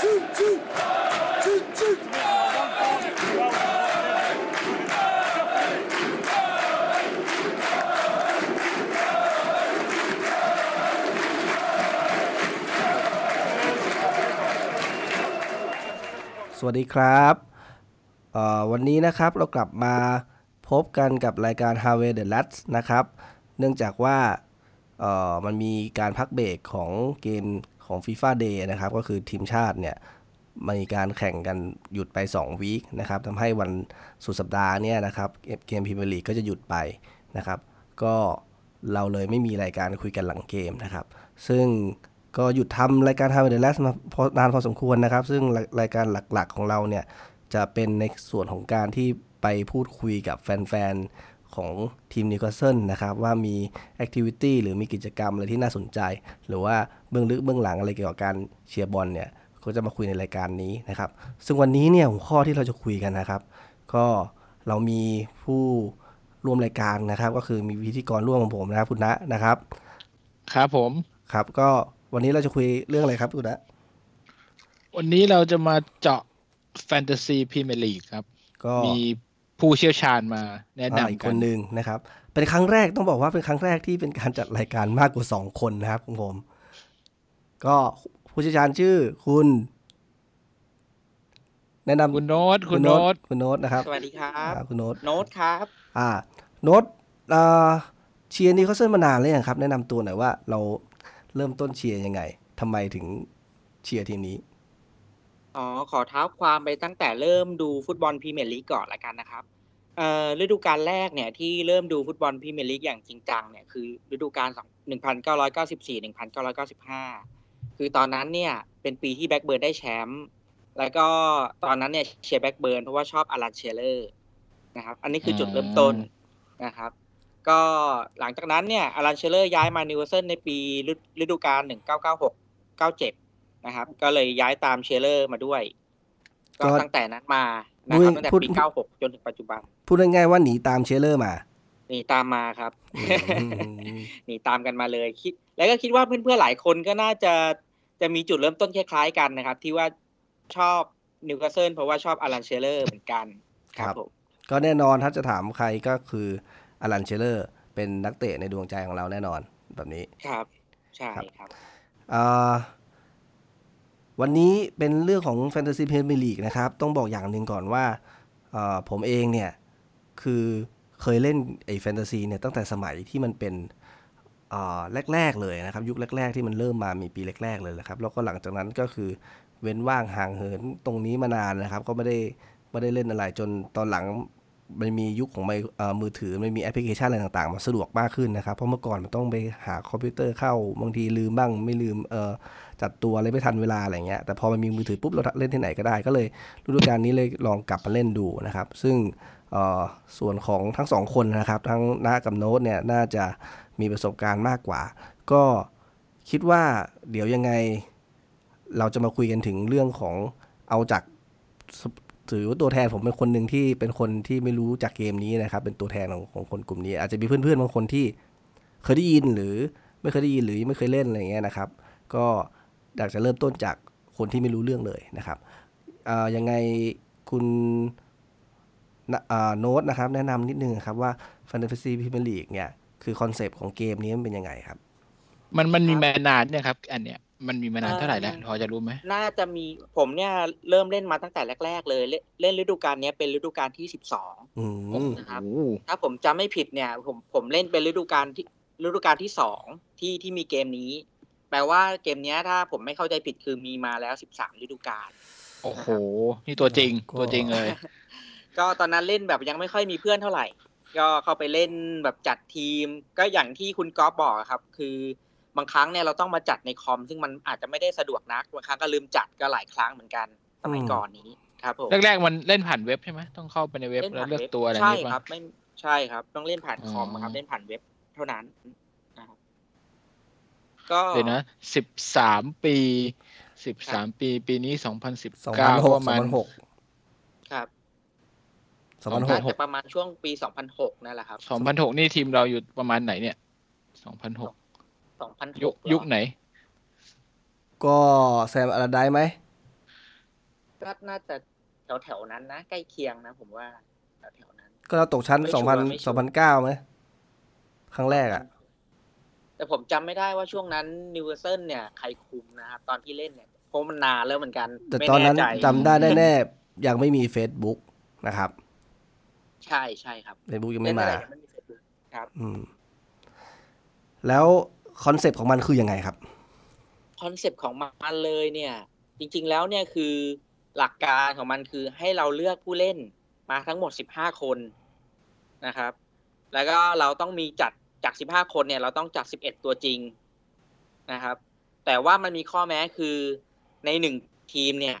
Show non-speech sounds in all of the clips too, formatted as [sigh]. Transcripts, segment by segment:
two, two, two. สวัสดีครับเอ่อวันนี้นะครับเรากลับมาพบกันกับรายการ h a r v e y the l a t s นะครับ เนื่องจากว่าเอ่อมันมีการพักเบรกของเกมของ FIFA Day นะครับ ก็คือทีมชาติเนี่ยมีการแข่งกันหยุดไป 2 วีคนะครับทำให้วันสุดสัปดาห์เนี่ยนะครับ เกมพรีเมียร์ลีกก็จะหยุดไปนะครับ ก็เราเลยไม่มีรายการคุยกันหลังเกมนะครับ ซึ่ง ก็หยุดทำรายการทำเดลัสมาพอนานพอสมควรนะครับ ซึ่งรายรายการหลักๆของเราเนี่ย จะเป็นในส่วนของการที่ไปพูดคุยกับแฟนๆ ของทีมนิวคาสเซิลนะครับ ว่ามีแอคทิวิตี้หรือมีกิจกรรมอะไรที่น่าสนใจ หรือว่าเบื้องลึกเบื้องหลังอะไรเกี่ยวกับการเชียร์บอลเนี่ย ก็จะมาคุยในรายการนี้นะครับ ซึ่งวันนี้เนี่ยหัวข้อที่เราจะคุยกันนะครับ ก็เรามีผู้ร่วมรายการนะครับ ก็คือมีพิธีกรร่วมของผมนะครับคุณณะนะครับ ครับผม ครับก็วันนี้เราจะคุยเรื่องอะไรครับคุณนะ วันนี้เราจะมาเจาะแฟนตาซีพรีเมียร์ลีกครับ ก็ มีผู้เชี่ยวชาญมาแนะ อ่าอีกคนำกัน นหนึ่งนะครับ เป็นครั้งแรกต้องบอกว่าเป็นครั้งแรกที่เป็นการจัดรายการมากกว่าสองคนนะครับของผม ก็ผู้เชี่ยวชาญชื่อคุณ แนะนำ คุณโน้ตคุณโน้ต คุณโน้ตนะครับ สวัสดีครั อ่า บ คุณโน้ต โน้ตครับ อ่า โน้ตเอ่อเชียร์นี่เขาเซิลมานานแล้วยังครับ แนะนำตัวหน่อยว่าเราเริ่มต้นเชียร์ยังไงทำไมถึงเชียร์ทีมนี้ อ๋อ ขอเท้าความไปตั้งแต่เริ่มดูฟุตบอลพรีเมียร์ลีกก่อนละกันนะครับ เอ่อฤดูกาลแรกเนี่ยที่เริ่มดูฟุตบอลพรีเมียร์ลีกอย่างจริงจังเนี่ยคือฤดูกาล1994 1995 คือตอนนั้นเนี่ยเป็นปีที่แบ็กเบิร์นได้แชมป์ แล้วก็ตอนนั้นเนี่ยเชียร์แบ็กเบิร์นเพราะว่าชอบอารันเชเลอร์นะครับ อันนี้คือจุดเริ่มต้นนะครับ ก็หลังจากนั้นเนี่ยอารันเชเลอร์ย้ายมานิวคาสเซิลในปีฤดูฤดูกาล1996 97 นะครับ ก็เลยย้ายตามเชเลอร์มาด้วย ก็ ก็ ตั้งแต่นั้นมานะครับตั้งแต่ พูด ปี 96 จนถึงปัจจุบัน พูดง่ายๆว่าหนีตามเชลเลอร์มา หนีตามมาครับ อืม [laughs] หนีตามกันมาเลยคิด แล้วก็คิดว่าเพื่อนๆหลายคนก็น่าจะจะมีจุดเริ่มต้นคล้ายๆกันนะครับ ที่ว่าชอบนิวคาสเซิลเพราะว่าชอบอารันเชเลอร์เหมือนกัน ครับ ผม ก็แน่นอนถ้าจะถามใครก็คืออลันเชลเลอร์ เป็นนักเตะในดวงใจของเราแน่นอนแบบนี้ ครับ ใช่ ครับ ครับ อ่าวันนี้เป็นเรื่องของแฟนตาซีเพนเมียร์ลีกนะครับ ต้องบอกอย่างหนึ่งก่อนว่าเอ่อผมเองเนี่ย คือเคยเล่นไอ้แฟนตาซีเนี่ยตั้งแต่สมัยที่มันเป็นอ่าแรก ๆ เลยนะครับ ยุคแรก ๆ ที่มันเริ่มมามีปีแรก ๆ เลยแหละครับ แล้วก็หลังจากนั้นก็คือเว้นว่างห่างเหินตรงนี้มานานนะครับ ก็ไม่ได้ไม่ได้เล่นอะไรจนตอนหลังมันมียุคของไมค์เอ่อมือถือมันมีแอปพลิเคชันอะไรต่างๆมาสะดวกมากขึ้นนะครับ เพราะเมื่อก่อนมันต้องไปหาคอมพิวเตอร์เข้าบางทีลืมบ้างไม่ลืมเอ่อจัดตัวอะไรไม่ทันเวลาอะไรเงี้ยแต่พอมันมีมือถือปุ๊บเราเล่นที่ไหนก็ได้ก็เลยฤดูกาลนี้เลยลองกลับมาเล่นดูนะครับ ซึ่ง เอ่อส่วนของทั้งสองคนนะครับ ทั้งน้ากับโน้ตเนี่ยน่าจะมีประสบการณ์มากกว่า ก็คิดว่าเดี๋ยวยังไง เราจะมาคุยกันถึงเรื่องของเอาจากถือว่าตัวแทนผมเป็นคนหนึ่งที่เป็นคนที่ไม่รู้จากเกมนี้นะครับ เป็นตัวแทนของของคนกลุ่มนี้ อาจจะมีเพื่อนๆบางคนที่เคยได้ยินหรือไม่เคยได้ยินหรือยังไม่เคยเล่นอะไรอย่างเงี้ยนะครับ ก็อยากจะเริ่มต้นจากคนที่ไม่รู้เรื่องเลยนะครับเอ่อยังไงคุณ นะอ่าโน้ตนะครับ แนะนำนิดนึงครับว่า Fantasy Premier League เนี่ย คือคอนเซปต์ของเกมนี้มันเป็นยังไงครับ มันมันมีมานานเนี่ยครับ อันเนี้ยมันมีมานานเท่าไหร่แล้วพอจะรู้ไหม น่าจะมีผมเนี่ยเริ่มเล่นมาตั้งแต่แรก ๆ เลย เล่นเล่นฤดูกาลเนี้ยเป็นฤดูกาลที่ อืม 12 นะครับ โอ้โห ถ้าผมจำไม่ผิดเนี่ย ผมผมเล่นเป็นฤดูกาลที่ฤดูกาลที่สองที่ที่มีเกมนี้ แปลว่าเกมเนี้ยถ้าผมไม่เข้าใจผิดคือมีมาแล้ว 13 ฤดูกาล โอ้โห นี่ตัวจริง ก็ ตัวจริงเลย ก็ตอนนั้นเล่นแบบยังไม่ค่อยมีเพื่อนเท่าไหร่ ก็เข้าไปเล่นแบบจัดทีม ก็อย่างที่คุณก๊อฟบอกอะครับ คือบางครั้งเนี่ยเราต้องมาจัดในคอม ซึ่งมันอาจจะไม่ได้สะดวกนักบางครั้งก็ลืมจัดก็หลายครั้งเหมือนกันสมัย อืม ก่อนนี้ครับผม แรกๆมันเล่นผ่านเว็บใช่ไหมต้องเข้าไปในเว็บแล้ว ผ่าน เลือกตัวอะไร ใช่ นี่ ครั ป่ะ บไม่ใช่ครับ ต้องเล่นผ่านคอมอะครับ อ๋อ เล่นผ่านเว็บเท่านั้นนะครับก็ เดี๋ยวนะสิบสามปีสิบสามปี ปีนี้สองพันสิบ สอง เก้า พันหก ประ สอง มาณ พันหกสองพันหครับน่าก จะประมาณช่วงปี 2006นั่นแหละครับ สองพันหกนี่ทีมเราอยู่ประมาณไหนเนี่ยสองพันหก 2006 ยุค เหรอ ยุคไหน ก็แซมอลาไดไหม ก็น่าจะแถวแถวๆนั้นนะ ใกล้เคียงนะผมว่าแถวแถวๆนั้น ก็เราตกชั้น ไม่ชั ส ว อ ร์ งพัน ไม่สชัว อ ร์ งพันเก้าไหมครั้งแรกอ่ะ แต่ผมจำไม่ได้ว่าช่วงนั้นนิวเซ l เนี่ยใครคุมนะครับ ตอนที่เล่นเนี่ยเพราะมันนานแล้วเหมือนกัน แต่ ไม่ ตอนนั้น ใจ จำได้แน่ๆยังไม่มี Facebook นะครับ ใช่ใช่ครับ Facebook ยัง เล่ ไม่ น มา อะไรยังไม่มี Facebook อืม แล้วคอนเซปต์ของมันคือยังไงครับ คอนเซปต์ของมันเลยเนี่ย จริง ๆ แล้วเนี่ยคือหลักการของมันคือให้เราเลือกผู้เล่นมาทั้งหมด 15 คนนะครับ แล้วก็เราต้องมีจัดจาก 15 คนเนี่ย เราต้องจัด 11 ตัวจริงนะครับ แต่ว่ามันมีข้อแม้คือในหนึ่งทีมเนี่ย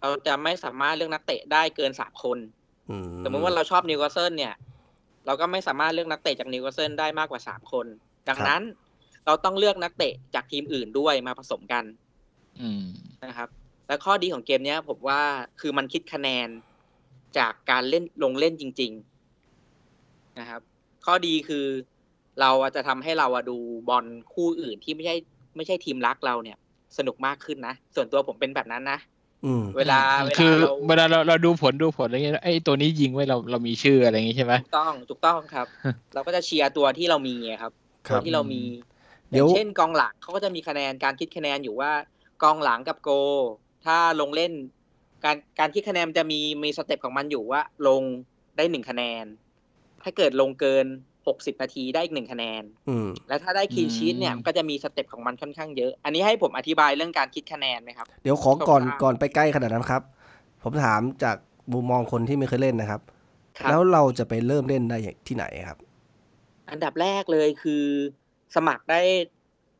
เราจะไม่สามารถเลือกนักเตะได้เกิน 3 คน อื สมมติว่าเราชอบนิวคาสเซิลเนี่ย เราก็ไม่สามารถเลือกนักเตะจากนิวคาสเซิลได้มากกว่าสามคน ดังนั้นเราต้องเลือกนักเตะจากทีมอื่นด้วยมาผสมกัน อืม นะครับ และข้อดีของเกมเนี้ยผมว่าคือมันคิดคะแนนจากการเล่นลงเล่นจริง ๆนะครับ ข้อดีคือเราอาจจะทำให้เราอะดูบอลคู่อื่นที่ไม่ใช่ไม่ใช่ทีมรักเราเนี่ย สนุกมากขึ้นนะ ส่วนตัวผมเป็นแบบนั้นนะ อืม เวลาเวลา คือ เรา เวลาเราเราดูผลดูผลอะไรเงี้ยไอ้ตัวนี้ยิงไว้เราเรามีชื่ออะไรอย่างงี้ใช่ไหม ถูกต้องถูกต้องครับ เราก็จะเชียร์ตัวที่เรามีอะครับ ค ตั รั ว บ ที่เรามีอ เดี๋ย ย่าว งเช่นกองหลังเขาก็จะมีคะแนนการคิดคะแนนอยู่ว่ากองหลังกับโก ถ้าลงเล่น การการคิดคะแนนมันจะมีมีสเต็ปของมันอยู่ว่า ลงได้หนึ่งคะแนน ถ้าเกิดลงเกินหกสิบนาทีได้อีกหนึ่งคะแนน อืม และถ้าได้คลีนชีตเนี่ย อืม มันก็จะมีสเต็ปของมันค่อนข้างเยอะ อันนี้ให้ผมอธิบายเรื่องการคิดคะแนนไหมครับ เดี๋ยวขอก่อน คร่าวๆ ก่อนไปใกล้ขนาดนั้นครับ ผมถามจากมุมมองคนที่ไม่เคยเล่นนะครับ ครับ แล้วเราจะไปเริ่มเล่นได้ที่ไหนครับ อันดับแรกเลยคือสมัครได้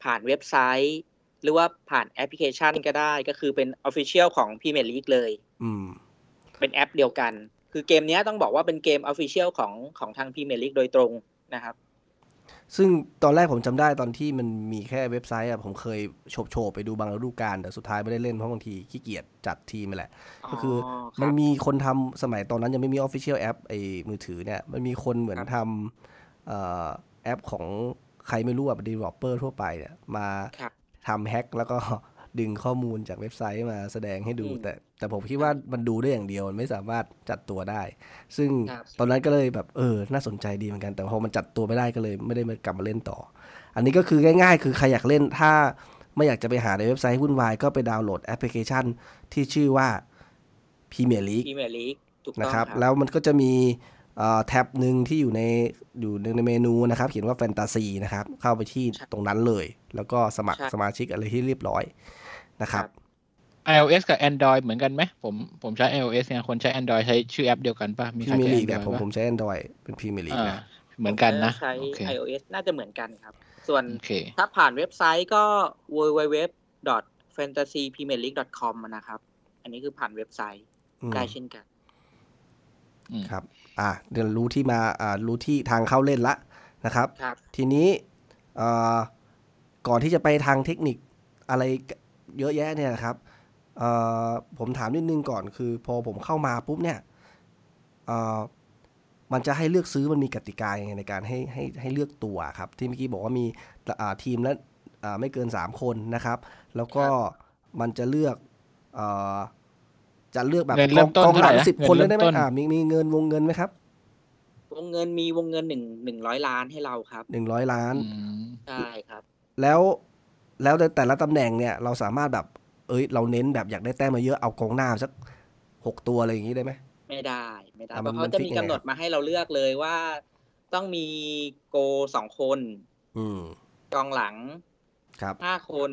ผ่านเว็บไซต์ หรือว่าผ่านแอปพลิเคชันก็ได้ก็คือเป็น Official ของ Premier League เลย อืม เป็นแอปเดียวกัน คือเกมเนี้ยต้องบอกว่าเป็นเกม Official ของของทาง Premier League โดยตรงนะครับ ซึ่งตอนแรกผมจำได้ตอนที่มันมีแค่เว็บไซต์อะผมเคยโฉบโฉบๆไปดูบางฤดูกาลแต่สุดท้ายไม่ได้เล่นเพราะบางทีขี้เกียจจัดทีมไปแหละ ก็คืออ ครับ มันมีคนทำสมัยตอนนั้นยังไม่มี Official แอปไอ้มือถือเนี่ย มันมีคนเหมือน ครับ ทำเอ่อแอปของใครไม่รู้อะ developer ทั่วไปเนี่ยมา ครับ ทำแฮ็กแล้วก็ [laughs] ดึงข้อมูลจากเว็บไซต์มาแสดงให้ดู อืม แต่แต่ผมคิดว่ามันดูได้อย่างเดียว มันไม่สามารถจัดตัวได้ ซึ่ง ครับ ตอนนั้นก็เลยแบบเออ น่าสนใจดีเหมือนกัน แต่พอมันจัดตัวไม่ได้ก็เลยไม่ได้มากลับมาเล่นต่อ อันนี้ก็คือง่ายๆ คือใครอยากเล่นถ้าไม่อยากจะไปหาในเว็บไซต์วุ่นวายก็ไปดาวน์โหลดแอปพลิเคชันที่ชื่อว่า Premier League Premier League ถูกต้ นะ อง ค ค รั รับ บ แล้วมันก็จะมีเอ่อแท็บหนึ่งที่อยู่ในอยู่ในเมนูนะครับ เขียนว่าแฟนตาซีนะครับ เข้าไปที่ ใช่ ตรงนั้นเลย แล้วก็สมัคร ใช่ สมาชิกอะไรที่เรียบร้อยนะครับ ครับ iOS กับ Android เหมือนกันไหมผมผมใช้ iOS เนี่ยคนใช้ Android ใช้ชื่อแอปเดียวกันป่ะ มี พ ใค รี ร เมีย ใช้ ร์ลีกเนี่ย Android ผมผ ป่ะ มใช้ Android เป็นพรีเมียร์ลีก อ่า นะ เหมือนกันนะ ผมจใช้ โอเค iOS น่าจะเหมือนกันครับ ส่วน โอเค ถ้าผ่านเว็บไซต์ก็ www.fantasypremierleague.com นะครับ อันนี้คือผ่านเว็บไซต์ อืม ได้เช่นกัน ครับ อ่ะเดี๋ยวรู้ที่มาอ่ารู้ที่ทางเข้าเล่นละนะครับ ครับ ทีนี้เอ่อก่อนที่จะไปทางเทคนิคอะไรเยอะแยะเนี่ยนะครับเอ่อผมถามนิดนึงก่อนคือพอผมเข้ามาปุ๊บเนี่ยเอ่อมันจะให้เลือกซื้อมันมีกติกายังไงในการให้ให้ให้เลือกตัวครับ ที่เมื่อกี้บอกว่ามีอ่าทีมละอ่าไม่เกิน 3 คนนะครับ แล้วก็มันจะเลือกเอ่อจะเลือกแบบ เงินเริ่มต้น กองหลัง เท่าไหร่นะ สิบคนเลยได้ไหม เงินเริ่มต้น อ่ามีมีเงินวงเงินไหมครับ วงเงินมีวงเงินหนึ่งหนึ่งร้อยล้านให้เราครับ หนึ่งร้อยล้าน อืม ใช่ครับ แล้วแล้วในแต่ละตำแหน่งเนี่ยเราสามารถแบบ เอ้ย เราเน้นแบบอยากได้แต้มมาเยอะเอากองหน้าสักหกตัวอะไรอย่างนี้ได้ไหม ไม่ได้ไม่ได้ อ่ะ เพ มัน ราะเขาจะ มันฟิ มี กยังไง กำหนดมาให้เราเลือกเลยว่า ต้องมีโกสองคน อืม กองหลัง ครับ ห้าคน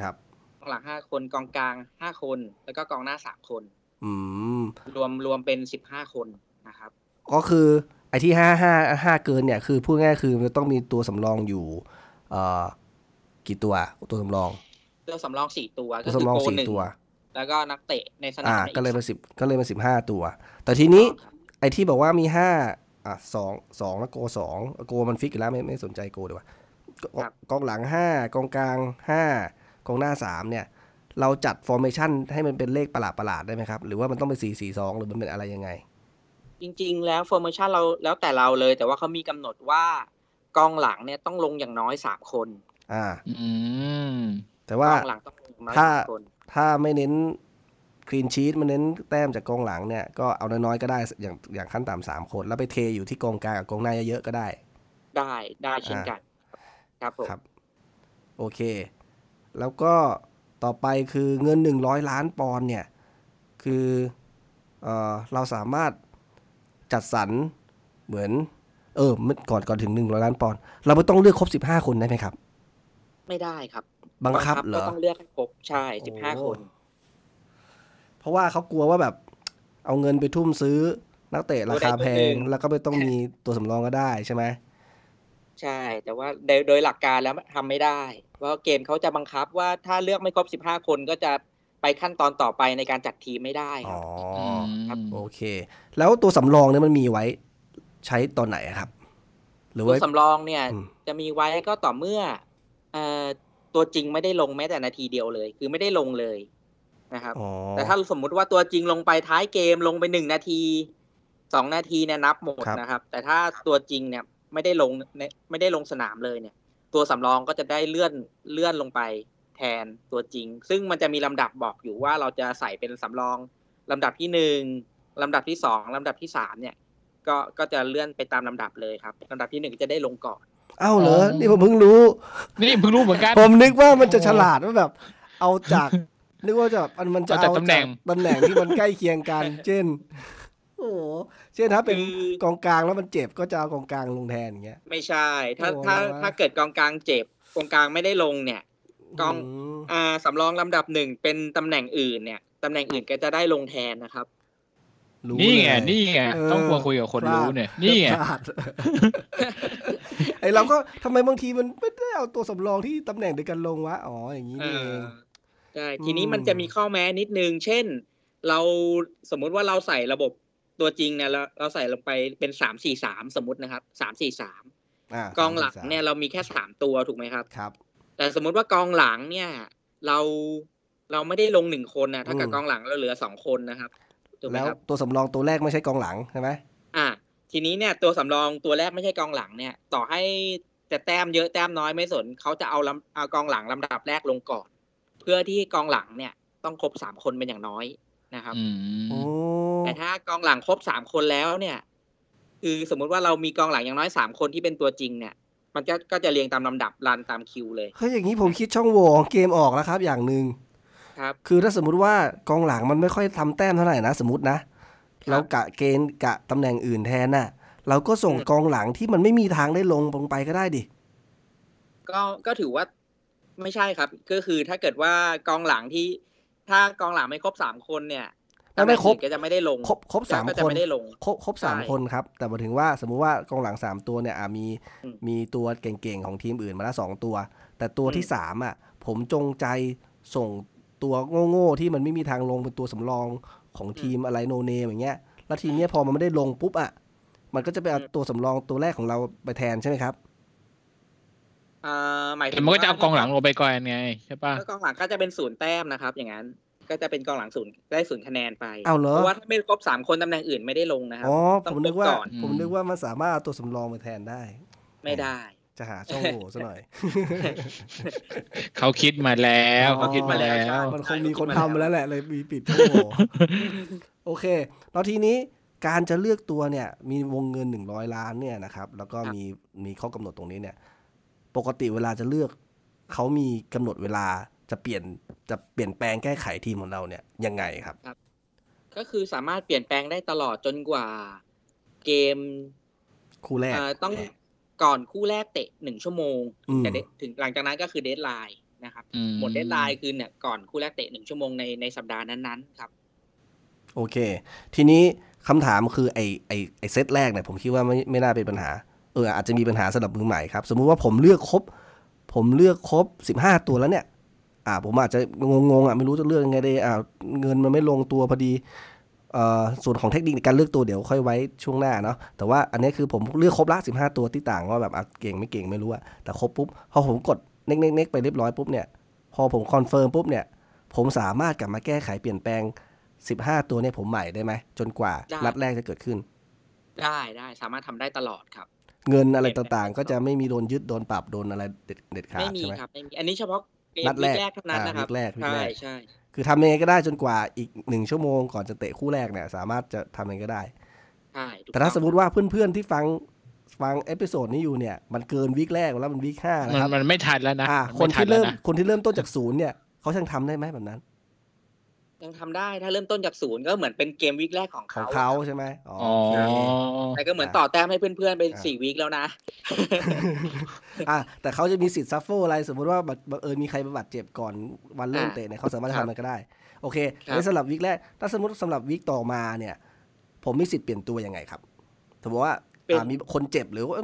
ครับ กองหลังห้าคนกองกลางห้าคน แล้วก็กองหน้าสามคน อืม รวมรวมเป็นสิบห้าคนนะครับ ก็คือไอ้ที่ห้าห้าห้าเกินเนี่ยคือพูดง่ายๆคือมันต้องมีตัวสำรองอยู่เอ่อกี่ตัวตัวสำรอง ตัวสำรองสี่ตัว ตัวก็คือ สำรอง โก สี่ หนึ่ง ตัว แล้วก็นักเตะในสนา อ่าม ก็เลย อี เป็นสิบก็เลยเป็นสิบห้าตัว แต่ทีนี้ ครับ ไอที่บอกว่ามีห้าอ่ะสองสองแล้วโกสองโกมันฟิกอยู่แล้วไม่ไม่สนใจโกดีกว่ากกองหลังห้ากองกลางห้ากองหน้าสามเนี่ย เราจัดฟอร์เมชันให้มันเป็นเลขประหลาดประหลาดๆได้ไหมครับ หรือว่ามันต้องเป็นสี่สี่สองหรือมันเป็นอะไรยังไง จริง ๆ แล้วฟอร์มชันเราแล้วแต่เราเลย แต่ว่าเขามีกำหนดว่ากองหลังเนี่ยต้องลงอย่างน้อยสามคน อ่า อืม แต่ว่า กองหลังต้องลงอย่างน้อย ถ้า สามคน ถ้าไม่เน้น คลีนชีตมันเน้นแต้มจากกองหลังเนี่ย ก็เอาน้อยๆก็ได้อย่างอย่างขั้นต่ำสามคน แล้วไปเทอยู่ที่กองกลางกับกองหน้าเยอะๆก็ได้ ได้ได้เช่นกันครับผม ครับโอเค แล้วก็ต่อไปคือเงิน 100 ล้านปอนด์เนี่ย คือเออเราสามารถจัดสรรเหมือน เออมันก่อนก่อนถึง 100 ล้านปอนด์เราไม่ต้องเลือกครบ 15 คนได้ไหมครับ ไม่ได้ครับ บังคับเหร ก็ อ ต้องเลือกให้ครบใช่ โอ้ สิบห้าคน เพราะว่าเขากลัวว่าแบบเอาเงินไปทุ่มซื้อนักเตะราคาแพ ตัวใดตัวหนึ่ ง ง แล้วก็ไม่ต้องมีตัวสำรองก็ได้ใช่ไหม ใช่ แต่ว่าโดยโดยหลักการแล้วทำไม่ได้ เพราะเกมเขาจะบังคับว่าถ้าเลือกไม่ครบสิบห้าคนก็จะไปขั้นตอนต่อไปในการจัดทีมไม่ได้ค อ๋ รั อ บ ครับ โอเค แล้วตัวสำรองเนี่ยมันมีไว้ใช้ตอนไหนอะครับ หรือ ตัว ว่า สำรองเนี่ย อืม จะมีไว้ก็ต่อเมื่อเอ่อตัวจริงไม่ได้ลงแม้แต่นาทีเดียวเลย คือไม่ได้ลงเลยนะครับ อ๋อ แต่ถ้าสมมุติว่าตัวจริงลงไปท้ายเกมลงไปหนึ่งนาทีสองนาทีเนี่ยนับหมด ครับ นะครับ แต่ถ้าตัวจริงเนี่ยไม่ได้ลงในไม่ได้ลงสนามเลยเนี่ย ตัวสำรองก็จะได้เลื่อนเลื่อนลงไปแทนตัวจริง ซึ่งมันจะมีลำดับบอกอยู่ว่าเราจะใส่เป็นสำรองลำดับที่หนึ่งลำดับที่สองลำดับที่สามเนี่ย ก็ก็จะเลื่อนไปตามลำดับเลยครับลำดับที่หนึ่งจะได้ลงก่อน เอ้าเหรอ อ๋อ นี่ผมเพิ่งรู้ นี่เพิ่งรู้เหมือนกัน ผมนึกว่ามันจะฉลาดว่าแบบ เอาจาก [laughs] นึกว่าจะมันมันจะ เอา เอา จาก จาก ตำแหน่ง ตำแหน่งที่มันใกล้เคียง [laughs] กัน เช่น โอ้โหเช่นถ้าเป็น คือ กองกลางแล้วมันเจ็บก็จะเอากองกลางลงแทนอย่างเงี้ย ไม่ใช่ ถ้า โอ้ ถ้า น่ารัก ถ้าเกิดกองกลางเจ็บกองกลางไม่ได้ลงเนี่ย กอง ม อ่าสำรองลำดับหนึ่งเป็นตำแหน่งอื่นเนี่ยตำแหน่งอื่นก็จะได้ลงแทนนะครับ รู้ นี่ไง เลย นี่ไง เออ ต้องควรคุยกับคนรู้เนี่ย นี่ไง พลาด [laughs] ไอเราก็ทำไมบางทีมันไม่ได้เอาตัวสำรองที่ตำแหน่งเดียวกันลงวะอ๋ออย่างนี้นี่เอง ใช่ อืม ทีนี้มันจะมีข้อแม้นิดนึง เช่น เราสมมุติว่าเราใส่ระบบตัวจริงเนี่ยเราเราใส่ลงไปเป็นสามสี่สามสมมตินะครับสามสี่สาม อ่ะ กองหลังเนี่ยเรามีแค่สามตัวถูกไหมครับ ครับ แต่สมมุติว่ากองหลังเนี่ยเราเราไม่ได้ลงหนึ่งคนนะถ้ากับ อืม กองหลังเราเหลือสองคนนะครับถูกไหม แล้ว ครับ ตัวสำรองตัวแรกไม่ใช่กองหลังใช่ไหม อ่ะทีนี้เนี่ยตัวสำรองตัวแรกไม่ใช่กองหลังเนี่ย ต่อให้จะแต้มเยอะแต้มน้อยไม่สนเขาจะเอาลำเอากองหลังลำดับแรกลงก่อน เพื่อที่กองหลังเนี่ยต้องครบสามคนเป็นอย่างน้อยนะครับ อืม โอ้ แต่ถ้ากองหลังครบสามคนแล้วเนี่ย คือสมมุติว่าเรามีกองหลังอย่างน้อยสามคนที่เป็นตัวจริงเนี่ย มันก็ก็จะเรียงตามลำดับรันตามคิวเลย เฮ้ยอย่างนี้ผมคิดช่องโหว่ของเกมออกแล้วครับอย่างหนึ่ง ครับ คือถ้าสมมติว่ากองหลังมันไม่ค่อยทำแต้มเท่าไหร่นะสมมตินะ ครับ เรากะเกณฑ์กะตำแหน่งอื่นแทนน่ะ เราก็ส่ง อืม กองหลังที่มันไม่มีทางได้ลงลงไปก็ได้ดิ ก็ก็ถือว่าไม่ใช่ครับ ก็คือถ้าเกิดว่ากองหลังที่ ถ้ากองหลังไม่ครบสามคนเนี่ย แล้วไม่ครบ ตำแหน่งอื่นก็จะไม่ได้ลง ครบครบสาม ก็ ค จะ น ไม่ได้ลง ครบครบสาม ใช่ คนครับ แต่หมายถึงว่าสมมุติว่ากองหลังสามตัวเนี่ยอ่ะมี อืม มีตัวเก่งๆ ของทีมอื่นมาละสองตัว แต่ตัว อืม ที่สามอ่ะผมจงใจส่งตัวโง่ๆที่มันไม่มีทางลงเป็นตัวสำรองของทีมอะไรโนเนมอย่างเงี้ยแล้วทีเนี้ยพอมันไม่ได้ลงปุ๊บอ่ะมันก็จะไปเอาตัวสำรองตัวแรกของเราไปแทนใช่ไหมครับ อ่าหมายถึ แต่ ง มันก็จะ ว่ เอากองหลังลงไปก่อนไงใช่ป่ะ ก็กองหลังก็จะเป็นศูนย์แต้มนะครับ อย่างนั้นก็จะเป็นกองหลังศูนย์ได้ศูนย์คะแนนไป เอาเหรอ ราะว่าถ้าไม่ครบสามคนตำแหน่งอื่นไม่ได้ลงนะครับ อ๋อ ต้ ผ อง มนึกว่า ครบก่อน ผมนึกว่ามันสามารถเอาตัวสำรองไปแทนได้ ไม่ได้ จะหาช่องโหว่ซะหน่อย [laughs] เขาคิดมาแล้ว เขาคิดมาแล้ว เอ มันคงมีคนทำมาแล้วแหละเลยมี [laughs] ปิดโอ้โหโอเค แล้วทีนี้การจะเลือกตัวเนี่ย มีวงเงินหนึ่งร้อยล้านเนี่ยนะครับ แล้วก็มีมีข้อกำหนดตรงนี้เนี่ย ปกติเวลาจะเลือกเขามีกำหนดเวลาจะเปลี่ยนจะเปลี่ยนแปลงแก้ไขทีมของเราเนี่ยยังไงครับ ก็คือสามารถเปลี่ยนแปลงได้ตลอดจนกว่า เกม คู่แรก เอ่อต้องก่อนคู่แรกเตะหนึ่งชั่วโมง อืม จะได้ถึงหลังจากนั้นก็คือเดทไลน์นะครับ อื หมดเดทไลน์คือเนี่ยก่อนคู่แรกเตะหนึ่งชั่วโมงในในสัปดาห์นั้นๆครับ โอเค ทีนี้คำถามคือไอไอไอเซตแรกเนี่ยผมคิดว่าไม่ไม่น่าเป็นปัญหา เอออาจจะมีปัญหาสำหรับมือใหม่ครับ สมมุติว่าผมเลือกครบ ผมเลือกครบสิบห้าตัวแล้วเนี่ย อ่า ผมอาจจะงงๆอ่ะไม่รู้จะเลือกยังไงดีอ่าเงินมันไม่ลงตัวพอดีเอ่อส่วนของเทคนิคในการเลือกตัวเดี๋ยวค่อยไว้ช่วงหน้าเนาะแต่ว่าอันนี้คือผมเลือกครบละสิบห้าตัวที่ต่างว่าแบบอ่ะเก่งไม่เก่งไม่รู้อะแต่ครบปุ๊บพอผมกดเน็กเน็กเน็กไปเรียบร้อยปุ๊บเนี่ย พอผมคอนเฟิร์มปุ๊บเนี่ย ผมสามารถกลับมาแก้ไขเปลี่ยนแปลง 15 ตัวเนี่ยผมใหม่ได้ไหม จนกว่า ได้ นัดแรกจะเกิดขึ้น ได้ได้สามารถทำได้ตลอดครับ เงินอะไรต่างๆ ก็จะไม่มีโดนยึดโดนปรับโดนอะไรเด็ดเด็ดขาด ไม่มี ใช่ไหม ครับไม่มีอันนี้เฉพาะเกม นัดแรก วิคแรกเท่านั้น อ่า นะครับ วิคแรกวิค ใช่ แรก ใช่ คือทำยังไงก็ได้จนกว่าอีกหนึ่งชั่วโมงก่อนจะเตะคู่แรกเนี่ย สามารถจะทำยังไงก็ได้ ใช่ถูก แต่ถ้า อง สมมติว่าเพื่อนๆที่ฟังฟังเอพิโซดนี้อยู่เนี่ย มันเกินวีคแรกแล้วมันวีคห้านะ มัน ครับ มันไม่ทันแล้วนะ อ่าค มัน ไม่ทั ที่เริ่ม แล้วนะ คนที่เริ่มต้นจากศูนย์เนี่ยเขาช่างทำได้ไหมแบบนั้น ยังทำได้ถ้าเริ่มต้นจากศูนย์ก็เหมือนเป็นเกมวีคแรกของ ของ เขา เขาใช่ไหมอ๋อ อ๋อ โอเค แต่ก็เหมือนต่อแต้มให้เพื่อนๆไป อ่ะ สี่วีคแล้วนะ [laughs] อ่ะแต่เขาจะมีสิทธิ์ซัฟเฟอร์อะไร สมมติว่าบังบังเอิญมีใครบาดเจ็บก่อนวันเริ่ม อ่า เตะเนี่ยเขาสามารถ คทำรับ มันก็ได้ โอเค คอัรับนนี้สำหรับวีคแรก ถ้าสมมติสำหรับวีคต่อมาเนี่ย ผมมีสิทธิ์เปลี่ยนตัวยังไงครับสมมติว่าอ่ามีคนเจ็บหรือว่า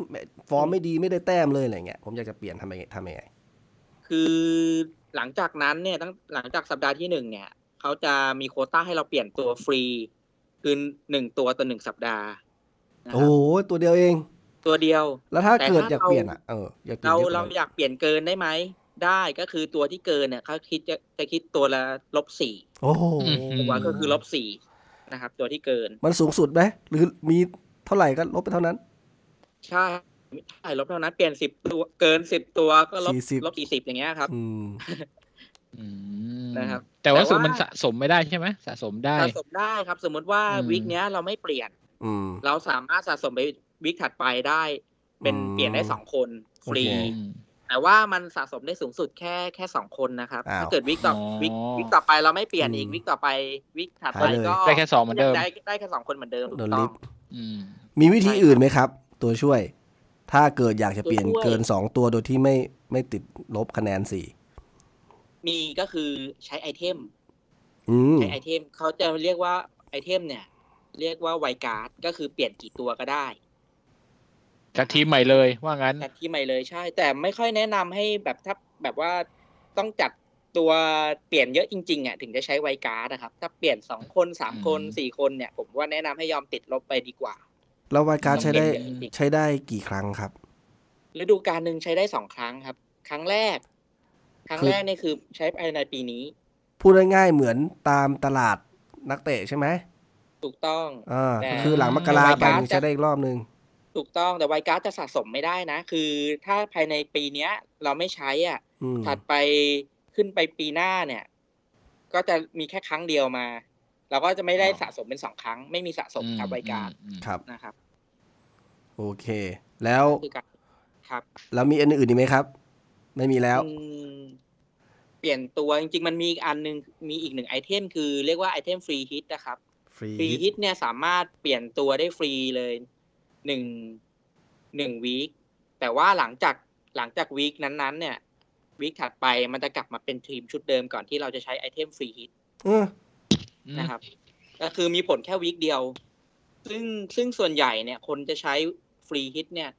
ฟอร์มไม่ดีไม่ได้แต้มเลยอะไรเงี้ยผมอยากจะเปลี่ยนทำยังไงทำยังไง คือหลังจากนั้นเนี่ยตั้งหลังจากสัปดาห์ที่หนึ่งเนี่ยเขาจะมีโควต้าให้เราเปลี่ยนตัวฟรี คือหนึ่งตัวต่อหนึ่งสัปดาห์นะครับ โอ้โหตัวเดียวเอง ตัวเดียว แล้วถ้า แต่ เกิด ถ้า อยาก เรา เปลี่ยนอ่ะเอออยากเปลี่ย เรา นยอะกว่ เรา นั้น อยากเปลี่ยนเกินได้ไหมได้ก็คือตัวที่เกินเนี่ยเขาคิดจะจะคิดตัวละลบสี่ โอ้โห อืม ตัวก็คือลบสี่นะครับ ตัวที่เกิน มันสูงสุดไหมหรือมีเท่าไหร่ก็ลบไปเท่านั้น ใช่ใช่ลบเท่านั้นเปลี่ยนสิบตัวเกินสิบตัวก็ลบ 40 ลบสี่สิบอย่างเงี้ยครับ อืม อืม นะครับ แต่ว่า แต่ว่า สูตรมันสะสมไม่ได้ใช่ไหมสะสมได้ สะสมได้ครับ สมมติว่า อืม วิกเนี้ยเราไม่เปลี่ยน อืม เราสามารถสะสมไปวิกถัดไปได้ เป็น อืม เปลี่ยนได้สองคนฟรี โอเค อืม แต่ว่ามันสะสมได้สูงสุดแค่แค่สองคนนะครับ อ้าว ถ้าเกิดวิกต่ออ อ วิกวิกต่อไปเราไม่เปลี่ยนอีก อืม วิกต่อไปวิกถัด หาย ไป เลย ก็ ได้แค่สองเหมือนเดิม ได้ได้แค่สองคนเหมือนเดิมถู โด ก น ต้ ลิ อง ฟต์ อืม มีวิธีอื่นไหมครับ ตัวช่วย ถ้าเกิดอยากจะเปลี่ยน ตัวช่วย เกินสองตัวโดยที่ไม่ไม่ติดลบคะแนนสี่ มีก็คือใช้ไอเทม อืม ใช้ไอเทมเขาจะเรียกว่าไอเทมเนี่ย เรียกว่าไวการ์ดก็คือเปลี่ยนกี่ตัวก็ได้ จากทีมใหม่เลยว่างั้น จัดที่ใหม่เลยใช่ แต่ไม่ค่อยแนะนำให้แบบถ้าแบบว่าต้องจัดตัวเปลี่ยนเยอะจริงๆอ่ะถึงจะใช้ไวการ์ดนะครับ ถ้าเปลี่ยนสองคนสามคน อืม สี่คนเนี่ย ผมว่าแนะนำให้ยอมติดลบไปดีกว่า แล้ววายการดใช้ได้ ต้องเปลี่ยนเยอะจริง ใช้ได้กี่ครั้งครับ ฤดูกาลหนึ่งใช้ได้สองครั้งครับ ครั้งแรก ครั้งแรกเนี่ยคือใช้ภายในปีนี้ พูดง่ายๆเหมือนตามตลาดนักเตะใช่ไหม ถูกต้อง อ่า แต่ ก็คือหลังมกราไปแต่วายการ์ด ถึงใช้ได้อีกรอบนึง ถูกต้องแต่ไวการ์ดจะสะสมไม่ได้นะ คือถ้าภายในปีเนี้ย เราไม่ใช้อ่ะ อืม ถัดไปขึ้นไปปีหน้าเนี่ย ก็จะมีแค่ครั้งเดียวมา เราก็จะไม่ได้ อ๋อ สะสมเป็นสองครั้ง ไม่มีสะสมกับไวการด อืม ครับ นะครับ โอเค แล้ว คือการครับ แล้วมีอันอื่นอีกไหมครับ ไม่มีแล้ว อืมเปลี่ยนตัวจริงๆ มันมีอีกอันหนึ่งมีอีกหนึ่งไอเทมคือเรียกว่าไอเทมฟรีฮิตนะครับ ฟรี ฟรีฮิตเนี่ยสามารถเปลี่ยนตัวได้ฟรีเลยหนึ่งหนึ่งวีคแต่ว่าหลังจากหลังจากวีคนั้นๆ เนี่ยวีคถัดไปมันจะกลับมาเป็นทีมชุดเดิมก่อนที่เราจะใช้ไอเทมฟรีฮิต เออ นะครับก็คือมีผลแค่วีคเดียว ซึ่งซึ่งส่วนใหญ่เนี่ย คนจะใช้ฟรีฮิตเนี่ย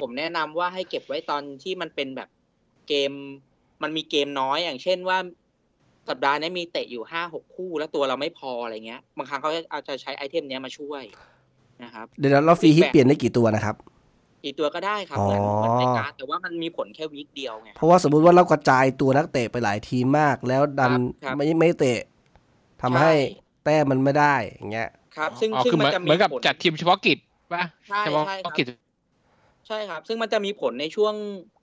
ผมแนะนำว่าให้เก็บไว้ตอนที่มันเป็นแบบเกม มันมีเกมน้อยอย่างเช่นว่า สัปดาห์นี้มีเตะอยู่ห้าหกคู่แล้วตัวเราไม่พออะไรเงี้ย บางครั้งเขาอาจจะใช้ไอเทมเนี้ยมาช่วยนะครับ เดี๋ยวนะเราฟรีฮิต ฟีดแบ็ก เปลี่ยนได้กี่ตัวนะครับ อีกตัวก็ได้ครับเหมือน อ๋อ เหมือนในการ์ดแต่ว่ามันมีผลแค่วีคเดียวไง เพราะว่าสมมุติว่าเรากระจายตัวนักเตะไปหลายทีมมาก แล้วดัน ครับ ไม่ไม่เตะทำให้ ใช่ แต้มมันไม่ได้อย่างเงี้ย ครับ ซึ่ง อ๋อ ซึ่ง คือ มัน เหมือน จะมี เหมือนกับ ผล จัดทีมเฉพาะกิจป่ะ ใช่ เฉพาะ ใช่ครับ กิจ ใช่ครับ ซึ่งมันจะมีผลในช่วง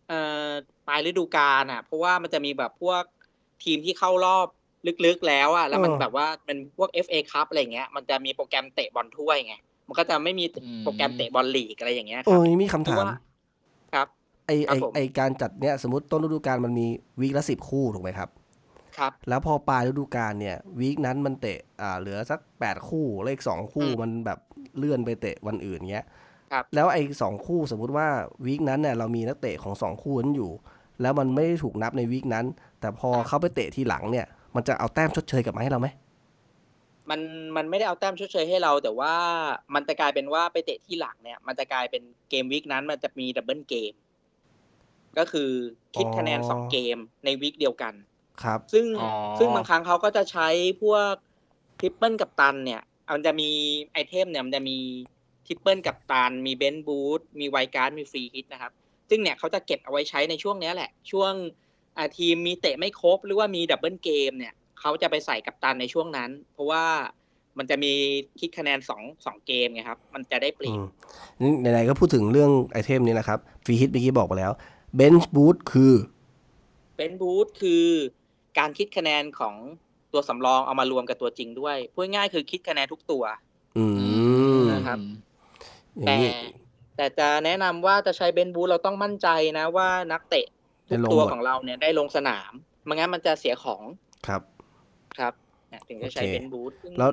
เอ่อปลายฤดูกาลอ่ะ เพราะว่ามันจะมีแบบพวกทีมที่เข้ารอบลึกๆแล้วอ่ะ แล้วมัน เออ แบบว่าเป็นพวก FA ครับอะไรเงี้ย มันจะมีโปรแกรมเตะบอลถ้วยไง มันก็จะไม่มี อืม โปรแกรมเตะบอลลีกอะไรอย่างเงี้ยค โอ้ รับ ยมีคำถาม เพราะว่าครับ ไอ ครั ไอบ ผม ไอการจัดเนี่ยสมมติต้นฤดูกาลมันมีวีคละสิบคู่ถูกไหมครับ ครับ แล้วพอปลายฤดูกาลเนี่ยวีคนั้นมันเตะอ่าเหลือสักแปดคู่เลขสองคู่ อืม มันแบบเลื่อนไปเตะวันอื่นเงี้ย ครับ แล้วไอสองคู่สมมุติว่าวีคนั้นเนี่ยเรามีนักเตะของสองคู่นั้นอยู่ แล้วมันไม่ได้ถูกนับในวีคนั้น แต่พอเขาไปเตะทีหลังเนี่ย มันจะเอาแต้มชดเชยกลับมาให้เราไหม มันมันไม่ได้เอาแต้มชดเชยให้เรา แต่ว่ามันจะกลายเป็นว่าไปเตะที่หลังเนี่ย มันจะกลายเป็นเกมวิกนั้นมันจะมีดับเบิลเกม ก็คือคิดคะแนนสองเกมในวิกเดียวกัน ครับ ซึ่ง อ๋อ ซึ่งบางครั้งเขาก็จะใช้พวกทริปเปิลกับตันเนี่ย มันจะมีไอเทมเนี่ยมันจะมีทริปเปิลกับตัน มีเบนบูทมีไวการ์ดมีฟรีฮิตนะครับ ซึ่งเนี่ยเขาจะเก็บเอาไว้ใช้ในช่วงเนี้ยแหละ ช่วงอาทีมมีเตะไม่ครบหรือว่ามีดับเบิลเกมเนี่ยเขาจะไปใส่กับตันในช่วงนั้น เพราะว่ามันจะมีคิดคะแนนสองสองเกมไงครับ มันจะได้เปรียบ อืมนี่ไหนๆก็พูดถึงเรื่องไอเทมนี้นะครับฟรีฮิตเมื่อกี้บอกไปแล้วเบนช์บูทคือ เบนบูทคือการคิดคะแนนของ ตัวสำรองเอามารวมกับตัวจริงด้วยพูดง่ายๆคือคิดคะแนนทุกตัว อืม นะครับ อย่าง แต่ นี้ แต่จะแนะนำว่าจะใช้เบนบูธเราต้องมั่นใจนะว่านักเตะทุก ได้ลง ตัว หมด ของเราเนี่ยได้ลงสนามไม่งั้นมันจะเสียของ ครับ ครับนะถึงจะใช้ โอเค เบนบูธซึ่ง แล้ว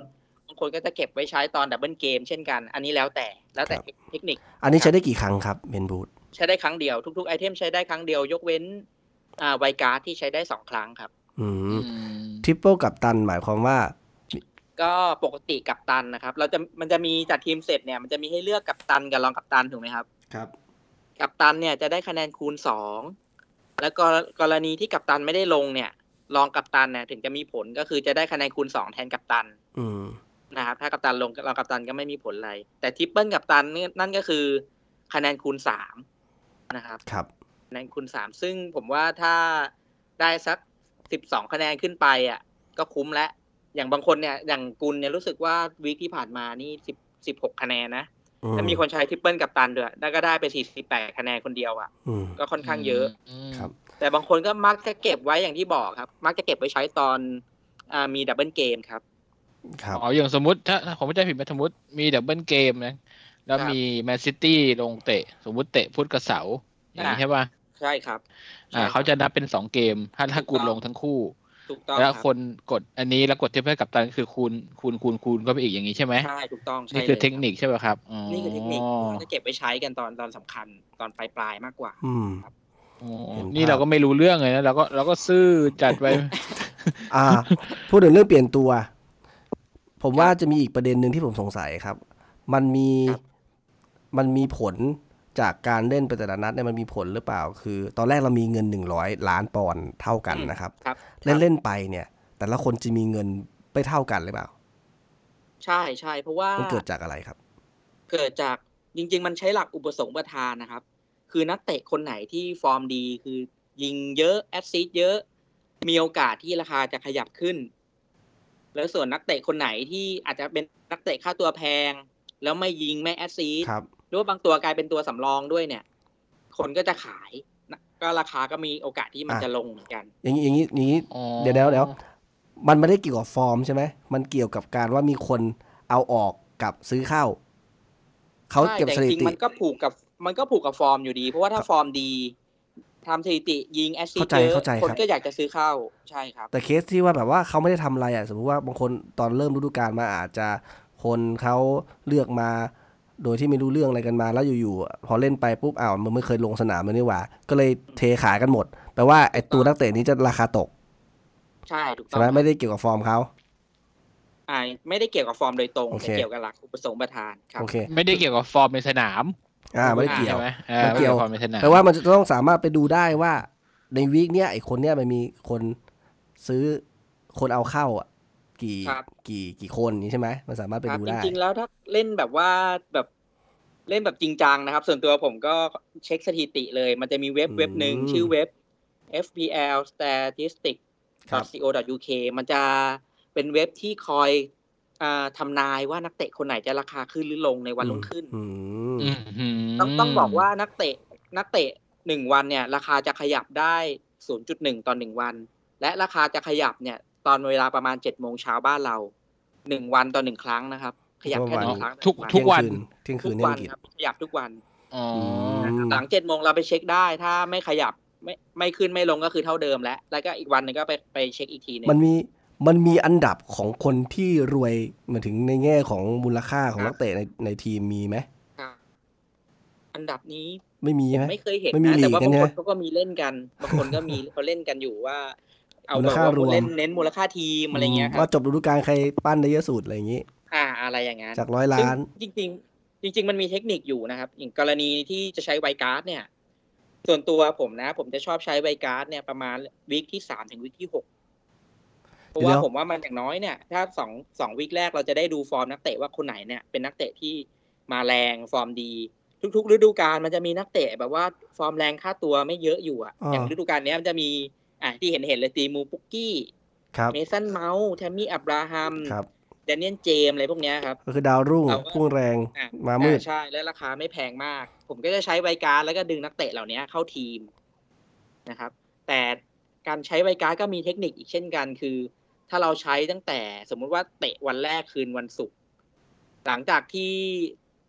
บางคนก็จะเก็บไว้ใช้ตอนดับเบิลเกมเช่นกัน อันนี้แล้วแต่แล้วแต่เทคนิค อันนี้ใช้ได้กี่ครั้งครับเบนบูท ใช้ได้ครั้งเดียวทุกๆไอเทมใช้ได้ครั้งเดียวยกเว้นอ่าไวการ์ดที่ใช้ได้สองครั้งครับ อื อื ม ม ทริปเปิลกับตันหมายความว่า ก็ปกติกับตันนะครับ เราจะมันจะมีจัดทีมเสร็จเนี่ยมันจะมีให้เลือกกับตันกับรองกับตันถูกไหมครับ ครับ กับตันเนี่ยจะได้คะแนนคูณสองแล้วก็กรณีที่กับตันไม่ได้ลงเนี่ยรองกับตันเนี่ยถึงจะมีผลก็คือจะได้คะแนนคูณสองแทนกับตัน อืม นะครับถ้ากับตันลงรองกับตันก็ไม่มีผลอะไร แต่ทริปเปิลกับตันนี่นั่นก็คือคะแนนคูณสามนะครับ ครับ คะแนนคูณสามซึ่งผมว่าถ้าได้สักสิบสองคะแนนขึ้นไปอ่ะก็คุ้มแล้วอย่างบางคนเนี่ยอย่างกุลเนี่ยรู้สึกว่าวีคที่ผ่านมานี่สิบสิบหกคะแนนนะ อื ถ้ามีคนใช้ทริปเปิลกับตันด้วยแล้วก็ได้ไปสี่สิบแปดคะแนนคนเดียวอ่ะ อืม ก็ค่อนข้างเยอะ ม ครับ แต่บางคนก็มักจะเก็บไว้อย่างที่บอกครับ มักจะเก็บไว้ใช้ตอนอามีดับเบิลเกมครับ ครับ อ๋ออย่างสมมติถ้าถ้าผมไม่ใจผิดไหมสมมติมีดับเบิลเกมนะ แล้ว ครับ มีแมนซิตี้ลงเตะ สมมติเตะพุธกับเสาร์อย่างนี้ใช่ป่ะ ใช่ครับ อ่า ใช่ครับ เขาจะนับเป็นสองเกม ถ้าถ้ากูลงทั้งคู่ ถูกต้อง แล้ว รับ คนกดอันนี้แล้วกดเทียบให้กับตันก็คือคูณคูณคูณคูณก็ไปอีกอย่างนี้ใช่ไหม ใช่ถูกต้องใช่ นี่คือ ลย เทคนิคใช่ไหมครับ นี่คือเทคนิคเราจะเก็บไว้ใช้กันตอนตอนสำคัญตอนปลายปลายๆมากกว่า อืม อ๋อ เห็นภาพ นี่เราก็ไม่รู้เรื่องเลยนะเราก็เราก็ซื่อจัดไป [laughs] อ่า พูดถึงเรื่องเปลี่ยนตัว ผมว่าจะมีอีกประเด็นหนึ่งที่ผมสงสัยครับ มันมี ครับ มันมีผลจากการเล่นไปแต่ละนัดเนี่ยมันมีผลหรือเปล่า คือ ตอนแรกเรามีเงินหนึ่งร้อยล้านปอนด์เท่ากันนะครับ ครับ เล่นเล่นๆไปเนี่ย แต่ละคนจะมีเงินไม่เท่ากันหรือเปล่า ใช่ใช่เพราะว่า มันเกิดจากอะไรครับ เกิดจากจริง ๆ มันใช้หลักอุปสงค์ประทานนะครับ คือนักเตะคนไหนที่ฟอร์มดี คือยิงเยอะแอสซิสต์เยอะ มีโอกาสที่ราคาจะขยับขึ้น แล้วส่วนนักเตะคนไหนที่อาจจะเป็นนักเตะค่าตัวแพง แล้วไม่ยิงไม่แอสซิสต์ ครับ หรือว่าบางตัวกลายเป็นตัวสำรองด้วยเนี่ย คนก็จะขายนะก็ราคาก็มีโอกาสที่มัน อ่ะ จะลงเหมือนกัน อย่างนี้อย่างนี้อย่างนี้ อ๋อ เดี๋ยวเดี๋ยวเดี๋ยวมันไม่ได้เกี่ยวกับฟอร์มใช่ไหมมันเกี่ยวกับการว่ามีคนเอาออกกับซื้อเข้า เขา ใช่ เก็บ แต่ สถิ จริง ติ ๆมันก็ผูกกับมันก็ผูกกับฟอร์มอยู่ดี เพราะว่าถ้าฟอร์มดีทำสถิติยิงแอสซิส เข้า ต์ ใจ เยอะ เข้าใจครับ คนก็อยากจะซื้อเข้าใช่ครับ แต่เคสที่ว่าแบบว่าเขาไม่ได้ทำอะไรอ่ะสมมติว่าบางคนตอนเริ่มฤดูกาลมาอาจจะคนเขาเลือกมา โดยที่ไม่รู้เรื่องอะไรกันมาแล้วอยู่ๆพอเล่นไปปุ๊บอ้าวมันไม่เคยลงสนามเลยนี่หว่า ก็เลยเทขายกันหมดแปลว่าไอ้ตัวนักเตะนี้จะราคาตก ใช่ถูกต้ ใช่ อง ไหมไม่ได้เกี่ยวกับฟอร์มเขา อ่าไม่ได้เกี่ยวกับฟอร์มโดยตรง โอเค แต่เกี่ยวกับหลักอุปสงค์ประทานครับ โอเค ไม่ได้เกี่ยวกับฟอร์มในสนาม อ่าไม่ได้เกี่ยว ใช่ไหมอ มั อน เกี่ยว ไได้บฟอร์มในสนาม แปลว่ามันจะต้องสามารถไปดูได้ว่าในวีคเนี้ยไอคนเนี้ยมันมีคนซื้อคนเอาเข้าอ่ะกี่ ครับ กี่กี่คนนี้ใช่ไหมมันสามารถไป ครับ ดู จ ได้ ริงๆแล้วถ้าเล่นแบบว่าแบบเล่นแบบจริงจังนะครับ ส่วนตัวผมก็เช็คสถิติเลย มันจะมีเว็บ อืม เว็บหนึ่งชื่อเว็บ FPL Statistic ครับ co uk มันจะเป็นเว็บที่คอยอาทำนายว่านักเตะคนไหนจะราคาขึ้นหรือลงในวันลงขึ้น อืม อืม ต้องต้องบอกว่านักเตะนักเตะหนึ่งวันเนี่ย ราคาจะขยับได้ 0.1ตอนหนึ่งวัน และราคาจะขยับเนี่ย ตอนเวลาประมาณเจ็ดโมงเช้าบ้านเราหนึ่งวันตอนหนึ่งครั้งนะครับ ขยับแค่หนึ่งครั้ง ทุกทุกวัน เที่ยงคื ทุ น ก เที่ยงคืนเนี่ยวันครับขยับทุกวัน อ๋อ อังกฤษ หลังเจ็ดโมงเราไปเช็คได้ ถ้าไม่ขยับไม่ไม่ขึ้นไม่ลงก็คือเท่าเดิมแล้วแล้วก็อีกวันหนึงก็ไปไปเช็คอีกทีหนึง มันมีมันมีอันดับของคนที่รวยหมายถึงในแง่ของมูลค่าของ ครับ นักเตะในในทีมมีไหม ครับอันดับนี้ ไม่มี ผม ใช่ไหม ไม่เคยเห็น ไม่มี นะแต่ลีว่ากกัน บาง ใช่ ค ไหม นเขาก็มีเล่นกันบางคนก็มี [laughs] เขาเล่นกันอยู่ว่า เอา มูลแบบ ค่า ว่าร วม เล่นเน้นมูลค่าทีมอะไรเงี้ยครั ว่า บ จบฤดูกาลใครปั้นได้เยอะสุดอะไรอย่างนี้ อ่าอะไรอย่างนั้น จากร้อยล้าน ซึ่งจริง ๆ จริง ๆ มันมีเทคนิคอยู่นะครับ อย่างกรณีที่จะใช้ไวการ์ดเนี่ย ส่วนตัวผมนะ ผมจะชอบใช้ไวการ์ดเนี่ยประมาณวิกที่สามถึงวิกที่หกเพราะว่า เดี๋ยว ผมว่ามันอย่างน้อยเนี่ย ถ้าสองสองวิกแรกเราจะได้ดูฟอร์มนักเตะว่าคนไหนเนี่ย เป็นนักเตะที่มาแรงฟอร์มดี ทุกๆฤดูกาลมันจะมีนักเตะแบบว่าฟอร์มแรงค่าตัวไม่เยอะอยู่อะ อ่า อย่างฤดูกาลเนี้ยมันจะมีอ่ะที่เห็นเห็นๆเลยตีมูปุกกี้ ครับ เมสันเมาส์แทมมี่อับราฮัม ครับ แดเนียนเจมส์อะไรพวกเนี้ยครับ ก็คือดาวรุ่ง เราก็ พุ่งแรง อ่ะ มามืด อ่ะใช่และราคาไม่แพงมาก ผมก็จะใช้ไวการดแล้วก็ดึงนักเตะเหล่านี้เข้าทีมนะครับ แต่การใช้ไวการดก็มีเทคนิคอีกเช่นกัน คือ ถ้าเราใช้ตั้งแต่สมมุติว่าเตะวันแรกคืนวันศุกร์หลังจากที่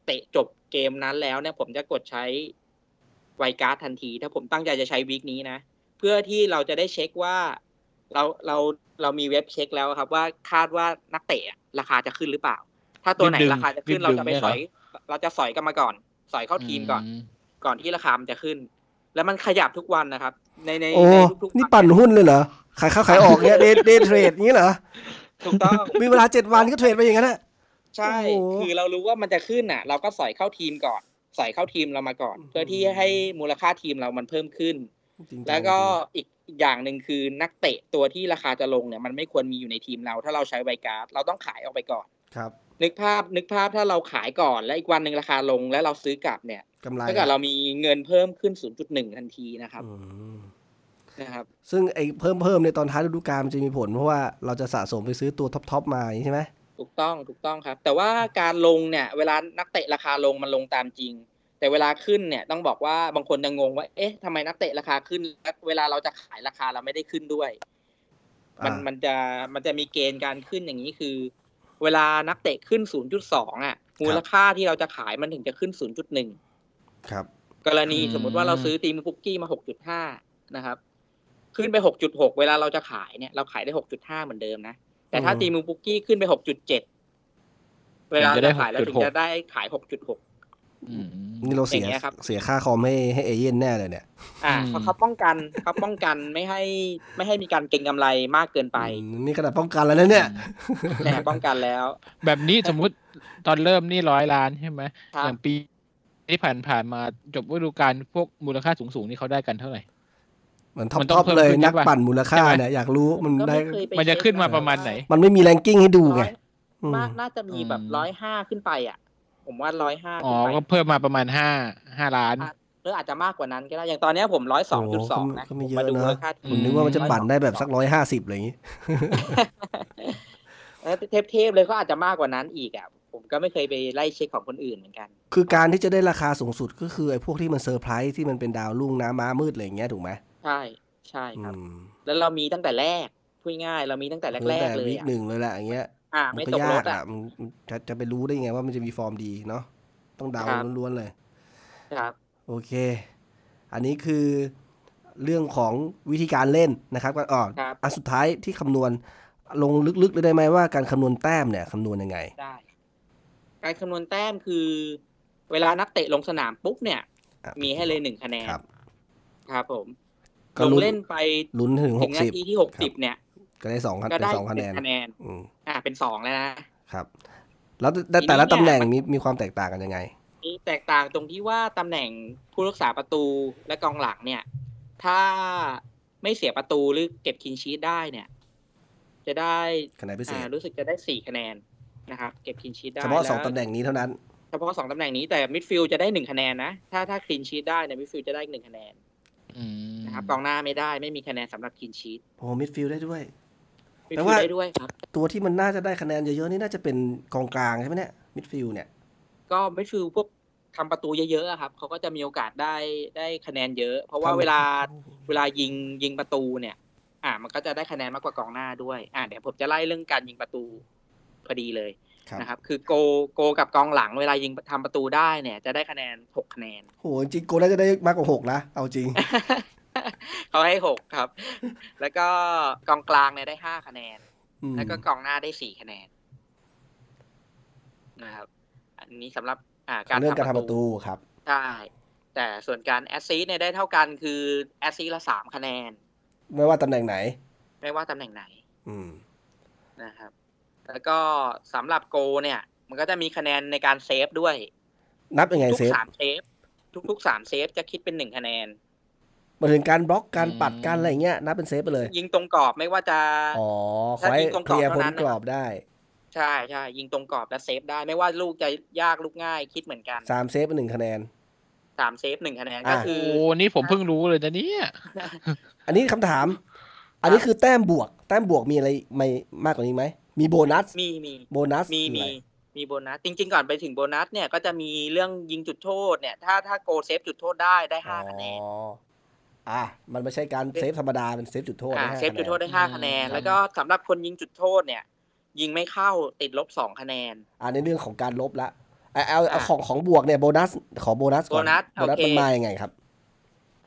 เตะจบเกมนั้นแล้วเนี่ยผมจะกดใช้ไวการ์ดทันที ถ้าผมตั้งใจจะใช้วีคนี้นะ เพื่อที่เราจะได้เช็คว่า เราเราเรามีเว็บเช็คแล้วครับ ว่าคาดว่านักเตะอะราคาจะขึ้นหรือเปล่า ถ้าตัวไหน รีบดึง ราคาจะขึ้น รีบดึ เรา ง จะไป เนี่ยเหสรอ อย เราจะสอยกันมาก่อน สอยเข้าทีมก่อน ก่อนที่ราคามันจะขึ้น แล้วมันขยับทุกวันนะครับ ในใน โอ้ ในทุกๆ นี่ปั่นหุ้นเลยเหรอขายเข้าขายอ [laughs] อกเนี่ยเดทเดทเทรดอย่างนี้เหรอ ถูกต้อง มีเวลาเจ็ดวันก็เทรดไปอย่างนั้นอะ ใช่ โอ้โห คือเรารู้ว่ามันจะขึ้นน่ะ เราก็สอยเข้าทีมก่อน สอยเข้าทีมเรามาก่อน เพื่อที่ให้มูลค่าทีมเรามันเพิ่มขึ้น จริงๆ แล้วก็อีกอีกอย่างหนึ่งคือนักเตะตัวที่ราคาจะลงเนี่ยมันไม่ควรมีอยู่ในทีมเรา ถ้าเราใช้ไวการ์ดเราต้องขายออกไปก่อน ครับ นึกภาพนึกภาพถ้าเราขายก่อนแล้วอีกวันหนึ่งราคาลงแล้วเราซื้อกลับเนี่ย กำไร ถ้าเกิดเรามีเงินเพิ่มขึ้น 0.1 ทันทีนะครับ อืม นะครับ ซึ่งไอ้เพิ่มเพิ่มในตอนท้ายฤดูกาลมันจะมีผลเพราะว่าเราจะสะสมไปซื้อตัวท็อปท็อปมาอย่างนี้ใช่ไหม ถูกต้องถูกต้องครับ แต่ว่าการลงเนี่ย เวลานักเตะราคาลงมันลงตามจริง แต่เวลาขึ้นเนี่ยต้องบอกว่าบางคนจะงงว่าเอ๊ะทำไมนักเตะราคาขึ้นแล้วเวลาเราจะขายราคาเราไม่ได้ขึ้นด้วย มัน อ่า มันจะมันจะมีเกณฑ์การขึ้นอย่างนี้คือ เวลานักเตะขึ้น 0.2อ่ะมูลค่าที่เราจะขายมันถึงจะขึ้น 0.1 ครับ กรณี อืม สมมุติว่าเราซื้อตีมปุกกี้มา 6.5 นะครับ ขึ้นไป 6.6 เวลาเราจะขายเนี่ยเราขายได้ 6.5 เหมือนเดิมนะ แต่ถ้า อืม ตีมูปุกกี้ขึ้นไป 6.7 เวลาจะขายเราถึงจะได้ขาย 6.6 อืม นี่เราเสีย อย่างเงี้ยครับ เสียค่าคอมให้ให้เอเย่นแน่เลยเนี่ย อ่า อืม เพราะเขาป้องกันเขาป้องกันไม่ให้ไม่ให้มีการเก็งกำไรมากเกินไป อืมนี่ขนาดป้องกันแล้วนะเนี่ย แหละป้องกันแล้ว แบบนี้สมมุติตอนเริ่มนี่ร้อยล้านใช่ไหม ครับ อย่างปีที่ผ่านผ่านๆมาจบฤดูกาลพวกมูลค่าสูงๆนี่เขาได้กันเท่าไหร่ มันท็อป มันต้ ท็ อ อง ป เพิ่ม เลย ขึ้น นัก ใช่ปะ ปั่นมูลค่า ใช่ไหม เนี่ยอยากรู้มัน ก็ ได้ เคยไป มันจะขึ้นมาประมาณไหน มันไม่มีแรงกิ้งให้ดูไง ร้อย อืม มากน่าจะมีแบบร้อยห้าขึ้นไปอ่ะ ผมว่าร้อยห้า อ๋อนขึ้ไป ก็เพิ่มมาประมาณห้าห้าล้าน หรืออาจจะมากกว่านั้นก็ได้อย่างตอนเนี้ยผมร้อยสองจุดสองนะ ก็ไม่ ผ เย มา อะ ดู นะ มูลค่าที ผมนึกว่ามันจะปั่นได้แบบสักร้อยห้าสิบอะไรอย่างงี้ [laughs] เออเทปๆเลยก็อาจจะมากกว่านั้นอีกอ่ะผมก็ไม่เคยไปไล่เช็คของคนอื่นเหมือนกัน คือการที่จะได้ราคาสูงสุดก็คือไอ้พวกที่มันเซอร์ไพรส์ที่มันเป็นดาวรุ่งน้ำม้ามืดอะไรอย่างเงี้ยถูกไหม ใช่ใช่ครับ อืม แล้วเรามีตั้งแต่แรกพูดง่ายเรามีตั้งแต่ คือ แรก แต่ ๆ เลย วีค อะ หนึ่งเลยแหละอย่างเงี้ย อ่า มั ไม่ นก็ ตก ยาร ก ถอ่ะ อ่ะมันมันจะจะไปรู้ได้ไงว่ามันจะมีฟอร์มดีเนาะต้องเดาว ครับ ล้วนๆเลย ครับ โอเค อันนี้คือเรื่องของวิธีการเล่นนะครับก็อ๋อ ครับ อันสุดท้ายที่คำนวณลงลึกๆเลยได้ไหมว่าการคำนวณแต้มเนี่ยคำนวณยังไง ได้ การคำนวณแต้มคือ เวลานักเตะลงสนามปุ๊บเนี่ย อ่ะ มีให้เลยหนึ่งคะแนน ครับ ครับผม ก็ ลง ลุ้น เล่นไป ลุ้นถึงห ถึ ก งนา สิบ ทีที่หก ครั สิ บ บเนี่ย ก็ได้สองคะ ก็ เป็น ได้ สองคะ ห แน นึ่ง น คะแนน อืม อ่า เป็นสองแล้วนะ ครับ แล้วแต่แต่ ทีนี้ แต่ละ เนี่ย ตำแหน่งมีมีความแตกต่างกันยังไง นี่แตกต่างตรงที่ว่าตำแหน่งผู้รักษาประตูและกองหลังเนี่ย ถ้าไม่เสียประตูหรือเก็บคินชีตได้เนี่ย จะได้ คะแนนพิเศษ อ่ารู้สึกจะได้สี่คะแนนนะครับเก็บคลินชีตได้ เฉพาะ ล้ว สองตำแหน่งนี้เท่านั้น เฉพาะสองตำแหน่งนี้แต่มิดฟิลจะได้หนึ่งคะแนนนะ ถ้าถ้าคลินชีตได้เนี่ยมิดฟิลจะได้หนึ่งคะแนน อืม นะครับกองหน้าไม่ได้ไม่มีคะแนนสำหรับคลินชีต โอ้มิดฟิลด์ได้ด้วย มิด แต่ ฟิ ว่า ลได้ด้วยครับ ตัวที่มันน่าจะได้คะแนนเยอะๆนี่น่าจะเป็นกองกลางใช่ไหมเนี่ยมิดฟิลด์เนี่ย ก็มิดฟิลพวกทำประตูเยอะๆอะครับเขาก็จะมีโอกาสได้ได้คะแนนเยอะ เพราะว่า ทำ เวลาเวลายิงยิงประตูเนี่ย อ่า มันก็จะได้คะแนนมากกว่ากองหน้าด้วย อ่าเดี๋ยวผมจะไล่เรื่องการยิงประตูพอดีเลย ครับ นะครับ คือโกโกกับกองหลัง เวลายิงทำประตูได้เนี่ย จะได้คะแนนหกคะแน [laughs] น โหจริงโกน่าจะได้มากกว่าหกนะเอาจริง เขาให้หกครับ แล้วก็กองกลางเนี่ยได้ห้าคะแนน อืม แล้วก็กองหน้าได้สี่คะแนนนะครับ อันนี้สำหรับอ่าการ เรื่องการ ทำ ทำ ป ประ ระ ตู ตูครับ ใช่แต่ส่วนการแอสซีเนี่ยได้เท่ากันคือแอสซีละสามคะแนน ไม่ว่าตำแหน่งไหน ไม่ว่าตำแหน่งไหน อืม นะครับ แล้วก็สำหรับโกลเนี่ย มันก็จะมีคะแนนในการเซฟด้วย นับยังไง ทุก เซฟ สามเซฟ ทุกๆสามเซฟจะคิดเป็นหนึ่งคะแนน มาถึงการบล็อกการปัดการอะไรอย่างเงี้ยนับเป็นเซฟไปเลย ยิงตรงกรอบไม่ว่าจะ อ๋อขอให้เคลียร์พ้นกรอบได้ ใช่ใช่ยิงตรงกรอบและเซฟได้ไม่ว่าลูกจะยากลูกง่ายคิดเหมือนกัน สามเซฟเป็นหนึ่งคะแนน สามเซฟหนึ่งคะแนน อ่ะ ก็ โอ้ คือ นี่ผมเพิ่งรู้เลยนะเนี่ย อันนี้คำถาม อันนี้คือแต้มบวก แต้มบวกมีอะไรไหมมากกว่านี้ไหม มีโบนัส มีมี โบนัส มี คือ มี อะไร มีโบนัสจริง ๆ ก่อนไปถึงโบนัสเนี่ยก็จะมีเรื่องยิงจุดโทษเนี่ย ถ้าถ้าโกลเซฟจุดโทษได้ได้ อ๋ ห้าคะแนน อ อ่ะมันไม่ใช่การเซฟธรรมดาเป็นเซฟจุดโทษ อ่า นะฮะ เซฟจุดโทษได้ คะแนน ห้าคะแนน อืม แล้วก็สำหรับคนยิงจุดโทษเนี่ย ยิงไม่เข้าติดลบสองคะแนน อ่าในเรื่องของการลบละเอาเอาเอา อ่ะ ของของบวกเนี่ยโบนัสขอโบนัสก่อน โบนัส โบนัส โอเค มันมายังไงครับ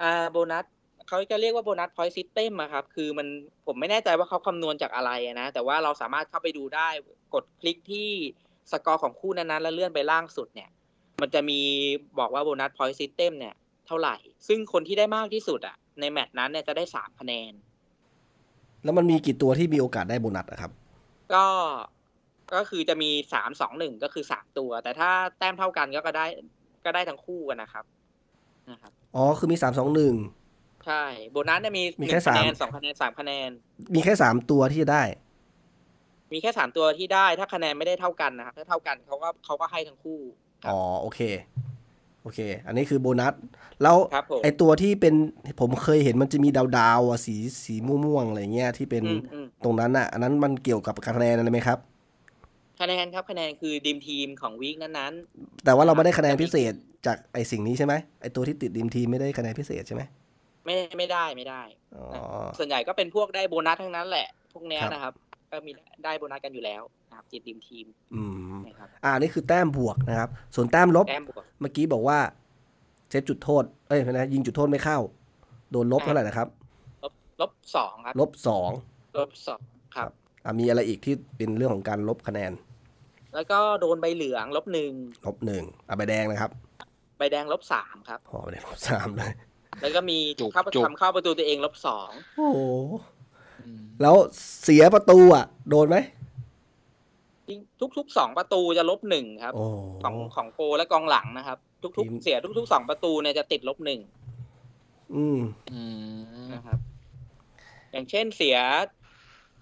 อ่าโบนัสเขาจะเรียกว่าโบนัสพอยต์ซิสเต็มอะครับ คือมันผมไม่แน่ใจว่าเขาคำนวณจากอะไรอะนะ แต่ว่าเราสามารถเข้าไปดูได้กดคลิกที่สกอร์ของคู่นั้นๆ แล้วเลื่อนไปล่างสุดเนี่ย มันจะมีบอกว่าโบนัสพอยต์ซิสเต็มเนี่ยเท่าไหร่ ซึ่งคนที่ได้มากที่สุดอะในแมตช์นั้นเนี่ยจะได้สามคะแนน แล้วมันมีกี่ตัวที่มีโอกาสได้โบนัสอะครับ ก็ก็คือจะมีสามสองหนึ่งก็คือสามตัว แต่ถ้าแต้มเท่ากันก็ก็ได้ก็ได้ทั้งคู่กันนะครับนะครับ อ๋อ คือมีสามสองหนึ่ง ใช่โบนัสเนี่ยมี มี ห แค่ นึ่งคะแนน สาม สองคะแนนสามคะแนน มีแค่สามตัวที่จะได้ มีแค่สามตัวที่ได้ถ้าคะแนนไม่ได้เท่ากันนะครับถ้าเท่ากันเขาก็เขาก็ให้ทั้งคู่ ครับ อ๋อ โอเค โอเค อันนี้คือโบนัส แล้ว ครับผม ไอตัวที่เป็นผมเคยเห็นมันจะมีดาวดาวๆอะสีสีม่วงๆอะไรเงี้ยที่เป็น อืมอืม ตรงนั้นอ่ะ อันนั้นมันเกี่ยวกับคะแนนอะไรไหมครับ คะแนนครับคะแนนคือดีมทีมของวีคนั้น แต่ว่าเราไม่ได้คะแนนพิเศษจากไอสิ่งนี้ใช่ไหมไอตัวที่ติดริมทีมไม่ได้คะแนนพิเศษใช่ไหม ๆ ไม่ไม่ได้ไม่ได้ อ๋อ ส่วนใหญ่ก็เป็นพวกได้โบนัสทั้งนั้นแหละ พวกเนี้ย ครับ นะครับ ก็มีได้โบนัสกันอยู่แล้วนะครับติดดีมทีม อืม นะครับ อ่านี่คือแต้มบวกนะครับ ส่วนแต้มลบ แต้มบวก เมื่อกี้บอกว่าเซฟจุดโทษ เอ้ยนะยิงจุดโทษไม่เข้า โดนลบ อ่า เท่าไหร่นะครับ ลบลบสองครับ ลบสอง ลบสองครับ อ่ามีอะไรอีกที่เป็นเรื่องของการลบคะแนน แล้วก็โดนใบเหลืองลบหนึ่ง ลบหนึ่งอ่ะใบแดงนะครับ ใบแดงลบสามครับ พอใบแดงลบสามเลย แล้วก็มี จุก เข้า จุก ทำเข้าประตูตัวเองลบสอง โอ้โห อืม แล้วเสียประตูอ่ะ โดนไหม ทุกทุกๆสองประตูจะลบหนึ่งครับ โอ้โห ของของโกและกองหลังนะครับ ที ทุก ม ๆ เสียทุกๆสองประตูเนี่ยจะติดลบหนึ่ง อืม อืม นะครับ อย่างเช่นเสีย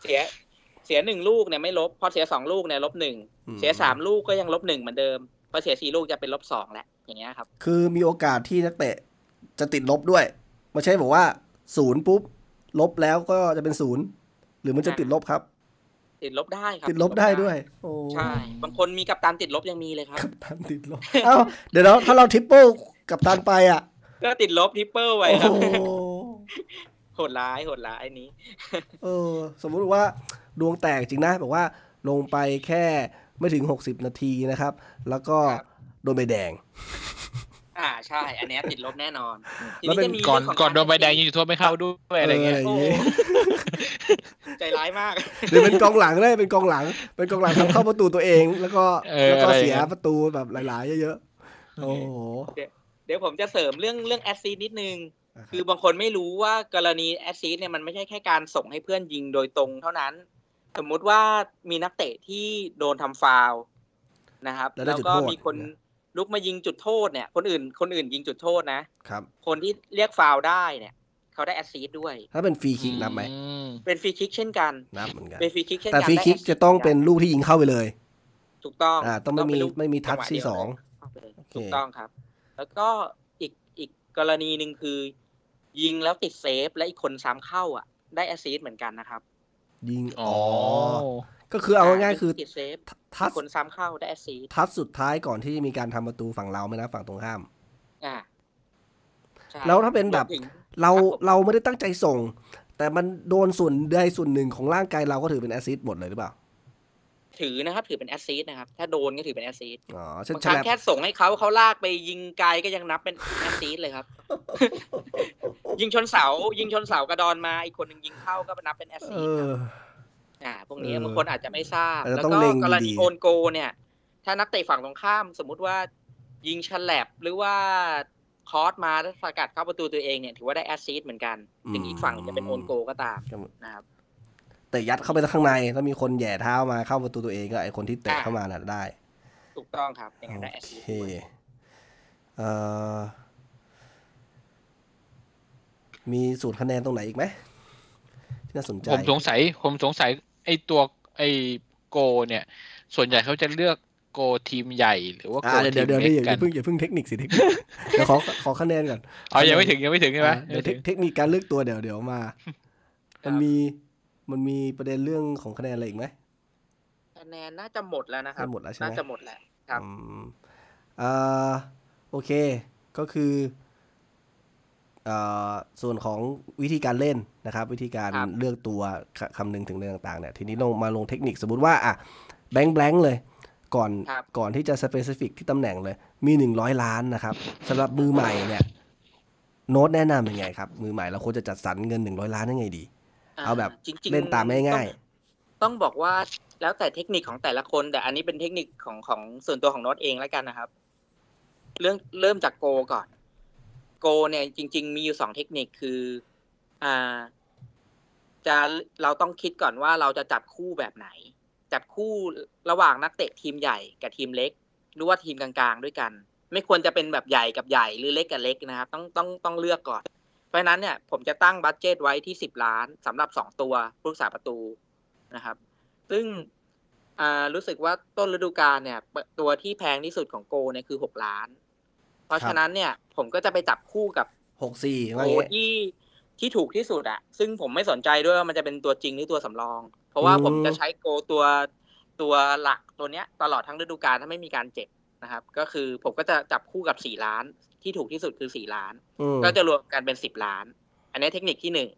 เสียเสียหนึ่งลูกเนี่ยไม่ลบพอเสียสองลูกเนี่ยลบหนึ่ง อืม เสียสามลูกก็ยังลบหนึ่งเหมือนเดิมพอเสียสี่ลูกจะเป็นลบสองแหละอย่างเงี้ยครับ คือมีโอกาสที่นักเตะจะติดลบด้วยไม่ใช่บอกว่าศูนย์ปุ๊บ ลบแล้วก็จะเป็นศูนย์หรือมันจะติดลบครับ ติดลบได้ครับ ติดลบได้ด้วย โอ้ ใช่ บางคนมีกับตามติดลบยังมีเลยครับ กับตันติดลบ เอ้าเดี๋ยวเราถ้าเราทริปเปิลกับตันไปอ่ะ ก็ติดลบทริปเปิลไว้ โอ้ ครับ โห โหดร้ายโหดร้ายอันนี้ เออ สมมุติว่าดวงแตกจริงนะบอกว่าลงไปแค่ไม่ถึง 60 นาทีนะครับ แล้วก็ ครับ โดนใบแดง อ่าใช่ อันเนี้ยติดลบแน่นอนที แล้วเป็น จะมี ก่อน เรื่องของ ก่อนโดนใบแดงยิงจุดโทษไม่เข้าด้วยอะไรเงี้ย เออ โอ้โห อย่างงี้ ใจร้ายมาก [laughs] หรือเป็นกองหลังก็ได้เป็นกองหลัง เป็นกองหลังทำเข้าประตูตัวเอง แล้วก็ เออ แล้วก็ อะไร เสีย อย่างเงี้ย ประตูแบบหลายๆ เยอะๆ โอ้โห เดี๋ยวผมจะเสริมเรื่องเรื่องแอซซีนิดนึง นะครับ คือบางคนไม่รู้ว่ากรณีแอซซีเนี่ยมันไม่ใช่แค่การส่งให้เพื่อนยิงโดยตรงเท่านั้น สมมุติว่ามีนักเตะที่โดนทำฟาวล์นะครับ แล้วก็มีคนลุกมายิงจุดโทษเนี่ย คนอื่นคนอื่นยิงจุดโทษนะ ครับ คนที่เรียกฟาวล์ได้เนี่ย เขาได้แอซซีด้วย ถ้าเป็นฟรีคิกนับไหม อืม เป็นฟรีคิกเช่นกัน นับเหมือนกัน เป็นฟรีคิกเช่นกั แต่ น ฟรีคิก ได้แส จะต้องเป็นลูกที่ยิงเข้าไปเลย ถูกต้อง อ่าต้องไม่มี เป็นลูก ไม่มีทัช จัหวะ ที่ เดียว สอง เลย โอเค ถูกต้องครับ แล้วก็อีกอีกกรณีหนึ่งคือ ยิงแล้วติดเซฟและอีกคนซ้ำเข้าอ่ะ ได้แอสซีสต์เหมือนกันนะครับ ยิง อ๋ อ๋ อ อ ก็คือเอาง่ายๆคือ ติดเซฟ ทัช คนซ้ำเข้าได้แอสซีสต์ ทัชสุดท้ายก่อนที่จะมีการทำประตูฝั่งเราไม่นะฝั่งตรงข้าม อ่าใช่ แล้วถ้าเป็นแบบ รวมถึง เรา ครับผม เราไม่ได้ตั้งใจส่ง แต่มันโดนส่วนใดส่วนหนึ่งของร่างกายเราก็ถือเป็นแอสซิสต์หมดเลยหรือเปล่า ถือนะครับ ถือเป็นแอสซีสต์นะครับ ถ้าโดนก็ถือเป็นแอสซีสต์ อ๋อเช่น บาง ฉ ครั้ง ลับ แค่ส่งให้เขาเขาลากไปยิงไกลก็ยังนับเป็นแอสซีส [laughs] ต์เลยครับ ยิงชนเสา ยิงชนเสากระดอนมาอีกคนหนึ่งยิงเข้าก็นับเป็นแอส เอ ซีสต์ครับ อ อ่าพวกเออบนี้างคนอาจจะไม่ทราบ อาจจะ แล้ว ต้อง ก็ เล็ง กรณี ดีๆ โอนโกเนี่ย ถ้านักเตะฝั่งตรงข้าม สมมุติว่า ยิงฉลับหรือว่าคอร์สมาแล้วสกัดเข้าประตูตัวเองเนี่ย ถือว่าได้แอสซีสต์เหมือนกัน ถึงอีกฝั่งจะเป็นโอนโกก็ตามนะครับ แต่ยัดเข้าไปข้างในแล้วมีคนแหย่เท้ามาเข้าประตูตัวเองก็ไอคนที่เตะ อ่า เข้ามาน่ะได้ ถูกต้องครับอย่างนั้นได้แอส โอ ซีเคสต์ด้วย เอ่อมีสูตรคะแนนตรงไหนอีกไหมที่น่าสนใจ ผมสงสัยผมสงสัยไอตัวไอโกเนี่ย ส่วนใหญ่เขาจะเลือกโกทีมใหญ่หรือว่าโก อ่า ที เดี๋ยว ม เดี๋ยว เล็ นี่ ก อย่าอกัย่าน เพิ่งอย่าเพิ่งเทคนิคสิเทคนิคเดี๋ยวขอ [laughs] ขอคะแนนก่อน อ๋อยังไม่ถึงยังไม่ถึงใช่ไหม อ่าเดี๋ยวเทค ยังไม่ถึง เทคนิคการเลือกตัวเดี๋ยวเดี๋ยวมา มันมีมันมีประเด็นเรื่องของคะแนนอะไรอีกไหม คะแนนน่าจะหมดแล้วนะครับ หมดแล้วใช่ไหม น่าจะหมดแล้วครับ อืมเอ่อโอเค ก็คือ เอ่อส่วนของวิธีการเล่นนะครับ วิธีการ ครับ เลือกตัวคคำนึงถึงเรื่องต่างๆเนี่ยทีนี้ลงมาลงเทคนิคสมมติว่าอ่ะแบงค์แบงค์เลย ก่อน ครับ ก่อนที่จะสเปซิฟิกที่ตำแหน่งเลย มี 100 ล้านนะครับสำหรับมือใหม่เนี่ยโน้ตแนะนำยังไงครับ มือใหม่เราควรจะจัดสรรเงิน 100 ล้านยังไงดี เอาแบบ จริงๆ เล่นตามง่ายๆ ต้องต้องบอกว่าแล้วแต่เทคนิคของแต่ละคน แต่อันนี้เป็นเทคนิคของของส่วนตัวของโน้ตเองแล้วกันนะครับ เรื่องเริ่มจากโกก่อน โกเนี่ยจริง ๆ มีอยู่สองเทคนิคคือ อ่า จะเราต้องคิดก่อนว่าเราจะจับคู่แบบไหน จับคู่ระหว่างนักเตะทีมใหญ่กับทีมเล็ก หรือว่าทีมกลางๆด้วยกัน ไม่ควรจะเป็นแบบใหญ่กับใหญ่หรือเล็กกับเล็กนะครับ ต้องต้องต้องเลือกก่อน เพราะฉะนั้นเนี่ยผมจะตั้งบัตเจตไว้ที่สิบล้านสำหรับสองตัวผู้รักษาประตูนะครับ ซึ่งอ่ารู้สึกว่าต้นฤดูกาลเนี่ย ตัวที่แพงที่สุดของโกเนี่ยคือหกล้าน เพราะฉะนั้นเนี่ย ผมก็จะไปจับคู่กับ หกสี่ว่า โอ้ เงี้ย ที่ที่ถูกที่สุดอะซึ่งผมไม่สนใจด้วยว่ามันจะเป็นตัวจริงหรือตัวสำรอง เพราะว่า อืม ผมจะใช้โกตัวตัวหลักตัวเนี้ย ตลอดทั้งฤดูกาลถ้าไม่มีการเจ็บนะครับ ก็คือผมก็จะจับคู่กับสี่ล้าน ที่ถูกที่สุดคือสี่ล้าน อืม ก็จะรวมกันเป็นสิบล้าน อันนี้เทคนิคที่หนึ่ง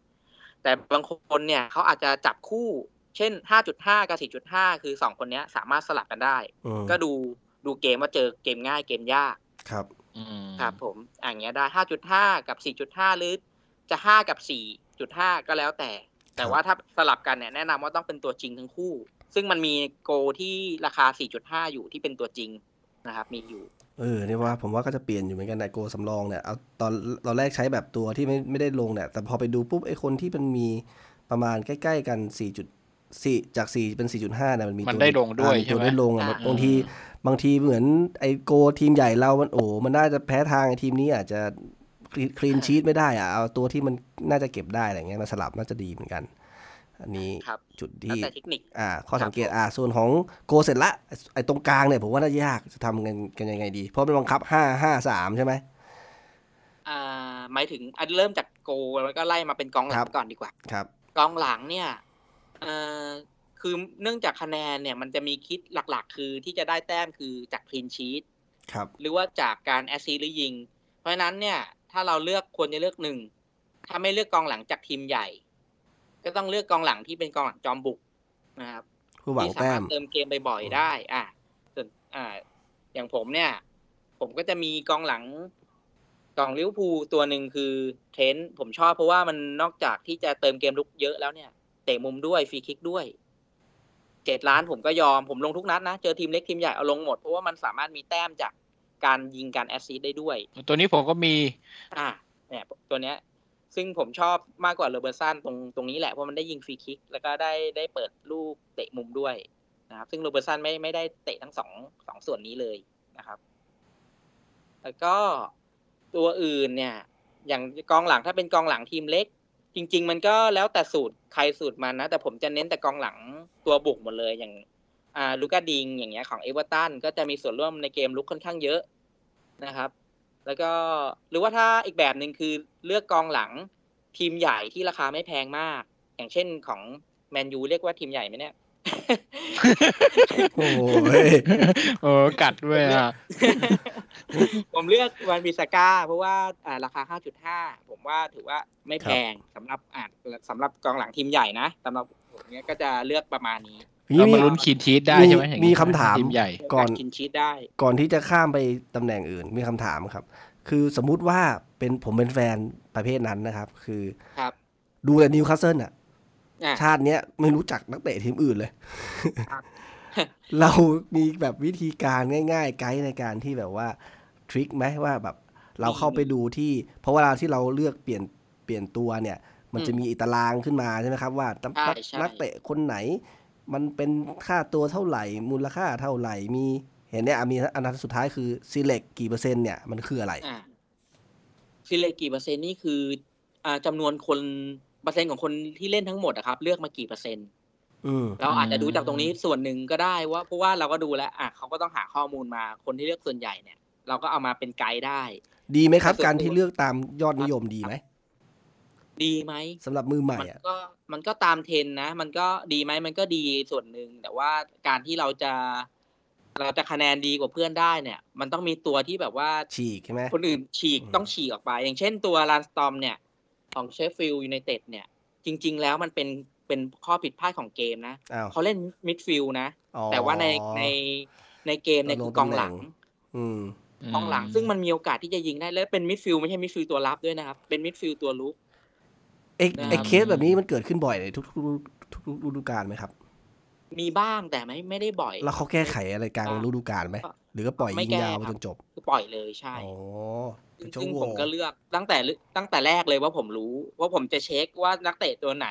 แต่บางคนเนี่ยเขาอาจจะจับคู่ เช่นห้าจุดห้ากับสี่จุดห้าคือสองคนเนี้ยสามารถสลับกันได้ อืม ก็ดูดูเกมว่าเจอเกมง่ายเกมยาก ครับ อืม ครับผมอะอย่างเงี้ยได้ห้าจุดห้ากับสี่จุดห้าหรือจะห้ากับสี่จุดห้าก็แล้วแต่ แต่ว่าถ้าสลับกันเนี่ยแนะนำว่าต้องเป็นตัวจริงทั้งคู่ ซึ่งมันมีโกที่ราคาสี่จุดห้าอยู่ที่เป็นตัวจริงนะครับ มีอยู่ เออเนี่ยว่าผมว่าก็จะเปลี่ยนอยู่เหมือนกันนะโกสำรองเนี่ยเอาตอนตอนแรกใช้แบบตัวที่ไม่ไม่ได้ลงเนี่ยแต่พอไปดูปุ๊บไอ้คนที่มันมีประมาณใกล้ๆกัน4ี่จุดสี่จาก 4 เป็น 4.5เนี่ยมันมี มัน ตัว ได้ลงด้วย อ่ามี ใช่ ตัว ไหม ได้ลงอ่ะ อ่า บางทีบางทีเหมือนไอ้โกทีมใหญ่เรามันโอ้มันน่าจะแพ้ทางไอ้ทีมนี้อาจจะคลีนชีตไม่ได้อ่ะเอาตัวที่มันน่าจะเก็บได้อะไรเงี้ยมาสลับน่าจะดีเหมือนกัน อันนี้ ครับ จุด แล้ว ที่ แต่เทคนิค อ่าข้อสังเกต ครับผม อ่าส่วนของโกเสร็จละไอ้ตรงกลางเนี่ยผมว่าน่าจะยากจะทำกันกันยังไงดี เพราะมันบังคับห้าห้าสามใช่ไหม อ่าหมายถึงอันเริ่มจากโกแล้วก็ไล่มาเป็นกองหลั ครั ง บ ก่อนดีกว่า ครับ กองหลังเนี่ยเอ่อคือเนื่องจากคะแนนเนี่ย มันจะมีคิดหลักๆ คือที่จะได้แต้มคือจากคลีนชีต ครับ หรือว่าจากการแอสซีหรือยิง เพราะฉะนั้นเนี่ย ถ้าเราเลือกควรจะเลือกหนึ่ง ถ้าไม่เลือกกองหลังจากทีมใหญ่ ก็ต้องเลือกกองหลังที่เป็นกองหลังจอมบุกนะครับ ผู้หวัง ที่สา แต้ มาร ม ถเติมเกมบ่อยๆได้ อ่ะส่วนอ่า อย่างผมเนี่ย ผมก็จะมีกองหลังกองลิเวอร์พูลตัวหนึ่งคือเทรนต์ผมชอบเพราะว่ามันนอกจากที่จะเติมเกมลุกเยอะแล้วเนี่ยเตะมุมด้วยฟรีคิกด้วยเจ็ดล้านผมก็ยอมผมลงทุกนัดนะเจอทีมเล็กทีมใหญ่เอาลงหมดเพราะว่ามันสามารถมีแต้มจากการยิงการแอสซิสต์ได้ด้วย ตัวนี้ผมก็ [laughs] มี อ่าเนี่ยตัวเนี้ย ซึ่งผมชอบมากกว่าโรเบอร์ตสันตรงตรงนี้แหละเพราะมันได้ยิงฟรีคิก แล้วก็ได้ได้เปิดลูกเตะมุมด้วยนะครับ ซึ่งโรเบอร์ตสันไม่ไม่ได้เตะทั้งสองสองส่วนนี้เลยนะครับ แล้วก็ตัวอื่นเนี่ย อย่างกองหลังถ้าเป็นกองหลังทีมเล็ก จริง ๆ มันก็แล้วแต่สูตรใครสูตรมันนะ แต่ผมจะเน้นแต่กองหลังตัวบุกหมดเลยอย่าง อ่าลูก้าดิงอย่างเงี้ยของเอเวอร์ตันก็จะมีส่วนร่วมในเกมลุกค่อนข้างเยอะนะครับ แล้วก็หรือว่าถ้าอีกแบบหนึ่งคือเลือกกองหลังทีมใหญ่ที่ราคาไม่แพงมาก อย่างเช่นของแมนยูเรียกว่าทีมใหญ่ไหมเนี่ย [laughs] โอ้โหเฮ้ย เออกัดด้วยอ่ะ ผมเลือกวันบิสก้า เพราะว่าอ่าราคา 5.5 ผมว่าถือว่าไม่แพงสำหรับอ่าสำหรับกองหลังทีมใหญ่นะสำหรับผมเนี้ยก็จะเลือกประมาณนี้ เรามาลุ้นคีนชีตได้ใช่ไหมอย่างนี้ มีคำถาม ทีมใหญ่ ก่อน ารกินชีสได้ ก่อนที่จะข้ามไปตำแหน่งอื่นมีคำถามครับ คือสมมุติว่าเป็นผมเป็นแฟนประเภทนั้นนะครับ คือ ครับ ดูแต่นิวคาสเซิลอ่ะ อ่ะ ชาติเนี้ยไม่รู้จักนักเตะทีมอื่นเลย ครับ [laughs] เรามีแบบวิธีการง่าย ๆ ไกด์ในการที่แบบว่าทริคไหมว่าแบบเราเข้าไปดูที่ เพราะเวลาที่เราเลือกเปลี่ยนเปลี่ยนตัวเนี่ย มันจะมีตารางขึ้นมาใช่ไหมครับ ว่านัก ใช่ใช่ นักเตะคนไหน มันเป็นค่าตัวเท่าไหร่ มูลค่าเท่าไหร่มีเห็นเนี่ยอ่ะมีอันนั้นสุดท้ายคือ select กี่เปอร์เซ็นต์เนี่ยมันคืออะไร อ่าฟิเลกี่เปอร์เซ็นต์นี่คืออ่าจำนวนคนเปอร์เซ็นต์ของคนที่เล่นทั้งหมดนะครับ เลือกมากี่เปอร์เซ็นต์ อืม เราอาจจะดู อืม จากตรงนี้ส่วนหนึ่งก็ได้ว่าเพราะว่าเราก็ดูแล้วอ่ะเขาก็ต้องหาข้อมูลมาคนที่เลือกส่วนใหญ่เนี่ย เราก็เอามาเป็นไกด์ได้ ดีไหมครับ ถ้าเกิด การที่เลือกตามยอดนิยมดีไหม ดีไหม สำหรับมือใหม่ มัน อ่ะ ก็มันก็ตามเทรนด์นะ มันก็ดีไหมมันก็ดีส่วนหนึ่งแต่ว่าการที่เราจะ เราจะคะแนนดีกว่าเพื่อนได้เนี่ย มันต้องมีตัวที่แบบว่า ฉีกใช่ไหม คนอื่นฉีก อืม ต้องฉีกออกไป อย่างเช่นตัวลานสตอมเนี่ย ของเชฟฟิลด์ยูไนเต็ดเนี่ย จริง ๆ แล้วมันเป็นเป็นข้อผิดพลาดของเกมนะ อ้าว เขาเล่นมิดฟิลด์นะ อ๋อ แต่ว่าในในในเกมเนี่ย เราล คื ง อกองหลัง ตำแหน่ อืม กองหลัง ซึ่งมันมีโอกาสที่จะยิงได้และเป็นมิดฟิลด์ไม่ใช่มิดฟิลด์ตัวรับด้วยนะครับ เป็นมิดฟิลด์ตัวลุก เอ็ก นะครับ เอ็กเคสแบบนี้มันเกิดขึ้นบ่อยในทุกๆทุกๆฤดูกาลไหมครับ มีบ้างแต่ไม่ไม่ได้บ่อย แล้วเขาแก้ไขอะไรกลางฤดูกาลไหม ก็ หรือก็ปล่อย ไม่ ยิง แก้ ยาวไป ครับ จนจบ คือปล่อยเลยใช่ อ๋อเป็นช่ว ซึ่ ง ง โห ผมก็ ว่ เลือกตั้งแต่ลึตั้งแต่แรกเลยว่าผมรู้ ว่าผมจะเช็คว่านักเตะตัวไหน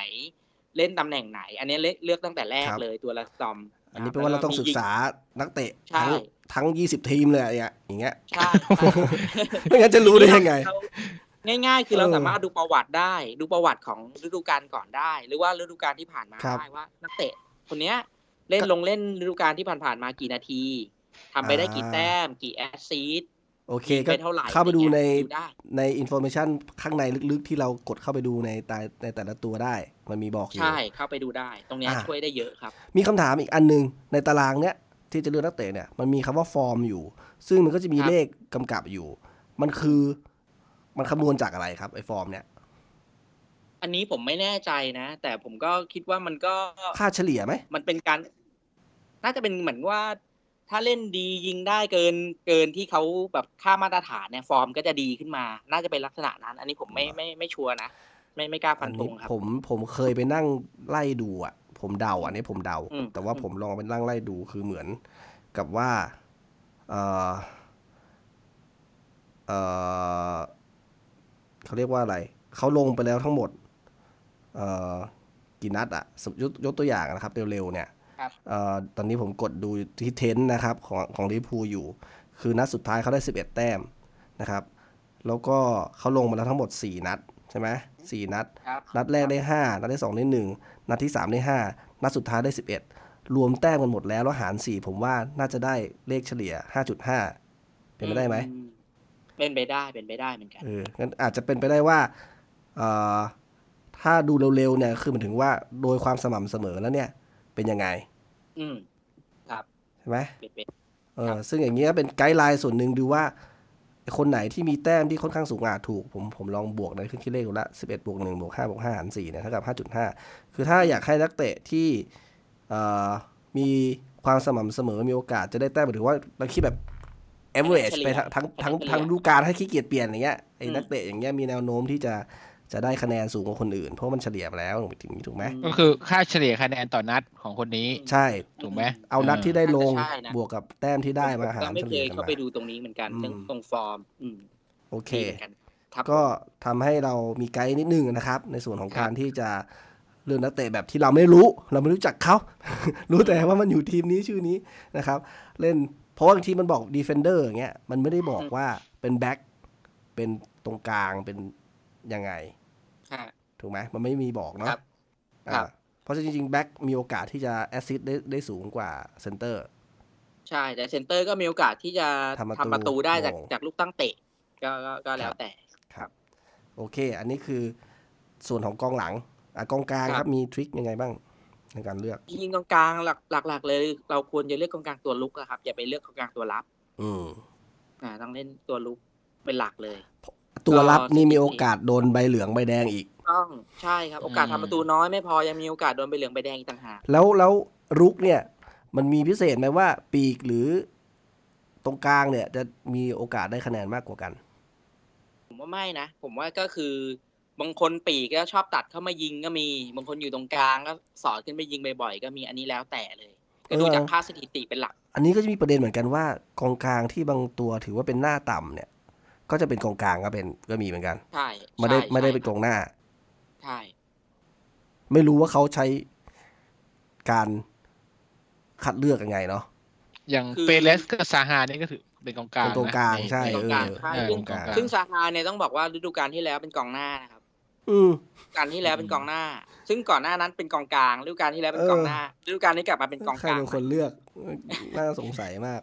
เล่นตำแหน่งไหน อันนี้เลือกเลือกตั้งแต่แรกเลยตัวละซอม อันนี้แปลว่าเราต้องศึกษานักเตะทั้ง ใช่ ทั้งยี่สิบทีมเลยอะอย่างเงี้ย ใช่ ไม่งั้นจะรู้ได้ยังไง ง่ายง่ายๆ คือเรา เออ สามารถดูประวัติได้ ดูประวัติของฤดูกาลก่อนได้ หรือว่าฤดูกาลที่ผ่านมา ครับ ได้ว่า นักเตะ คนเนี้ย เล่น ก็ ลงเล่นฤดูกาลที่ผ่านๆมากี่นาทีทำไปได้กี่ อ่า แต้ม กี่แอสซีด โอเคก็ ไปเท่าไหร่ เข้าไปดูใน ดูได้ ในอินโฟ a t ชันข้างในลึกๆ ที่เรากดเข้าไปดูในแต่ในแต่ละตัวได้ มันมีบอกอยู่ ใช่ เข้าไปดูได้ ตรงเนี้ย อ่า ช่วยได้เยอะครับ มีคำถามอีกอันหนึง ในตารางเนี้ยที่จะเลือกนักเตะเนี่ยมันมีคำว่าฟอร์มอยู่ ซึ่งมันก็จะมี ครับ เลขกำกับอยู่ มันคือมันคำนวณจากอะไรครับไอ้ฟอร์มเนี่ย อันนี้ผมไม่แน่ใจนะ แต่ผมก็คิดว่ามันก็ ค่าเฉลี่ยไหม มันเป็นการ น่าจะเป็นเหมือนว่า ถ้าเล่นดียิงได้เกินเกินที่เขาแบบค่ามาตรฐานเนี่ย ฟอร์มก็จะดีขึ้นมา น่าจะเป็นลักษณะนั้น อันนี้ผมไม่ไม่ไม่ชัวร์นะ ไม่ไม่กล้าฟั อั น น ธ นี้ งครับ ผมผมเคยไปนั่งไล่ดูอ่ะ ผมเดาอันนี้ผมเดา อืม แต่ว่าผมลองไปนั่งไล่ดูคือเหมือนกับว่าเออเออเขาเรียกว่าอะไร เขาลงไปแล้วทั้งหมด เออกี่นัดอ่ะสมยกยกตัวอย่างนะครับ เร็วๆเนี่ย ครับ เอ่อตอนนี้ผมกดดูที่เทนต์นะครับ ของของลิเวอร์พูลอยู่ คือนัดสุดท้ายเขาได้ 11 แต้มนะครับ แล้วก็เขาลงมาแล้วทั้งหมด 4 นัดใช่ไหมสี่นัด ครับ นัดแรกได้ 5 นัดที่สองได้ 1 นัดที่ 3 ได้ 5 นัดสุดท้ายได้ 11 รวมแต้มกันหมดแล้วแล้วหาร 4 ผมว่าน่าจะได้เลขเฉลี่ย 5.5 เป็นไปได้ไหม อืเป็นไปได้เป็นไปได้เหมือนกัน เอองั้นอาจจะเป็นไปได้ว่าเอ่อถ้าดูเร็วๆเนี่ยคือหมันถึงว่าโดยความสม่ำเสมอแล้วเนี่ย เป็นยังไง อืมครับ ใช่ไหม เป็นไป เอ ครั อบ ซึ่งอย่างนี้ยก็เป็นไกด์ไลน์ส่วนหนึ่งดูว่า คนไหนที่มีแต้มที่ค่อนข้างสูงอ่ะถูก ผมผมลองบวกในเครื่องคิดเลขดูละ11บวก1บวก5บวก5หาร4เนี่ยเท่ากับ 5.5 คือถ้าอยากให้นักเตะที่เอ่อมีความสม่ำเสมอมีโอกาสจะได้แต้มหรือว่าเราคิดแบบ average ไปทั้งทั้งทั้งทั้งฤดูกาลให้ขี้เกียจเปลี่ยนอย่างเงี้ยไอ้นักเตะอย่างเงี้ยมีแนวโน้มที่จะจะได้คะแนนสูงกว่าคนอื่น เพราะมันเฉลี่ยไปแล้วถึงนี้ถูกไหม อืม ก็คือค่าเฉลี่ยคะแนนต่อนัดของคนนี้ ใช่ ถูกไหม เอานัดที่ได้ลง น่าจะใช่นะ บวกกับแต้มที่ได้มาหาร เราไม่ เฉ เค ลี่ย ย กัน เข้า มา ไปดูตรงนี้เหมือนกัน อืม เรื่องตรงฟอร์ม อืม โอเค ดีหมืนนครับ ก็ทำให้เรามีไกด์นิดนึงนะครับ ในส่วนของ ครับ การที่จะเลือกนักเตะแบบที่เราไม่รู้ เราไม่รู้จักเขา [laughs] รู้แต่ว่ามันอยู่ทีมนี้ชื่อนี้นะครับ เล่นเพราะว่าบางทีมันบอก defender อย่างเงี้ยมันไม่ได้บอกว่าเป็นแบ็คเป็นตรงกลางเป็นยังไง ค่ะ ถูกไหมมันไม่มีบอกเนาะ ครับ อ่า ครับ เพราะฉะนั้นจริงๆแบ็คมีโอกาสที่จะแอสซิสได้ได้สูงกว่าเซนเตอร์ ใช่ แต่เซนเตอร์ก็มีโอกาสที่จะ ทำประตู ทำประตูได้จาก โอ้ จากลูกตั้งเตะก็ก็ก็แล้วแต่ ครับ โอเค อันนี้คือส่วนของกองหลังอ่ะกองกลาง ครับ ครับมีทริคยังไงบ้างในการเลือก ยิงกองกลางหลักหลักหลักเลย เราควรจะเลือกกองกลางตัวลุกอะครับ อย่าไปเลือกกองกลางตัวรับ อืม อ่าต้องเล่นตัวลุกเป็นหลักเลย ตัวรับ ก็ นี่มีโอกาสโดนใบเหลืองใบแดงอีก ต้องใช่ครับ โอกาสทำประตูน้อยไม่พอ ยังมีโอกาสโดนใบเหลืองใบแดงอีกต่างหาก แล้วแล้วรุกเนี่ย มันมีพิเศษไหมว่าปีกหรือตรงกลางเนี่ย จะมีโอกาสได้คะแนนมากกว่ากัน ผมว่าไม่นะ ผมว่าก็คือบางคนปีกก็ชอบตัดเข้ามายิงก็มี บางคนอยู่ตรงกลางก็สอดขึ้นไปยิงบ่อยๆก็มีอันนี้แล้วแต่เลยก็ดูจากค่าสถิติเป็นหลัก อันนี้ก็จะมีประเด็นเหมือนกันว่ากองกลางที่บางตัวถือว่าเป็นหน้าต่ำเนี่ย ก็จะเป็นกองกลางก็เป็นก็มีเหมือนกัน ใช่ ไม่ได้ ใช่ ไม่ได้เป็นกองหน้า ใช่ ไม่รู้ว่าเขาใช้การคัดเลือกยังไงเนาะ อย่างเปเรสกับซาฮานี่ก็ถือเป็นกองกลาง เป็นกองกลาง นะ ใช่ เป็นกองกลาง เออ ใช่ เออ ป็นซึ่ง กองกลาง ง ซึ่งซาฮาเนี่ยต้องบอกว่าฤดูกาลที่แล้วเป็นกองหน้านะครับ อืม การที่แล้วเป็นกองหน้า ซึ่งก่อนหน้านั้นเป็นกองกลางฤดูกาลที่แล้วเป็นกองหน้าฤดูกาลนี้กลับมาเป็นกอง ใคร กลาง เป็นคนเลือกน่าสงสัยมาก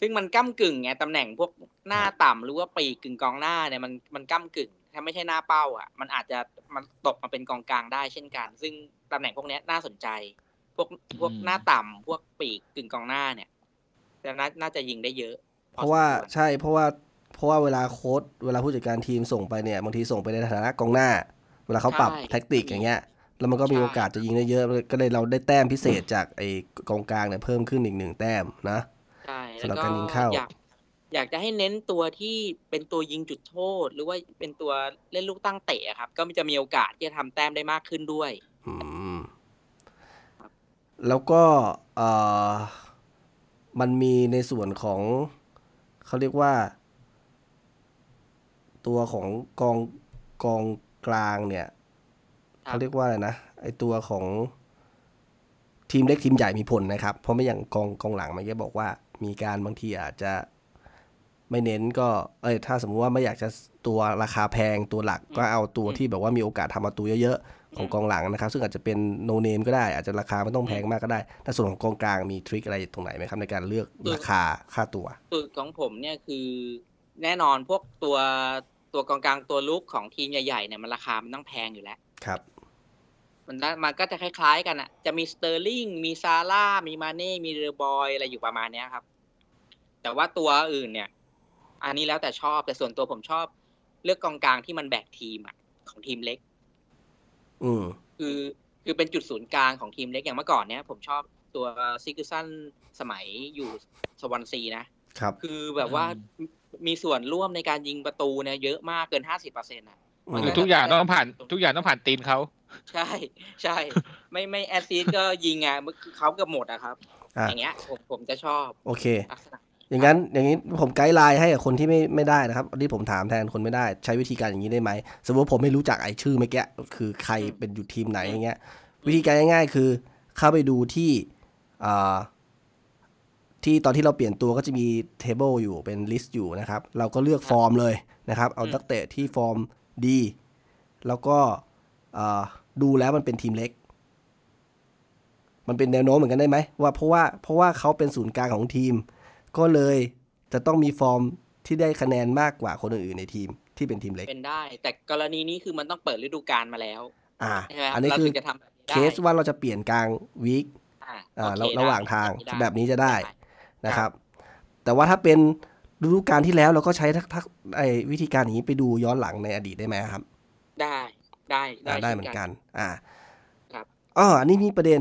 ซึ่งมันก้ากึ่งไงตำแหน่งพวกหน้าต่ำหรือว่าปีกกึ่งกองหน้าเนี่ยมันมันก้ากึ่ง ถ้าไม่ใช่หน้าเป้าอ่ะ มันอาจจะมันตกมาเป็นกองกลางได้เช่นกัน ซึ่งตำแหน่งพวกเนี้ยน่าสนใจ พวกพวก อืม หน้าต่ำพวกปีกกึ่งกองหน้าเนี่ย แต่น่าน่าจะยิงได้เยอะ เพราะว่า พอสมค ใช่เพราะว่าเพราะว่าเวลาโค้ดเวลาผู้จัดการทีมส่งไปเนี่ยบางทีส่งไปในฐานะกองหน้า เวลาเขาปรับแท็กติกอย่างเงี้ย แล้วมันก็มีโอกาสจะยิงได้เยอะก็เลยเราได้แต้มพิเศษจากไอ้กองกลางเนี่ยเพิ่มขึ้นอีกหนึ่งแต้มนะ ใช่ สำหรับ แล้ว การยิงเข้า อยากอยากจะให้เน้นตัวที่เป็นตัวยิงจุดโทษ หรือว่าเป็นตัวเล่นลูกตั้งเตะครับ ก็จะมีโอกาสที่จะทำแต้มได้มากขึ้นด้วย อืมแล้วก็เอ่อมันมีในส่วนของ เขาเรียกว่า ตัวของกองกองกลางเนี่ย ครับ เขาเรียกว่าอะไรนะไอตัวของทีมเล็กทีมใหญ่มีผลนะครับ เพราะไม่อย่างกองกองหลังเมันก็บอกว่า มีการบางทีอาจจะไม่เน้นก็ เอ้ยถ้าสมมุติว่าไม่อยากจะตัวราคาแพงตัวหลักก็เอาตัวที่แบบว่ามีโอกาสทำประตูเยอะๆ ของกองหลังนะครับ ซึ่งอาจจะเป็นโนเนมก็ได้ อาจจะราคาไม่ต้องแพงมากก็ได้แต่ส่วนของกองกลางมีทริคอะไรตรงไหนไหมครับ ในการเลือกราคาค่าตัว สูตรของผมเนี่ยคือแน่นอนพวกตัวตัวกองกลางตัวลุกของทีมใหญ่ๆเนี่ยมันราคามันต้องแพงอยู่แล้ว ครับ มันน่ามันก็จะคล้ายๆกันอ่ะ จะมีสเตอร์ลิง มีซาร่า มีมาเน่ มีเรือบอยอะไรอยู่ประมาณเนี้ยครับ แต่ว่าตัวอื่นเนี่ย อันนี้แล้วแต่ชอบ แต่ส่วนตัวผมชอบ เลือกกองกลางที่มันแบกทีมอ่ะของทีมเล็ก อืม คือคือเป็นจุดศูนย์กลางของทีมเล็กอย่างเมื่อก่อนเนี้ยผมชอบตัวซิกุสันสมัยอยู่สวอนซีนะ ครับ คือแบบว่ามีส่วนร่วมในการยิงประตูเนี่ยเยอะมากเกินห้าสิบเปอร์เซ็นต์อ่ะ อื มั ม น คือทุกอย่างต้องผ่าน ทุกอย่างต้องผ่านตีนเขา ใช่ใช่ ไม่ไม่แอซซิสก็ยิงอ่ะมันคือเขาเกือบหมดอะครับ อ่ะ อย่างเงี้ยผมผมจะชอบ โอเค ลักษณะ อย่างนั้น อย่างนี้ผมไกด์ไลน์ให้กับคนที่ไม่ไม่ได้นะครับอันนี้ผมถามแทนคนไม่ได้ ใช้วิธีการอย่างนี้ได้ไหมสมมติว่าผมไม่รู้จักไอชื่อเมื่อกี้คือใครเป็นอยู่ทีมไหนอย่างเงี้ย วิธีการง่ายๆคือเข้าไปดูที่อ่าที่ตอนที่เราเปลี่ยนตัวก็จะมีเทเบิลอยู่เป็นลิสต์อยู่นะครับ เราก็เลือกฟอร์มเลยนะครับ เอานักเตะที่ฟอร์มดี แล้วก็อ่าดูแล้วมันเป็นทีมเล็ก มันเป็นแนวโน้มเหมือนกันได้ไหมว่าเพราะว่าเพราะว่าเขาเป็นศูนย์กลางของทีม ก็เลยจะต้องมีฟอร์มที่ได้คะแนนมากกว่าคนอื่นๆในทีมที่เป็นทีมเล็ก เป็นได้ แต่กรณีนี้คือมันต้องเปิดฤดูกาลมาแล้ว อ่า ใช่ไหมครับ อันนี้ เรา คือ ถึงจะทำแบบนี้ เค ได้ สว่าเราจะเปลี่ยนกลางวีค อ่า อ่า โอ ระ เค ระหว่างทาง ได้ แบบนี้จะได้ ได้ นะครับ แต่ว่าถ้าเป็นฤดูกาลที่แล้วเราก็ใช้ทักทักไอ้วิธีการอย่างนี้ไปดูย้อนหลังในอดีตได้ไหมครับ ได้ได้ อ่าได้เหมือ ช่ น กั กัน อ่า ครับ อ๋ออันนี้มีประเด็น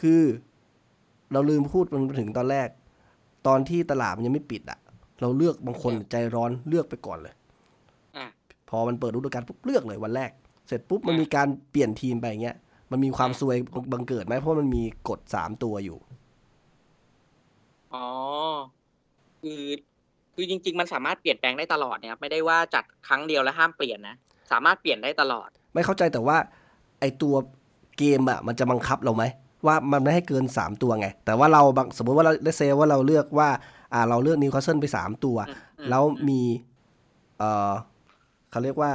คือ เราลืมพูดมันถึงตอนแรก ตอนที่ตลาดมันยังไม่ปิดอะเราเลือกบางคนใจร้อนเลือกไปก่อนเลย อ่า พอมันเปิดฤดูกาลปุ๊บเลือกเลยวันแรก เสร็จปุ๊บมัน อ่ะ มีการเปลี่ยนทีมไปอย่างเงี้ย มันมีความ อ่ะ ซวยบังเกิดไหมเพราะมันมีกฎสามตัวอยู่ อ๋อคือคือจริง ๆ มันสามารถเปลี่ยนแปลงได้ตลอดนะครับไม่ได้ว่าจัดครั้งเดียวแล้วห้ามเปลี่ยนนะสามารถเปลี่ยนได้ตลอด ไม่เข้าใจแต่ว่าไอตัวเกมอะมันจะบังคับเราไหม ว่ามันไม่ให้เกิน 3 ตัวไง แต่ว่าเราบางสมมติว่าเราเลเซว่าเราเลือกว่าอ่าเราเลือกนิวคาสเซิลไป 3 ตัว อืมอืม แล้วมีเออเขาเรียกว่า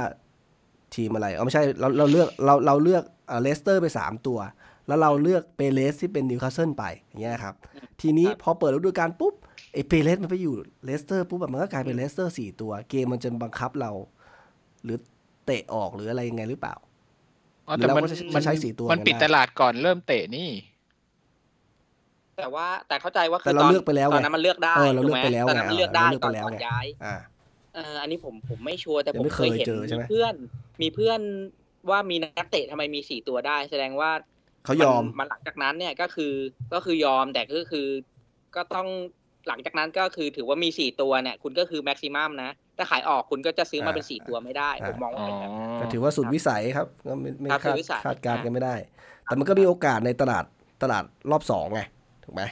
ทีมอะไรเอาไม่ใช่เราเราเลือกเราเราเลือกเลสเตอร์ไป 3 ตัว แล้วเราเลือกเปเรสที่เป็นนิวคาสเซิลไปอย่างเงี้ยครับ ทีนี้พอเปิดฤดูกาลปุ๊บไอเปเรสมันไปอยู่เลสเตอร์ปุ๊บแบบมันก็กลายเป็นเลสเตอร์สี่ตัว เกมมันจะบังคับเรา หรือเตะออกหรืออะไรยังไงหรือเปล่า อ๋อแต่มัน แล้วมัน มัน ใช้สี่ตัว มันปิด กันได้ ตลาดก่อนเริ่มเตะนี่ แต่ว่าแต่เข้าใจว่าคื แต่เรา ตน เลือกไปแล้วไง ตอนนั้นมันเลือกได้ เออเราเลือก ถูหม ไปแล้ว ตอนนั้น ไง มันเลือก เออ ได้ เราเลือก ตอน ไปแล้ว ก่อน ไง ย้าย อ่า เอออันนี้ผมผมไม่ชัวร์แต่ ยั ผ ง ม ไม่ เคยเห็น เคยเจอใช่ไหม เพื่อนมีเพื่อนว่ามีนักเตะทำไมมีสี่ตัวได้ แสดงว่า เขายอม นนหลังจากนั้นเนี่ยก็คือก็คือยอมแต่ก็คือ ก็ต้องหลังจากนั้นก็คือถือว่ามีสี่ตัวเนี่ย คุณก็คือแม็กซิมัมนะถ้าขายออกคุณก็จะซื้อมาเป็นสี่ตัวไม่ได้ อ่า ผมมองว่าเป็นแบบ ก็ถือว่าสุดวิสัยครับก็ไม่ไม่ ครัคาดบสุดวิสัย คาดการณ์ อ่ะ กันไม่ได้ แต่มันก็มีโอกาสในตลาดตลาดรอบสองไงถูกไหม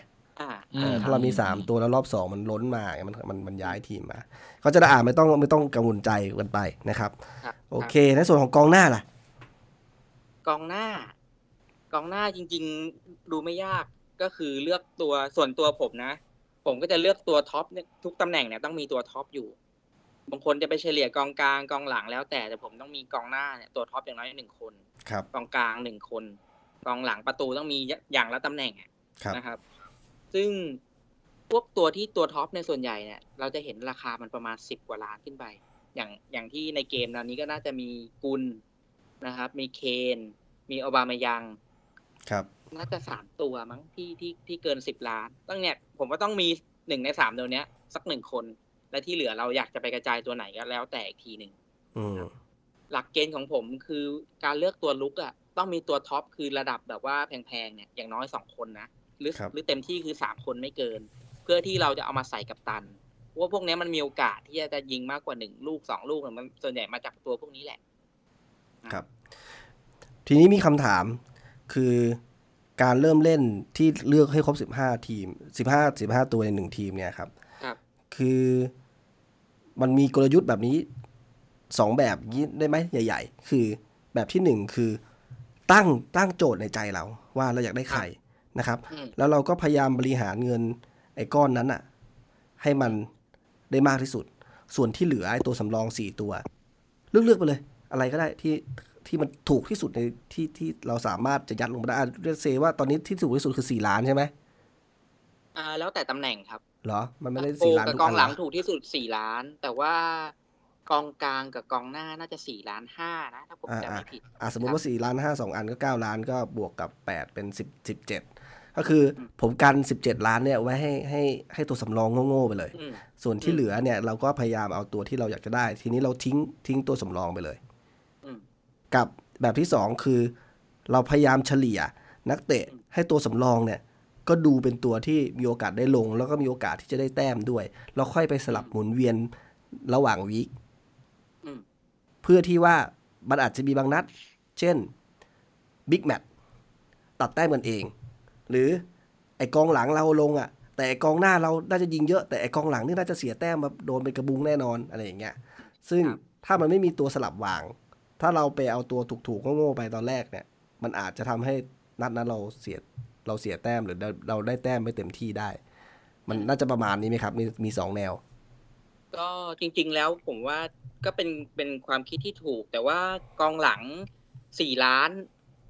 อ่า เออ ม ถ้าเรามีสามตัวแล้วรอบสองมันล้นมาไงมันมันมันย้ายทีมมา ก็จะได้อ่านไม่ต้องไม่ต้องกังวลใจกันไปนะครับ ครับ โอเค ในส่วนของกองหน้าล่ะ กองหน้า กองหน้าจริง ๆ ดูไม่ยากก็คือเลือกตัวส่วนตัวผมนะ ผมก็จะเลือกตัวท็อปเนี่ยทุกตำแหน่งเนี่ยต้องมีตัวท็อปอยู่บางคนจะไปเฉลี่ยกองกลางกองหลังแล้วแต่แต่ผมต้องมีกองหน้าเนี่ยตัวท็อปอย่างน้อยหนึ่งคน ครับ กองกลางหนึ่งคน กองหลังประตูต้องมีอย่างละตำแหน่งอะ ครับ นะครับ ซึ่งพวกตัวที่ตัวท็อปในยส่วนใหญ่เนี่ย เราจะเห็นราคามันประมาณสิบกว่าล้านขึ้นไป อย่างอย่างที่ในเกมตอนนี้ก็น่าจะมีกุลนะครับ มีเคน มีอบามายัง ครับ น่าจะสามตัวมั้งที่ที่ที่เกินสิบล้านต้องเนี่ย ผมว่าต้องมี หนึ่งในสามตัวเนี้ย สักหนึ่งคน และที่เหลือเราอยากจะไปกระจายตัวไหนก็แล้วแต่อีกทีหนึ่ง อืม หลักเกณฑ์ของผมคือการเลือกตัวลุกอะต้องมีตัวท็อปคือระดับแบบว่าแพงๆเนี่ยอย่างน้อยสองคนนะหรือหรือเต็มที่คือสามคนไม่เกิน เพื่อที่เราจะเอามาใส่กับตันเพราะว่าพวกเนี้ยมันมีโอกาสที่จะยิงมากกว่าหนึ่งลูกสองลูกเนี่ยมันส่วนใหญ่มาจากตัวพวกนี้แหละ ครับ ทีนี้มีคำถามคือการเริ่มเล่นที่เลือกให้ครบสิบห้าทีมสิบห้าสิบห้าตัวในหนึ่งทีมเนี่ยครับ ครับ คือมันมีกลยุทธ์แบบนี้สองแบบนี้ได้ไหมใหญ่ ๆ คือแบบที่หนึ่งคือตั้งตั้งโจทย์ในใจเรา ว่าเราอยากได้ใครนะครับ อืม แล้วเราก็พยายามบริหารเงินไอ้ก้อนนั้นอะให้มันได้มากที่สุด ส่วนที่เหลือไอ้ตัวสำรองสี่ตัว เลือกเลือกไปเลย อะไรก็ได้ที่ที่มันถูกที่สุดในที่ที่เราสามารถจะยัดลงไปได้เรียกเซว่าตอนนี้ที่ถูกที่สุดคือสี่ล้านใช่ไหม อ่าแล้วแต่ตำแหน่งครับ เหรอ มันไม่ได้ โอ สี่ล้าน กับ ทุ กองหลัง นเร ถูกที่สุดสี่ล้าน แต่ว่ากองกลางกับกองหน้าน่าจะสี่ล้านห้านะถ้าผมจำไม่ผิด อ่ะสมมติว่าสี่ล้านห้าสองอันก็เก้าล้านก็บวกกับแปดเป็นสิบสิบเจ็ดก็คือผมกันสิบเจ็ดล้านเนี่ยไว้ให้ให้ให้ตัวสำรองโง่ๆไปเลย อืม ส่วนที่เหลือเนี่ยเราก็พยายามเอาตัวที่เราอยากจะได้ ทีนี้เราทิ้งทิ้งตัวสำรองไปเลย อืม กับแบบที่ 2 คือ เราพยายามเฉลี่ยนักเตะให้ตัวสำรองเนี่ย ก็ดูเป็นตัวที่มีโอกาสได้ลง แล้วก็มีโอกาสที่จะได้แต้มด้วย แล้วค่อยไปสลับหมุนเวียนระหว่างวีค อืม เพื่อที่ว่ามันอาจจะมีบางนัด เช่นบิ๊กแมตตัดแต้มกันเอง หรือไอกองหลังเราลงอะ่ะ แต่ไอกองหน้าเราน่าจะยิงเยอะแต่ไอกองหลังนี่น่าจะเสียแต้มมาโดนเป็นกระบุงแน่นอนอะไรอย่างเงี้ยซึ่ง ครับ ถ้ามันไม่มีตัวสลับวาง ถ้าเราไปเอาตัวถูกๆโง่ๆไปตอนแรกเนี่ย มันอาจจะทำให้นัดนั้นเราเสียเราเสียแต้มหรือเราเราได้แต้มไม่เต็มที่ได้ มันน่าจะประมาณนี้ไหมครับ มีมีสองแนว ก็จริงๆแล้วผมว่าก็เป็นเป็นความคิดที่ถูก แต่ว่ากองหลังสี่ล้าน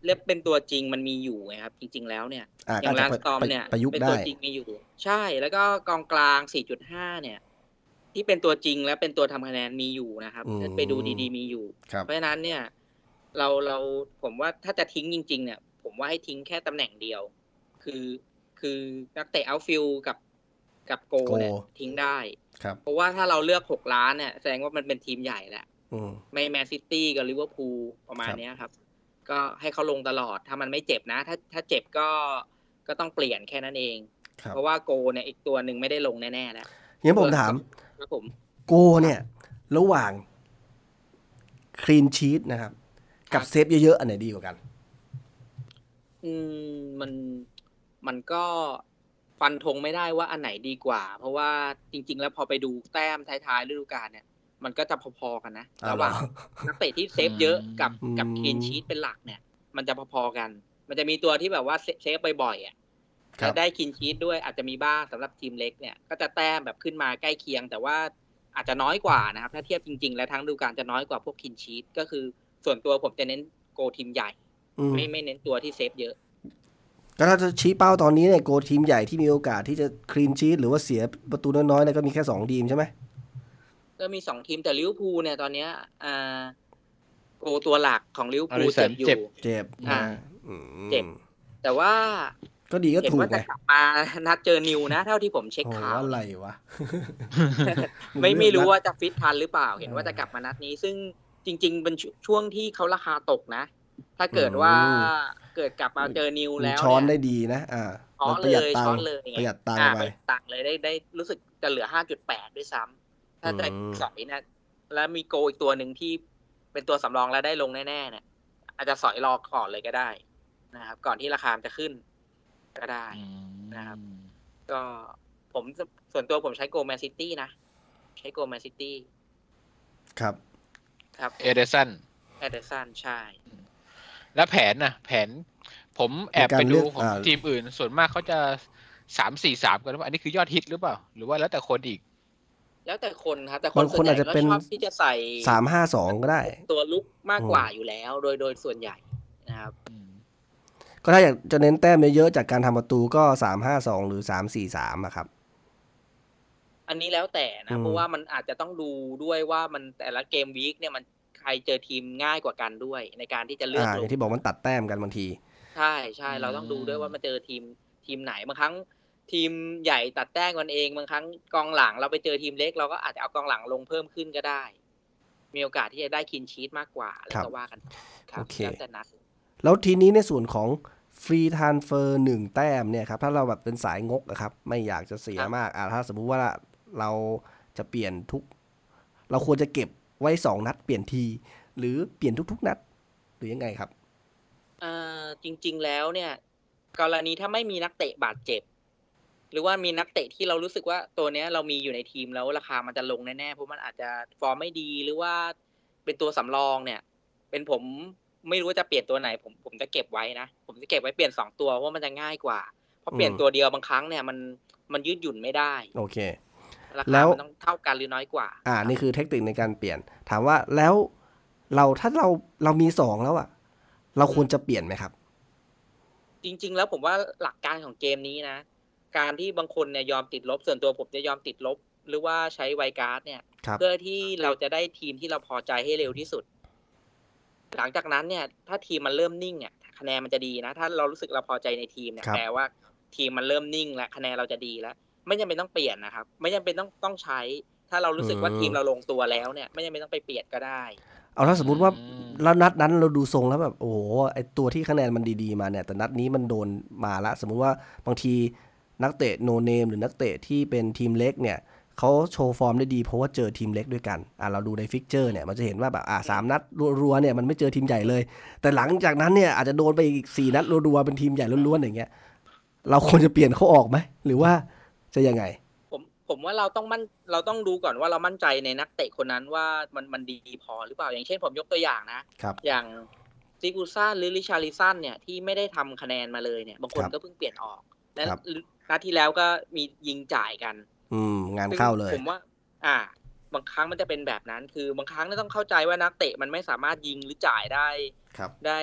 เรียกเป็นตัวจริงมันมีอยู่ไงครับ จริง ๆแล้วเนี่ย อ่า อย่าง ก็ ลา อาจ น จะ สตอม ประ เนี่ย ประยุกต์ เป็น ได้ ตัวจริงมีอยู่ ใช่แล้วก็กองกลางสี่จุดห้าเนี่ย ที่เป็นตัวจริงและเป็นตัวทำคะแนนมีอยู่นะครับ อืม ถ้าไปดูดีๆมีอยู่ ครับ เพราะฉะนั้นเนี่ย เราเราผมว่าถ้าจะทิ้งจริง ๆ เนี่ย ผมว่าให้ทิ้งแค่ตำแหน่งเดียว คือคือนักเตะเอาฟิลกับกับโกเนี่ย โก ทิ้งได้ ครับ เพราะว่าถ้าเราเลือกหกล้านเนี่ยแสดงว่ามันเป็นทีมใหญ่แหละ อืม ไม่แมนซิตี้กับลิเวอร์พูลประมาณ ครับ เนี้ยครับ ก็ให้เขาลงตลอดถ้ามันไม่เจ็บนะ ถ้าถ้าเจ็บก็ก็ต้องเปลี่ยนแค่นั้นเอง ครับ เพราะว่าโกเนี่ยอีกตัวหนึ่งไม่ได้ลงแน่ๆแล้ว งั้นผมถาม ครับผม โกเนี่ย ระหว่างคลีนชีตนะครับ กับ ครับ เซฟเยอะๆ อันไหนดีกว่ากัน อืมมันมันก็ฟันธงไม่ได้ว่าอันไหนดีกว่า เพราะว่าจริง ๆ แล้วพอไปดูแต้มท้ายๆฤดูกาลเนี่ย มันก็จะพอๆกันนะ อ้าว ระหว่าง เหรอ นักเตะที่เซฟเยอะกับ อืม กับคลีนชีตเป็นหลักเนี่ย มันจะพอๆกัน มันจะมีตัวที่แบบว่าเซเซฟบ่อยๆอ่ะจะได้คลีนชีตด้วยอาจจะมีบ้างสำหรับทีมเล็กเนี่ย ก็จะแต้มแบบขึ้นมาใกล้เคียง แต่ว่าอาจจะน้อยกว่านะครับ ถ้าเทียบจริง ๆ แล้วทั้งฤดูกาลจะน้อยกว่าพวกคลีนชีตก็คือ ส่วนตัวผมจะเน้นโกทีมใหญ่ อืม ไม่ไม่เน้นตัวที่เซฟเยอะ ก็ถ้าจะชี้เป้าตอนนี้เนี่ยโกทีมใหญ่ที่มีโอกาสที่จะคลีนชีตหรือว่าเสียประตูน้อยๆเนี่ยก็มีแค่สองทีมใช่ไหม ก็มีสองทีมแต่ลิเวอร์พูลเนี่ยตอนเนี้ยอ่าโกตัวหลักของลิเวอร์พูล อลิสั เจ็ น บอยู่ เจ็บ เจ็บ อ่า อืม เจ็บ แต่ว่า ก็ดีก็ เห็น ถูก ว่า ไง จะกลับมานัดเจอนิวนะ เท่าที่ผมเช็ค โอ้โห ข่าว อะไรวะ ไม่ไม่รู้ว่า เลือกนัด จะฟิตทันหรือเปล่า เห็นว่าจะกลับมานัดนี้ ซึ่งจริง ๆ เป็นช่วงที่เขาราคาตกนะ ถ้าเกิดว่า อืม เกิดกลับมาเจอนิว คุณ แล้ว ช้อน เนี่ ได้ ย ดีนะ อ่า ช้อน เราประห เล ยัดตังค์ปยช้อนเลยระหยัดตังค์ อ่า ไป ประหยัดตังค์เลยได้ได้รู้สึกจะเหลือห้าจุดแปดด้วยซ้ำถ้าได้ อืม สอยนะแล้วมีโกอีกตัวหนึ่งที่เป็นตัวสำรองแล้วได้ลงแน่ๆเนี่ยอาจจะสอยรอก่อนเลยก็ได้นะครับ ก่อนที่ราคามันจะขึ้นก็ได้ นะครับ ก็ผมส่วนตัวผมใช้โกแมนซิตี้นะ ใช้โกแมนซิตี้ ครับ ครับ เอเดสัน แอดเดอร์สันใช่ แล้วแผนนะแผน ผมแอบไปดูของทีมอื่น ส่วนมากเขาจะสามสี่สามกันหรือเปล่าอันนี้คือยอดฮิตหรือเปล่า หรือว่าแล้วแต่คนอีก แล้วแต่คนครับ แต่ค บาน งค ส่วน นให อาจญ่จะ ก็ เป็น ชอบที่จะใส่ สามห้าสองก็ได้ ตัวลุกมากกว่าอยู่แล้ว โดยโดยส่วนใหญ่นะครับ อืม ก็ถ้าอยากจะเน้นแต้มเยอะๆจากการทำประตูก็สามห้าสองหรือสามสี่สามอะครับ อันนี้แล้วแต่ อื นะ ม เพราะว่ามันอาจจะต้องดูด้วยว่ามันแต่ละเกมวีคเนี่ยมันใครเจอทีมง่ายกว่ากันด้วย ในการที่จะเลือก อ่าอ ลง ย่างที่บอกมันตัดแต้มกันบางที ใช่ใช่เราต้องดูด้วยว่ามันเจอทีมทีมไหนบางครั้ง ทีมใหญ่ตัดแต้มกันเองบางครั้งกองหลังเราไปเจอทีมเล็ก เราก็อาจจะเอากองหลังลงเพิ่มขึ้นก็ได้ มีโอกาสที่จะได้คินชีตมากกว่าแล้วก็ว่ากันครับ โอเค แล้วแต่นัด แล้วทีนี้ในส่วนของฟรีทานเฟอร์หนึ่งแต้มเนี่ยครับ ถ้าเราแบบเป็นสายงกอะครับ ไม่อยากจะเสีย ครับ มากอ่าถ้าสมมุติว่าเราจะเปลี่ยนทุก เราควรจะเก็บไว้สองนัดเปลี่ยนที หรือเปลี่ยนทุก ๆ นัด หรือยังไงครับ เอ่อจริง ๆ แล้วเนี่ย กรณีถ้าไม่มีนักเตะบาดเจ็บ หรือว่ามีนักเตะที่เรารู้สึกว่าตัวเนี้ยเรามีอยู่ในทีมแล้วราคามันจะลงแน่ๆเพราะมันอาจจะฟอร์มไม่ดีหรือว่าเป็นตัวสำรองเนี่ย เป็นผมไม่รู้ว่าจะเปลี่ยนตัวไหน ผมผมจะเก็บไว้นะผมจะเก็บไว้เปลี่ยนสองตัวเพราะมันจะง่ายกว่าเพราะเปลี่ยน อืม ตัวเดียวบางครั้งเนี่ยมันมันยืดหยุ่นไม่ได้ โอเค รา แล้ คาว มันต้องเท่ากันหรือน้อยกว่า อ่านี่คือเทคนิคในการเปลี่ยน ถามว่าแล้วเราถ้าเราเรามีสองแล้วอะเราควรจะเปลี่ยนไหมครับ จริง ๆ แล้วผมว่าหลักการของเกมนี้นะ การที่บางคนเนี่ยยอมติดลบ ส่วนตัวผมจะยอมติดลบ หรือว่าใช้ไวการ์ดเนี่ย ครับ เพื่อที่เราจะได้ทีมที่เราพอใจให้เร็วที่สุด หลังจากนั้นเนี่ย ถ้าทีมมันเริ่มนิ่งอ่ะคะแนนมันจะดีนะ ถ้าเรารู้สึกเราพอใจในทีมเนี่ย ครับ แปลว่าทีมมันเริ่มนิ่งแล้วคะแนนเราจะดีแล้ว ไม่จำเป็นต้องเปลี่ยนนะครับ ไม่จำเป็นต้องต้องใช้ ถ้าเรารู้สึกว่าทีมเราลงตัวแล้วเนี่ย ไม่จำเป็นต้องไปเปลี่ยนก็ได้ เอาถ้าสมมติว่า อืม แล้วนัดนั้นเราดูทรงแล้วแบบโอ้โหไอตัวที่คะแนนมันดีๆมาเนี่ย แต่นัดนี้มันโดนมาละ สมมุติว่าบางทีนักเตะโนเนมหรือนักเตะที่เป็นทีมเล็กเนี่ยเขาโชว์ฟอร์มได้ดีเพราะว่าเจอทีมเล็กด้วยกันอ่ะเราดูในฟิกเจอร์เนี่ยมันจะเห็นว่าแบบอ่ะสามนัดรัวๆเนี่ยมันไม่เจอทีมใหญ่เลย แต่หลังจากนั้นเนี่ยอาจจะโดนไปอีกสี่นัดรัวๆเป็นทีมใหญ่ล้วนๆอย่างเงี้ยเราควรจะเปลี่ยนเขาออกไหมหรือว่าจะยังไง ผมผมว่าเราต้องมั่นเราต้องดูก่อนว่าเรามั่นใจในนักเตะคนนั้นว่ามันมันดีพอหรือเปล่าอย่างเช่นผมยกตัวอย่างนะครับอย่างซิกูซันหรือริชาริซันเนี่ยที่ไม่ได้ทำคะแนนมาเลยเนี่ยบางคน ครับ ก็เพิ่งเปลี่ยนออกและ ครับ นัดที่แล้วก็มียิงจ่ายกัน อืมงานเข้าเลย ซึ่งผมว่า อ่า บางครั้งมันจะเป็นแบบนั้น คือบางครั้งเนี่ยต้องเข้าใจว่านักเตะมันไม่สามารถยิงหรือจ่ายได้ ครับ ได้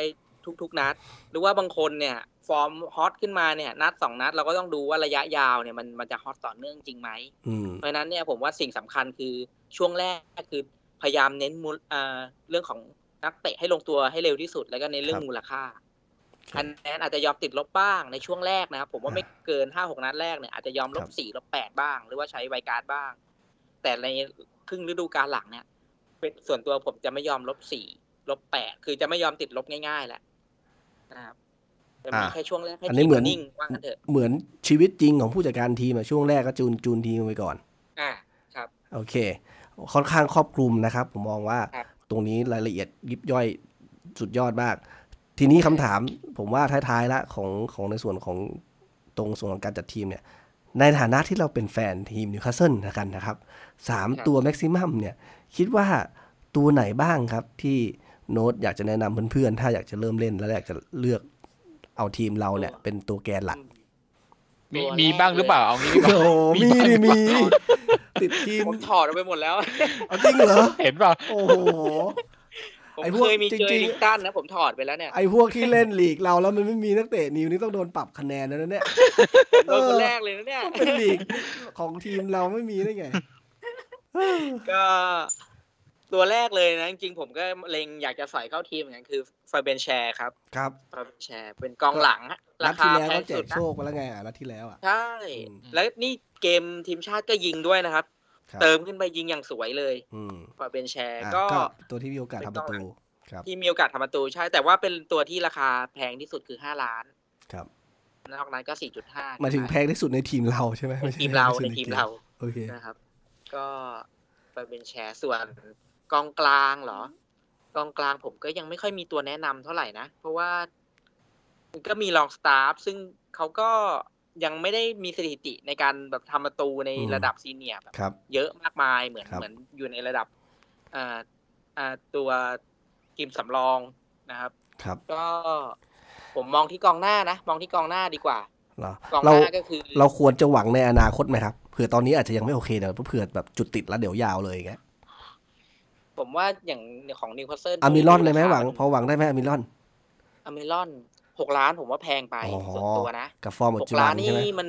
ทุกๆนัด หรือว่าบางคนเนี่ย ฟอร์มฮอตขึ้นมาเนี่ย นัดสองนัดเราก็ต้องดูว่าระยะยาวเนี่ยมันมันจะฮอตต่อเนื่องจริงไหม อืม เพราะฉะนั้นเนี่ยผมว่าสิ่งสำคัญคือช่วงแรกคือพยายามเน้นมูลอ่าเรื่องของนักเตะให้ลงตัวให้เร็วที่สุด แล้วก็เน้นเรื่อง ครับ มูลค่าคะแนนอาจจะยอมติดลบบ้างในช่วงแรกนะครับ ผมว่าไม่เกินห้าหกนัดแรกเนี่ยอาจจะยอมคลรับ บ สี่ลบแปดบ้าง หรือว่าใช้ไวการ์ดบ้าง แต่ในครึ่งฤดูกาลหลังเนี่ยเป็นส่วนตัวผมจะไม่ยอมลบสี่ลบแปดคือจะไม่ยอมติดลบง่าย ๆแหละนะครับแต่มีแค่ช่วงแรกให้ อัน ที นี้ ม เหมือน นิ่งว่างกันเถอะ เหมือนชีวิตจริงของผู้จัดการทีมอะช่วงแรกก็จูนจูนทีมไปก่อน อ่าครับ โอเค ค่อนข้างครอบคลุมนะครับ ผมมองว่า ครับ ตรงนี้รายละเอียดยิบย่อยสุดยอดมาก ทีนี้คำถามผมว่าท้ายๆละของของในส่วนของตรงส่วนของการจัดทีมเนี่ย ในฐานะที่เราเป็นแฟนทีมนิวคาสเซิลนะกันนะครับสามตัวแม็กซิมัมเนี่ย คิดว่าตัวไหนบ้างครับที่โน้ตอยากจะแนะนำเพื่อนๆ ถ้าอยากจะเริ่มเล่นแล้วอยากจะเลือกเอาทีมเราเนี่ย เป็นตัวแกนหลัก มี ตัวแรก มีบ้างหรือเปล่าเอางี้ดีก โอ้โหว่ามี บ้าง ดิ หรือเป มี ล่า ติดทีม ผมถอดออกไปหมดแล้ว เอาจริงเหรอ เห็นเปล่า โอ้โห ผม ไอ้พวก เคยมี จริง เจ ๆ อลิงตันนะผมถอดไปแล้วเนี่ย ไอพวกที่เล่นลีกเราแล้วมันไม่มีนักเตะนิวนี่ต้องโดนปรับคะแนนแล้วนะเนี่ย โดนคนแรกเลยนะเนี่ย เป็นลีกของทีมเราไม่มีได้ไง ก็ ตัวแรกเลยนะ จริงๆผมก็เล็งอยากจะใส่เข้าทีมเหมือนกันคือฟาเบนแชร์ครับ ครับ ฟาเบนแชร์เป็นกองหลังฮะ นั รา ดที่ คา แล้ว แพ ก็ ง แจ สุ ก ด โช นะ คไปแล้วไงอ่ะนัดที่แล้วอ่ะ ใช่ อืม แล้วนี่เกมทีมชาติก็ยิงด้วยนะครับ ครับ เติมขึ้นไปยิงอย่างสวยเลย อืม ฟาเบนแชร์ อ่ะ ก็ ก็ตัวที่มีโอกาสทำประตูครับ ที่มีโอกาสทำประตูใช่ แต่ว่าเป็นตัวที่ราคาแพงที่สุดคือห้าล้าน ครับ นอกนั้นก็สี่จุดห้า หมายถึงแพงที่สุดในทีมเราใช่ไหมไใช่ ทีมเรา แพง ใน ที่สุด ทีมเรา โอเค นะครับ ก็ไปเป็นแชร์ส่วนกองกลางเหรอ กองกลางผมก็ยังไม่ค่อยมีตัวแนะนำเท่าไหร่นะ เพราะว่ามันก็มีลองสตาฟซึ่งเขาก็ยังไม่ได้มีสถิติในการแบบทำประตูใน อืม ระดับซีเนียร์แบบ ครับ เยอะมากมายเหมือน ครับ เหมือนอยู่ในระดับอ่าอ่าตัวกิมสำรองนะครับ ครับ ก็ผมมองที่กองหน้านะ มองที่กองหน้าดีกว่า เหรอก องห เรา น้าก็คือ เราควรจะหวังในอนาคตไหมครับเผื่อตอนนี้อาจจะยังไม่โอเคเดี๋ยวเผื่อแบบจุดติดแล้วเดี๋ยวยาวเลยอย่างเงี้ย ผมว่าอย่างของนิวคาสเซิล อามิลอนเลยไหมหวังพอหวังได้ไหมอามิลอน อเมรอนหกล้านผมว่าแพงไป อ๋อ ส่วนตัวนะ กับฟอร์มปั ห จ ก จุบั ล้าน น ใช่ นี่ ไหม มัน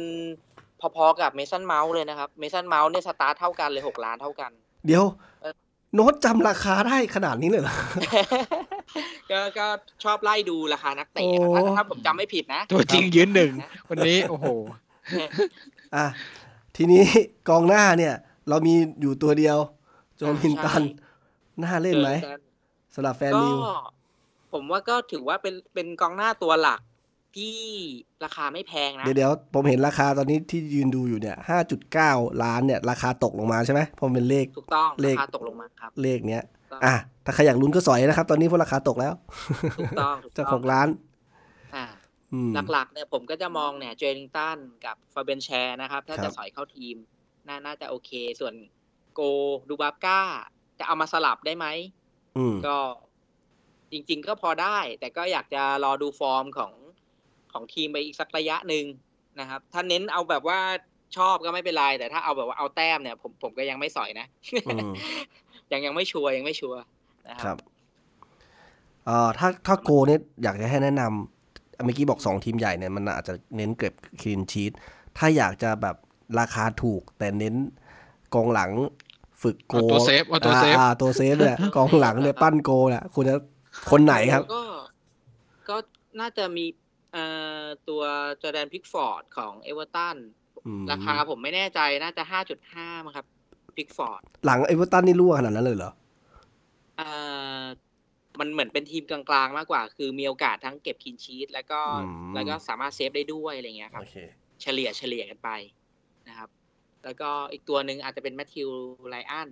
พอๆกับเมสันเมาส์เลยนะครับ เมสันเมาส์เนี่ยสตาร์ทเท่ากันเลยหกล้านเท่า [laughs] กัน เดี๋ยว เออ โน้ตจำราคาได้ขนาดนี้เลยเหรอ ก็ก็ชอบไล่ดูราคานักเตะ โอ้ ถ้าถ้าผมจำไม่ผิดนะ ตัวจริงยืนหนึ่งวันนี้โอ้โห อ่ะทีนี้กองหน้าเนี่ย เรามีอยู่ตัวเดียว โจมินตัน ใช่ น่าเล่นไหม จอกัน สำหรับแฟน ก็ นิว ผมว่าก็ถือว่าเป็นเป็นกองหน้าตัวหลักที่ราคาไม่แพงนะ เดี๋ยวเดี๋ยวผมเห็นราคาตอนนี้ที่ยืนดูอยู่เนี่ยห้าจุดเก้าล้านเนี่ย ราคาตกลงมาใช่ไหมเพราะมันเป็นเลข ถูกต้อง เล รา ข คาตกลงมาครับ เลขเนี้ย ถูกต้อง อ่ะถ้าใครอยากลุ้นก็สอยนะครับ ตอนนี้เพราะราคาตกแล้ว ถูกต้องถูก เจ้าข ต้ อ อง งร้าน อ่า อืม หลักๆเนี่ยผมก็จะมองเนี่ยเจอริงตันกับฟาเบนแชร์นะครับ ถ้า ครั จะ บ สอยเข้าทีม น่าน่าจะโอเค ส่วนโกดูบาบก้า จะเอามาสลับได้ไหม อืม ก็จริงๆก็พอได้ แต่ก็อยากจะรอดูฟอร์มของของทีมไปอีกสักระยะหนึ่งนะครับ ถ้าเน้นเอาแบบว่าชอบก็ไม่เป็นไรแต่ถ้าเอาแบบว่าเอาแต้มเนี่ย ผมผมก็ยังไม่สอยนะ อืม [laughs] ยังยังไม่ชัวร์ยังไม่ชัวร์นะค ครั รั บบ เอ่อถ้าถ้าโกเนี่ยอยากจะให้แนะนำเมื่อกี้บอก 2 ทีมใหญ่เนี่ย มันอาจจะเน้นเก็บคลีนชีตถ้าอยากจะแบบราคาถูกแต่เน้นกองหลังฝึกโก เอาตัวเซฟเอาตัวเซฟ อ่าตัวเซฟเนี่ยกองหลัง [laughs] เนี่ยปั้นโกเนี่ยคุณจะคนไหนครับ ก็ก็น่าจะมีเอ่อตัวจอร์แดนพิกฟอร์ดของเอเวอร์ตัน อืม ราคาผมไม่แน่ใจน่าจะห้าจุดห้ามั้งครับพิกฟอร์ด หลังไอ้วอตันนี่รั่วขนาดนั้นเลยเหรอ อ่ามันเหมือนเป็นทีมกลางๆ มากกว่า คือมีโอกาสทั้งเก็บคินชีตแล้วก็ อืม แล้วก็สามารถเซฟได้ด้วยอะไรเงี้ยครับ เฉลี่ยเฉลี่ยกันไปนะครับ แล้วก็อีกตัวหนึ่งอาจจะเป็นแมทธิวไลอัน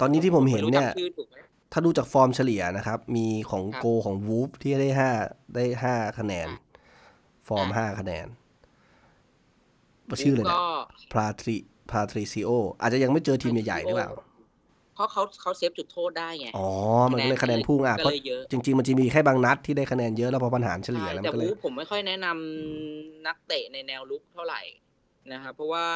ตอนนี้ที่ผมเห็น รู้ เนี่ย จำชื่อถูกไหม ถ้าดูจากฟอร์มเฉลี่ยนะครับ มีของ ครับ โกของวูฟที่ได้ห้าได้ห้าคะแนน อ่ะ ฟอร์มห้าคะแนนชื่อเลยนะ ก็ พาทริพาทริซิโอ อาจจะยังไม่เจอทีมใหญ่ๆหรือเปล่า เพราะเขาเขาเซฟจุดโทษได้ไง อ๋อ มันก็เลยคะแนนพุ่งอ่ะเพ ก็ ราะ เลยเยอะ จริง ๆ มันจะมีแค่บางนัดที่ได้คะแนนเยอะแล้วพอปัญหารเฉลี่ย ใช่ แล้วมั แต่ นก็เล วู ย ฟผมไม่ค่อยแนะนำนักเตะในแนวลุกเท่าไหร่นะครับเพราะว่า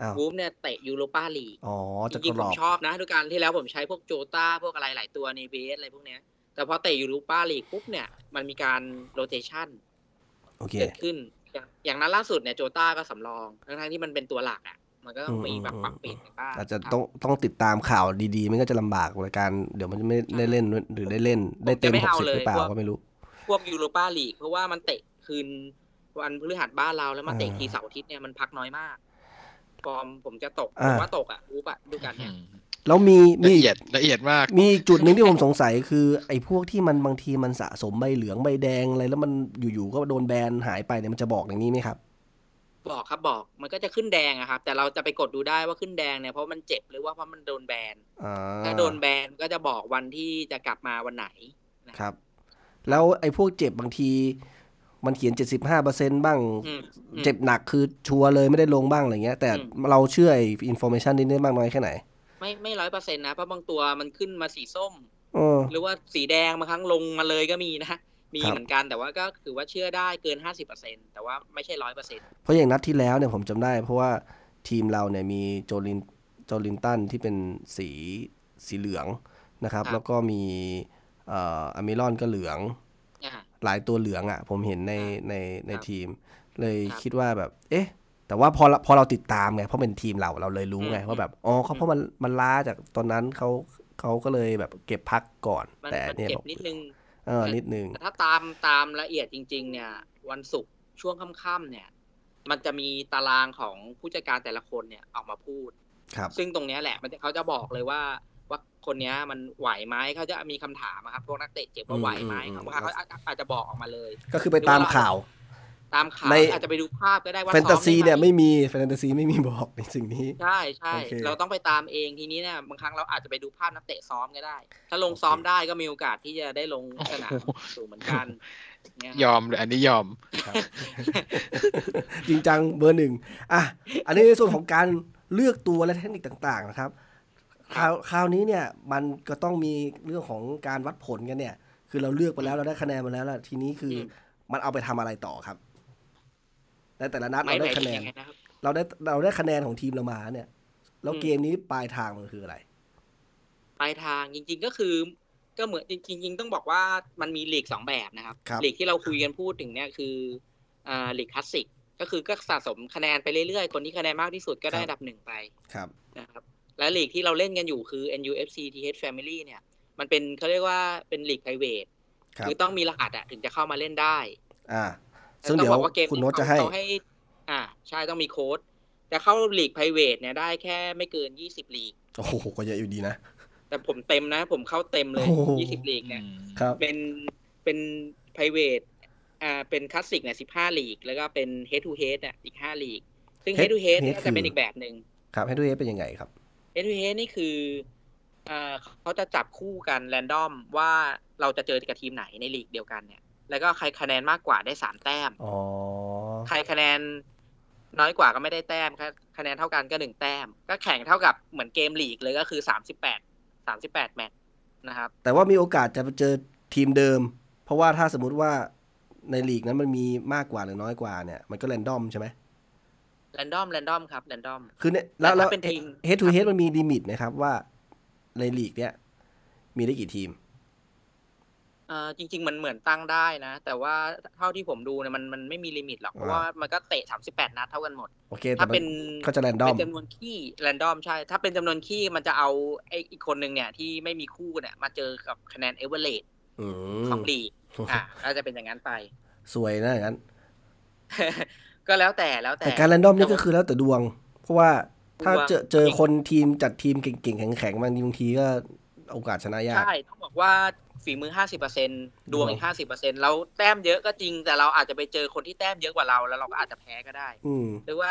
อ้าว วูฟเนี่ยเตะยูโรปาลีก อ๋อ จ จะก ริงรๆผม อบ ชอบนะดูการที่แล้วผมใช้พวกโจตาพวกอะไรหลายตัวในเบสอะไรพวกเนี้ย แต่พอเตะยูโรูป้าลีกปุ๊บเนี่ย มันมีการโรเตชัน โอเค เกิดขึ้น อย่างอย่างนั้นล่าสุดเนี่ยโจตาก็สำรองทั้งๆที่มันเป็นตัวหลักอ่ะ มันก็ต้องมีแบบปรับเปลี่ยนกันบ้าง อาจจะต้องต้องติดตามข่าวดีๆ ไม่ก็จะลำบากรายการเดี๋ยวมันไม่ได้เล่นหรือได้เล่น ได้เต็มหกสิบหรือเปล่าก็ไม่รู้ พวกยูโรป้าลีกเพราะว่ามันเตะคืนวันพฤหัสบ้านเราแล้วมาเตะทีเสาร์อาทิตย์เนี่ยมันพักน้อยมากฟอร์มผมจะตก อ่า ผมว่าตกอ่ะรู้ปะดูการเนี่ย แล้วมีมี ละ อีก เอียดละเอียดมาก มีอีกจุดหนึ่งที่ผมสงสัยคือ ไอ้พวกที่มันบางทีมันสะสมใบเหลืองใบแดงอะไรแล้วมันอยู่ๆก็โดนแบนหายไปเนี่ยมันจะบอกอย่างนี้ไหมครับ บอกครับบอกมันก็จะขึ้นแดงอะครับ แต่เราจะไปกดดูได้ว่าขึ้นแดงเนี่ยเพราะมันเจ็บหรือว่าเพราะมันโดนแบน อ่า ถ้าโดนแบนก็จะบอกวันที่จะกลับมาวันไหนนะ ครับ แล้วไอ้พวกเจ็บบางที มันเขียนเจ็ดสิบห้าเปอร์เซ็นบ้าง อืมอืม เจ็บหนักคือชัวร์เลยไม่ได้ลงบ้างอะไรเงี้ย แต่ อื เราเชื่ออินโฟเมชันนี้ได้มากน้อยแค่ไหน ไม่ไม่ร้อยเปอร์เซ็นต์นะ เพราะบางตัวมันขึ้นมาสีส้ม เออ หรือว่าสีแดงบางครั้งลงมาเลยก็มีนะ มี ครับ เหมือนกันแต่ว่าก็ถือว่าเชื่อได้เกินห้าสิบเปอร์เซ็นต์แต่ว่าไม่ใช่ร้อยเปอร์เซ็นต์ เพราะอย่างนัดที่แล้วเนี่ยผมจำได้ เพราะว่าทีมเราเนี่ยมีโจลินโจลินตันที่เป็นสีสีเหลืองนะครับ แล้วก็มีเอ่ออเมิรอนก็เหลือง อ่า หลายตัวเหลืองอะ่ะ ผมเห็นในในใน ครับ ทีม เลย ครับ คิดว่าแบบ เอ๊ะ แต่ว่าพอเราพอเราติดตามไงเพราะเป็นทีมเราเราเลยรู้ไง อืม ว่าแบบอ๋อเขา อืม เพราะมันมันล้าจากตอนนั้นเขาเขาก็เลยแบบเก็บพักก่อน มัน แต่ มัน เนี่ย เจ็ บอก บนิดนึง เออนิดนึง แต่ถ้าตามตามละเอียดจริง ๆ เนี่ย วันศุกร์ช่วงค่ำๆเนี่ย มันจะมีตารางของผู้จัดการแต่ละคนเนี่ยออกมาพูด ครับ ซึ่งตรงเนี้ยแหละมันจะเขาจะบอกเลยว่าว่าคนเนี้ยมันไหวไหมเขาจะมีคำถามอะครับพวกนักเตะเจ็บว่าไหวไหม อืม เขา อืม เขาอาจอาจจะบอกออกมาเลย ก็คือไปตามข่าว ตามข่าว ใน อาจจะไปดูภาพก็ได้ว่า แฟนตาซี ซ้อ เนี่ย ห ไม่มีแฟนตาซีไม่มีบอกในสิ่งนี้ ใช่ใช่ โอเค เราต้องไปตามเองทีนี้เนี่ยบางครั้งเราอาจจะไปดูภาพนักเตะซ้อมก็ได้ ถ้าลงซ้อม โอเค ได้ก็มีโอกาสที่จะได้ลงสนาม โอ้โห สูงเหมือนกันเนี่ย ยอมเลยอันนี้ยอม จริงจังเบอร์หนึ่งอ่ะ อันนี้ในส่วนของการเลือกตัวและเทคนิคต่างๆนะครับ คราวคราวนี้เนี่ยมันก็ต้องมีเรื่องของการวัดผลกันเนี่ย คือเราเลือกไปแล้วเราได้คะแนนมาแล้วล่ะทีนี้คืออมันเอาไปทำอะไรต่อครับในแต่ละนัด ไม่ เราได้ ไม่ คะแนน ยังไงนะครับ เราได้เราได้คะแนนของทีมเรามาเนี่ย แล้ว อืม เกมนี้ปลายทางมันคืออะไร ปลายทางจริง ๆ ก็คือ ก็เหมือนจริง ๆ ต้องบอกว่ามันมีลีกสองแบบนะครับ ครับ ลีกที่เราคุยกันพูดถึงเนี่ยคืออ่าลีกคลาสสิกก็คือก็สะสมคะแนนไปเรื่อยๆ คนที่คะแนนมากที่สุดก็ได้อันดับหนึ่งไป ครับ นะครับและลีกที่เราเล่นกันอยู่คือ NUFC TH Family เนี่ย มันเป็นเขาเรียกว่าเป็นลีก p r i v a t ครับ คือต้องมีรหัสอะถึงจะเข้ามาเล่นได้ อ่าซึ่งเดี๋ย ต้ ว อบอกาเกม คุณโน้ตจะให้ เขาให้ อ่าใช่ต้องมีโค้ดแต่เข้าลีกไพรเวทเนี่ยได้แค่ไม่เกินยี่สิบลีก โอ้โหก็เยอะอยู่ดีนะ แต่ผมเต็มนะ ผมเข้าเต็มเลย โอ้โห ยี่สิบลีกเนี่ย ครับ เป็นเป็นไพรเวทอ่าเป็นคลาสสิกเนี่ยสิบห้าลีก แล้วก็เป็นเฮดทูเฮดเนี่ยอีกห้าลีก ซึ่งเฮด Head ทูเฮด Head ก็จะเป็น คืออี อีกแบบหนึ่ง ครับให้ด้วยเป็นยังไงครับ เฮดทูเฮดนี่คืออ่าเขาจะจับคู่กันแรนดอมว่าเราจะเจอกับทีมไหนในลีกเดียวกันเนี่ย แล้วก็ใครคะแนนมากกว่าได้สามแต้ม อ๋อ ใครคะแนนน้อยกว่าก็ไม่ได้แต้มคะคะแนนเท่ากันก็หนึ่งแต้ม ก็แข่งเท่ากับเหมือนเกมลีกเลยก็คือสามสิบแปดสามสิบแปดแมตช์นะครับ แต่ว่ามีโอกาสจะไปเจอทีมเดิม เพราะว่าถ้าสมมติว่าในลีกนั้นมันมีมากกว่าหรือน้อยกว่าเนี่ย มันก็แรนดอมใช่ไหม แรนดอมแรนดอมครับแรนดอม คือเนี่ยแล้ว แต่ แล้ว ถ้าเป็นทีม เฮดทูเฮดมันมีลิมิตไหมครับว่าในลีกเนี่ยมีได้กี่ทีม เอ่อจริง ๆ มันเหมือนตั้งได้นะ แต่ว่าเท่าที่ผมดูเนี่ยมันมันไม่มีลิมิตหรอก เพราะ อ่า ว่ามันก็เตะ 38 นัดเท่ากันหมด โอเค ถ้า แต่มั เป็น น ก็จะแรนดอ เป็ ม นจำนวนขี้แรนดอมใช่ ถ้าเป็นจำนวนขี้มันจะเอาไออีกคนหนึ่งเนี่ยที่ไม่มีคู่เนี่ยมาเจอกับคะแนนเอเวอร์เร อื ข ม องลีกอ่ะก็จะเป็นอย่างนั้นไป [laughs] สวยนะอย่างนั้น ก็แล้วแต่แล้วแต่ แต่การแรนดอมนี่ก็คือแล้วแต่ดวง เพราะว่าถ้า ดวง เจอเจอคนทีมจัดทีมเก่งๆ แข็งๆบางทีบางทีก็โอกาสชนะยาก ใช่ต้องบอกว่าฝีมือ 50%ดวงอีก 50%เราแต้มเยอะก็จริง แต่เราอาจจะไปเจอคนที่แต้มเยอะกว่าเราแล้วเราก็อาจจะแพ้ก็ได้ อืม หรือว่า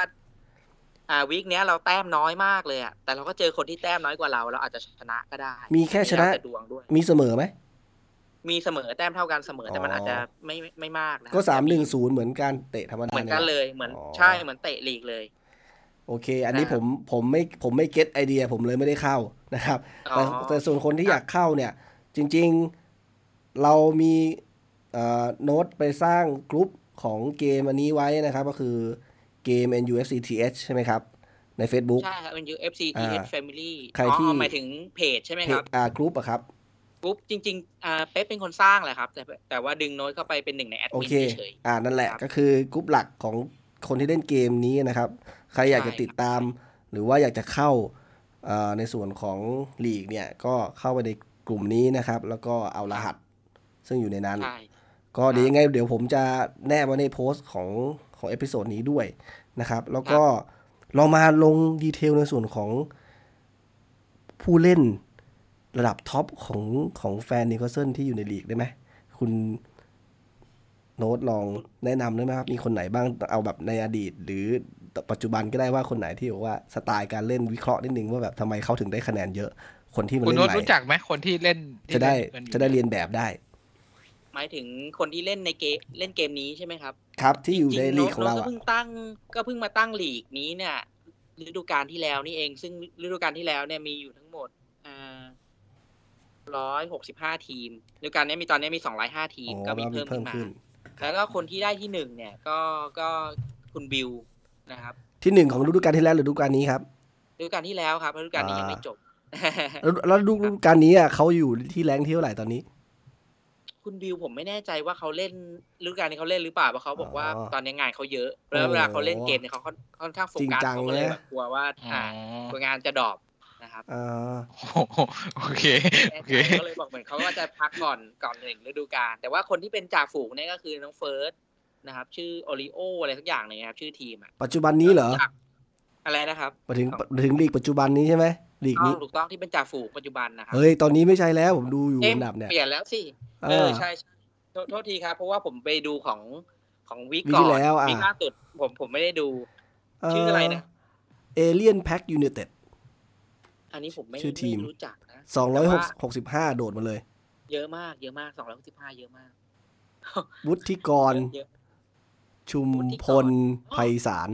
อ่าวีคเนี้ยเราแต้มน้อยมากเลยอะแต่เราก็เจอคนที่แต้มน้อยกว่าเรา เราอาจจะชนะก็ได้ มีแค่ชนะ แล้วแต่ดวงด้วย มีเสมอไหม มีเสมอแต้มเท่ากันเสมอแต่มัน อ๋ออ อาจจะไม่ไม่ไม่มากนะ ก็สามหนึ่งศูนย์เหมือนการเตะธรรมดา เหมือนกัน ย เลยเหมือน อ๋อ ใช่เหมือนเตะลีกเลย โอเค อันนี้ อ่า ผมผมไม่ผมไม่เก็ตไอเดียผมเลยไม่ได้เข้านะครับ อ๋อ แต่แต่ส่วนคนที่อยากเข้าเนี่ย จริงๆเรามีเอ่อโน้ตไปสร้างกลุ่มของเกมอันนี้ไว้นะครับ ก็คือเกม NUFCTH ใช่ไหมครับ ใน Facebook ใช่ครับเป็น UFC อ่า TH Family ใครที่ อ๋อหมายถึงเพจใช่ไหม เพ ครั จ บ อ่ากลุ่มอะครับ ปุ๊บจริงๆอ่าเป๊ปเป็นคนสร้างแหละครับ แต่แต่ว่าดึงโน้ตเข้าไปเป็นหนึ่งในแอด โอ มิน เค เฉย อ่า นั่นแหละ ครับ ก็คือกลุ่มหลักของคนที่เล่นเกมนี้นะครับ ใครอยากจะ ใช่ ติดตาม หรือว่าอยากจะเข้าเอ่อในส่วนของลีกเนี่ย ก็เข้าไปในกลุ่มนี้นะครับ แล้วก็เอารหัส ซึ่งอยู่ในนั้น ๆใช่ ก็เดี๋ยวยังไง เดี๋ยวผมจะแนบไว้ในโพสต์ของของเอพิโซดนี้ด้วยนะครับ แล้วก็ลองมาลงดีเทลในส่วนของผู้เล่นระดับท็อปของของแฟนนิวคาสเซิลที่อยู่ในลีกได้ไหม คุณโน้ตลองแนะนำได้ไหมครับ มีคนไหนบ้างเอาแบบในอดีต หรือปัจจุบันก็ได้ว่าคนไหนที่บอกว่าสไตล์การเล่นวิเคราะห์นิดนึงว่าแบบทำไมเขาถึงได้คะแนนเยอะคนที่มัน คุณ เล่น โน้ต ให รู้ ม่ จักไหมคนที่เล่น จะได้ ที่เล่นกันอยู่ จะได้เรียนแบบได้ หมายถึงคนที่เล่นในเกมเล่นเกมนี้ใช่ไหมครับ ครับที่อยู่ใน จๆ ลีกของเรา โน้ตก็ อะ เพิ่งตั้งก็เพิ่งมาตั้งลีกนี้เนี่ยฤดูกาลที่แล้วนี่เอง ซึ่งฤดูกาลที่แล้วเนี่ยมีอยู่ทั้งหมดร้อยหกสิบห้า165 ทีมฤดูกาลนี้มีตอนนี้มีสองร้อยห้าทีม อ๋อ ก็มี แล้ว เพิ่มขึ้นมา แล้วก็คนที่ได้ที่หนึ่งเนี่ย ก็ก็คุณบิวนะครับ ที่หนึ่งของฤดูกาลที่แล้วหรือฤดูกาลนี้ครับ ฤดูกาลที่แล้วครับฤดูกาลนี้ยังไม่จบ แล้วแล้วฤดูกาลนี้อ่ะเขาอยู่ที่แรงที่เท่าไหร่ตอนนี้ [laughs] คุณบิวผมไม่แน่ใจว่าเขาเล่นฤดูกาลนี้เขาเล่นหรือเปล่าเพราะเขาบอกว่า อ๋อ ตอนนี้งานเขาเยอะแล้วเวลาเขาเล่นเกมเนี่ยเขาค่อนค่อนข้างโฟ จริง กัส จัง เขาก็เลย นะ แบบกลัวว่า อ๋อ อ่า [laughs] ผลงานจะดรอปนะครับ อ่า โอ้โหโอเคโอเค ก็เลยบอกเหมือนเขาว่าจะพักก่อน [laughs] ก่อนหนึ่งฤดูกาลแต่ว่าคนที่เป็นจ่าฝูงเนี่ยก็คือน้องเฟิร์สนะครับ ชื่อโอริโออะไรสักอย่างเนี่ยครับชื่อทีมอะ ปัจจุบันนี้เหรอ จากอะไรนะครับ มาถึงมาถึงลีกปัจจุบันนี้ใช่ไหมลีก ต้อง นี้ ถูกต้องที่เป็นจ่าฝูงปัจจุบันนะครั เฮ้ยตอนนี้ไม่ใช่แล้วผมดูอยู่ เอ๊ะ อันดับเนี่ย เปลี่ยนแล้วสิ เอ เออ อ ใช่ใช่โทษโทษทีครับเพราะว่าผมไปดูของของวิก วิกที่ ก่อน แล้วอ่ะ วิกล่าสุดผมผมไม่ได้ดู เ ชื่ออะไรนะ เอเลียนแพ็กยูเนเต็ด อันนี้ผมไม่ ชื่อทีม ไม่รู้จักนะ สองร้อย แต่ว่า หกสิบห้าโดดมาเลย เยอะมากเยอะมากสองร้อยสิบห้าเยอะมาก วุฒิกร เยอะเยอะ ชุม วุฒิ พ ก ล ร ไพศาล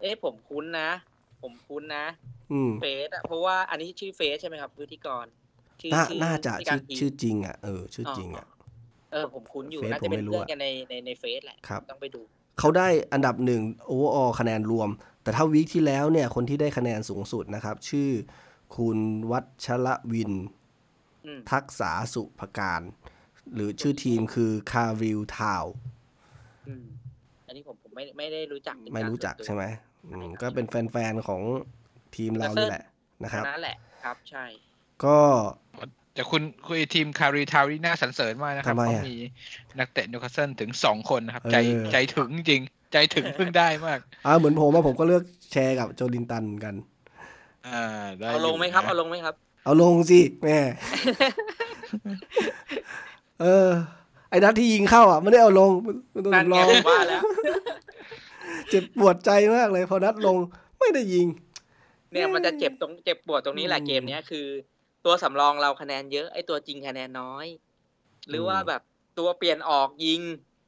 เอ๊ะผมคุ้นนะ ผมคุ้นนะ อืม เฟสอะเพราะว่าอันนี้ชื่อเฟสใช่ไหมครับพิธีกรชื่อ น่า ชื่อ น่าจะ พิธีก ชื่อชื่รทีมอจริงอ่ะเออชื่อจริงอ่ะ เออผมคุ้นอยู่ เฟซ น่า ผม จะเป็น ไม่รู้ เพื่อน อะ กันในในในเฟสแหละ ครับ ต้องไปดู เขาได้อันดับหนึ่งโอเวอร์ออคะแนนรวม แต่ถ้าวีคที่แล้วเนี่ย คนที่ได้คะแนนสูงสุดนะครับ ชื่อคุณวัชระวิน อืม ทักษาสุภการ หรือชื่อทีมคือคาริวทาว อืมอันนี้ผมผมไม่ไม่ได้รู้จักเป็น ไม่รู้จัก าวนตัว ใช่ไหมอืมก็เป็นแฟนๆ ของทีมเรานี่แหละนะครับ นั่นแหละครับ ใช่ ก็ แต่คุณคุณไอ้ทีมคารีทาวนี่น่าสรรเสริญมากนะครับ ทำไมอะ เขามีนักเตะนิวคาสเซิลถึงสองคนนะครับ เออ ใจใจถึงจริง ใจถึงเพิ่งได้มาก อ่าเหมือนผมอะผมก็เลือกแชร์กับโจลินตันเหมือนกัน อ่าได้ เอาลงไหมครับ เอาลงไหมครับ เอาลงสิแม่ [laughs] เออ ไอ้นัดที่ยิงเข้าอ่ะไม่ได้เอาลงมันต้อง นั่รนไง อง ผมว่าแล้ว เจ็บปวดใจมากเลยพอนัดลงไม่ได้ยิง เนี่ยมันจะเจ็บตรงเจ็บปวดตรงนี้แหละ อืม เกมเนี้ยคือ ตัวสำรองเราคะแนนเยอะไอตัวจริงคะแนนน้อย หรือว่า อืม แบบตัวเปลี่ยนออกยิง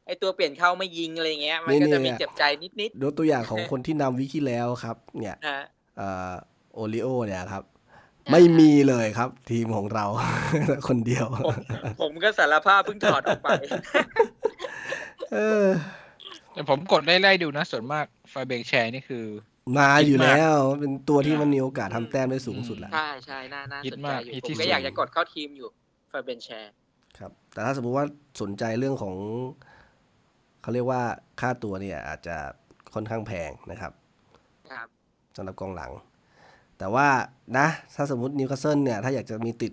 ไอตัวเปลี่ยนเข้าไม่ยิงอะไรเงี้ย มันก็ นี่ จะ ๆ มีเจ็บใจนิด ดูตัวอย่างของคนที่นำวิกที่แล้วครับ เนี่ย ๆนะฮะ เอ่อโอริโอเนี่ยครับ ไม่มีเลยครับ ทีมของเรา [laughs] คนเดียว [laughs] ผมผมก็สารภาพเพิ่งถอดออกไป เออ แต่ผมกดไล่ๆดูนะ ส่วนมากไฟเบกแชร์นี่คือ มาอยู่ คิดมาก แล้วเป็นตัวที่มันมีโอกาสทำแต้มได้สูงสุดแหละ ใช่ใช่น่าน่า ฮิต สน มา ใจ ก อยู่ ฮิต ผ ที่ ม สุ ก็ ด อยากจะกดเข้าทีมอยู่ฟาเบนแชร์ ครับ แต่ถ้าสมมุติว่าสนใจเรื่องของเขาเรียกว่าค่าตัวเนี่ย อาจจะค่อนข้างแพงนะครับ ครับ สำหรับกองหลัง แต่ว่านะ ถ้าสมมตินิวคาสเซิลเนี่ย ถ้าอยากจะมีติด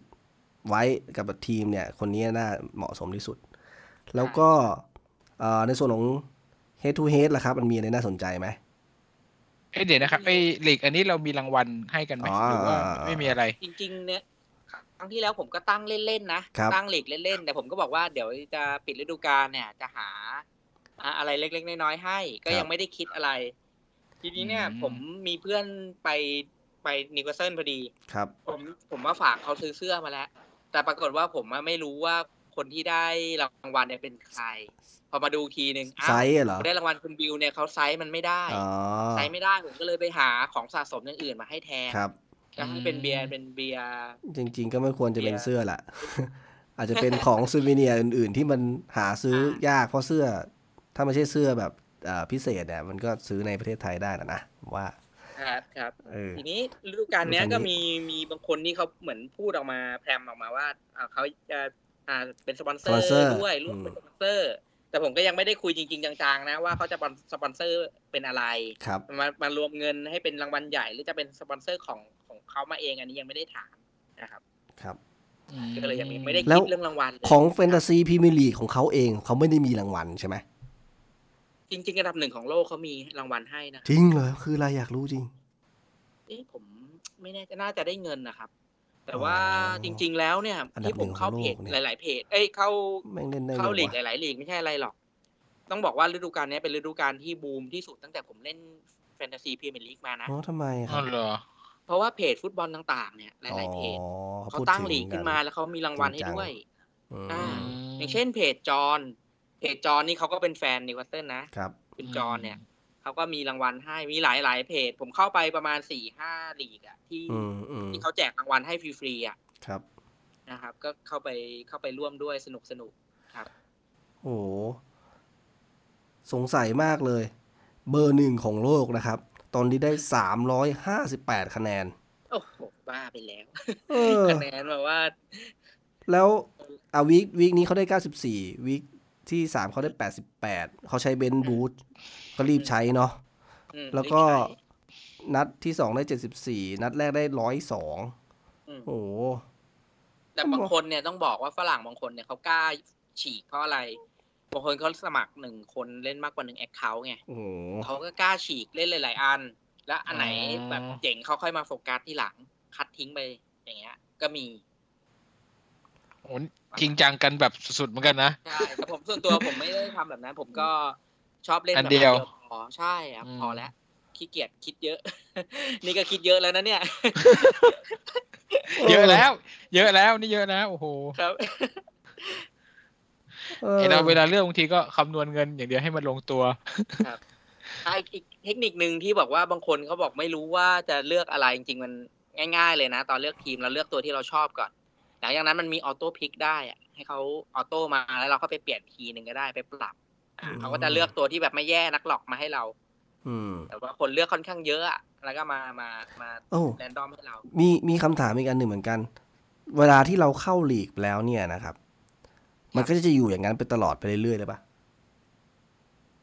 ไว้กับทีมเนี่ย คนนี้น่าเหมาะสมที่สุด แล้วก็เอ่อในส่วนของ head to head ล่ะครับ มันมีอะไรน่าสนใจไหม เอ้ยเดี๋ยวนะครับไอ้ลีกอันนี้เรามีรางวัลให้กันไหม อ๋อ หรือว่า อ่าอ่า ไม่มีอะไร จริง ๆ เนี่ยครั้งที่แล้วผมก็ตั้งเล่น ๆ นะ ครับ ตั้งหลีกเล่น ๆ แต่ผมก็บอกว่าเดี๋ยวจะปิดฤดูกาลเนี่ย จะหาอ่าอะไรเล็ก ๆ น้อย ๆ ให้ ก็ยังไม่ได้คิดอะไร ทีนี้เนี่ย อืม ผมมีเพื่อนไปไปนิวคาสเซิลพอดี ครับ ผมผมว่าฝากเขาซื้อเสื้อมาแล้ว แต่ปรากฏว่าผมอะไม่รู้ว่าคนที่ได้รางวัลเนี่ยเป็นใคร พอมาดูอีกทีหนึ่งอ้าว ไซส์เหรอ ได้รางวัลคุณบิวเนี่ยเขาไซส์มันไม่ได้ อ๋อ ไซส์ไม่ได้ผมก็เลยไปหาของสะสมอย่างอื่นมาให้แทน ครับ ก็ให้เป็นเบียร์ อืม เป็นเบียร์ จริงๆ ก็ไม่ควรจะเป็น เบียร์ เสื้อละ [laughs] อาจจะเป็นของซูวิเนียร์อื่นๆ ที่มันหาซื้อ ใช่ ยากเพราะเสื้อ ถ้าไม่ใช่เสื้อแบบเอ่อพิเศษเนี่ยมันก็ซื้อในประเทศไทยได้นะนะผมว่า ครับครับ เออ ทีนี้ฤดูกาลเนี้ย ฤดู ก็ กาลนี้ มีมีบางคนที่เขาเหมือนพูดออกมาแพรมออกมาว่าอ่าเขาจะอ่าเป็นสปอนเซอ สปอนเซอ ร์ ร์ ด้วยร่ อื วม ม เป็นสปอนเซอร์ แต่ผมก็ยังไม่ได้คุยจริง ๆ จังๆ นะว่าเขาจะปอนสปอนเซอร์เป็นอะไร ครับ มามารวมเงินให้เป็นรางวัลใหญ่ หรือจะเป็นสปอนเซอร์ของของเขามาเองอันนี้ยังไม่ได้ถามนะครับ ครับ ก็เลยยังไม่ได้ แล้ คิ ว ดเรื่องรางวัลเลย ของแฟนตาซีพรีเมียร์ลีกของเขาเองเขาไม่ได้มีรางวัลใช่ไหม จริงๆอันดับหนึ่งของโลกเขามีรางวัลให้นะ จริงเหรอคืออะไรอยากรู้จริง เอ๊ะผมไม่แน่ใจน่าจะได้เงินนะครับ แต่ อ๋อ ว่าจริง ๆ แล้วเนี่ย อันดับ ที่ หนึ่ ผ งขมอง เข้าเพจ โลกเนี่ย หลาย ๆ เพจเอ้ยเข้า แม่งเล่นได้ไง เข้าลีกห วะ ลายๆลีกไม่ใช่อะไรหรอก ต้องบอกว่าฤดูกาลเนี้ยเป็นฤดูกาลที่บูมที่สุดตั้งแต่ผมเล่นแฟนตาซีพรีเมียร์ลีกมานะ อ๋อทำไมค อ๋ รั อบ เหรอ เพราะว่าเพจฟุตบอลต่างๆเนี่ยห อ๋อ ลายๆเพจ เขา เขา พูด ตั้ง ถึ ลีกขึ้นมาแล้วเขามีรางวัลให้ด้วย อืม อ่า ม อย่างเช่นเพจจอนเพจจอนนี่เขาก็เป็นแฟนนิวคาสเซิลนะครับ คุณจอนเนี่ยเขาก็มีรางวัลให้มีหลายๆเพจ ผมเข้าไปประมาณสี่ห้าลีกอะที่ อืมอืม ที่เขาแจกรางวัลให้ฟรีๆอะ ครับ นะครับ ก็เข้าไปเข้าไปร่วมด้วยสนุกสนุกๆครับ โอ้โหสงสัยมากเลย เบอร์หนึ่งของโลกนะครับ ตอนนี้ได้ 358 คะแนน โอ้โหบ้าไปแล้ว เออ คะแนนแบบว่า แล้วอาวีควีคนี้เขาได้ 94วีคที่ 3 เขาได้ 88 เขาใช้เบนซ์บูทก็รีบใช้เนาะ อืม แล้วก็ ไม่ใช่ นัดที่ 2 ได้ 74 นัดแรกได้ 102 อืม โอ้โห แต่บางคนเนี่ยต้องบอกว่าฝรั่งบางคนเนี่ยเขากล้าฉีกเพราะอะไร บางคนเขาสมัครหนึ่งคนเล่นมากกว่าหนึ่งแอคเคาท์ไง โอ้โห เขาก็กล้าฉีกเล่นหลาย ๆ อัน แล้วอันไหน อ๋อ แบบเจ๋งเขาค่อยมาโฟกัสที่หลัง คัดทิ้งไปอย่างเงี้ย ก็มี โอ้จริงจังกันแบบสุดๆเหมือนกันนะ ใช่แต่ผมส่วนตัวผมไม่ได้ทำแบบนั้น ผมก็ชอบเล่น อัน แบบ เดียว พอใช่ครับ อืม พอแล้วขี้เกียจคิดเยอะ [laughs] นี่ก็คิดเยอะแล้วนะเนี่ย [laughs] เยอะแล้ว เยอะแล้วนี่เยอะแล้วโอ้โห ครับ ไอเราเวลาเลือกบางทีก็คำนวณเงินอย่างเดียวให้มันลงตัว อ่ะอีกอีกเทคนิคหนึ่งที่บอกว่าบางคนเขาบอกไม่รู้ว่าจะเลือกอะไรจริงๆมันง่าย ๆ เลยนะ ตอนเลือกทีมเราเลือกตัวที่เราชอบก่อนหลังจากนั้นมันมีออโต้พิกได้อะให้เขาออโต้มาแล้วเราก็ไปเปลี่ยนทีหนึ่งก็ได้ไปปรับอ่ะ อืม เขาก็จะเลือกตัวที่แบบไม่แย่นักหรอกมาให้เรา อืม แต่ว่าคนเลือกค่อนข้างเยอะอะแล้วก็มามามา โอ้ แรนดอมให้เรา มีมีคำถามอีกอันหนึ่งเหมือนกัน เวลาที่เราเข้าลีกแล้วเนี่ยนะครับ มันก็จะอยู่อย่างนั้นไปตลอดไปเรื่อยๆเลยปะ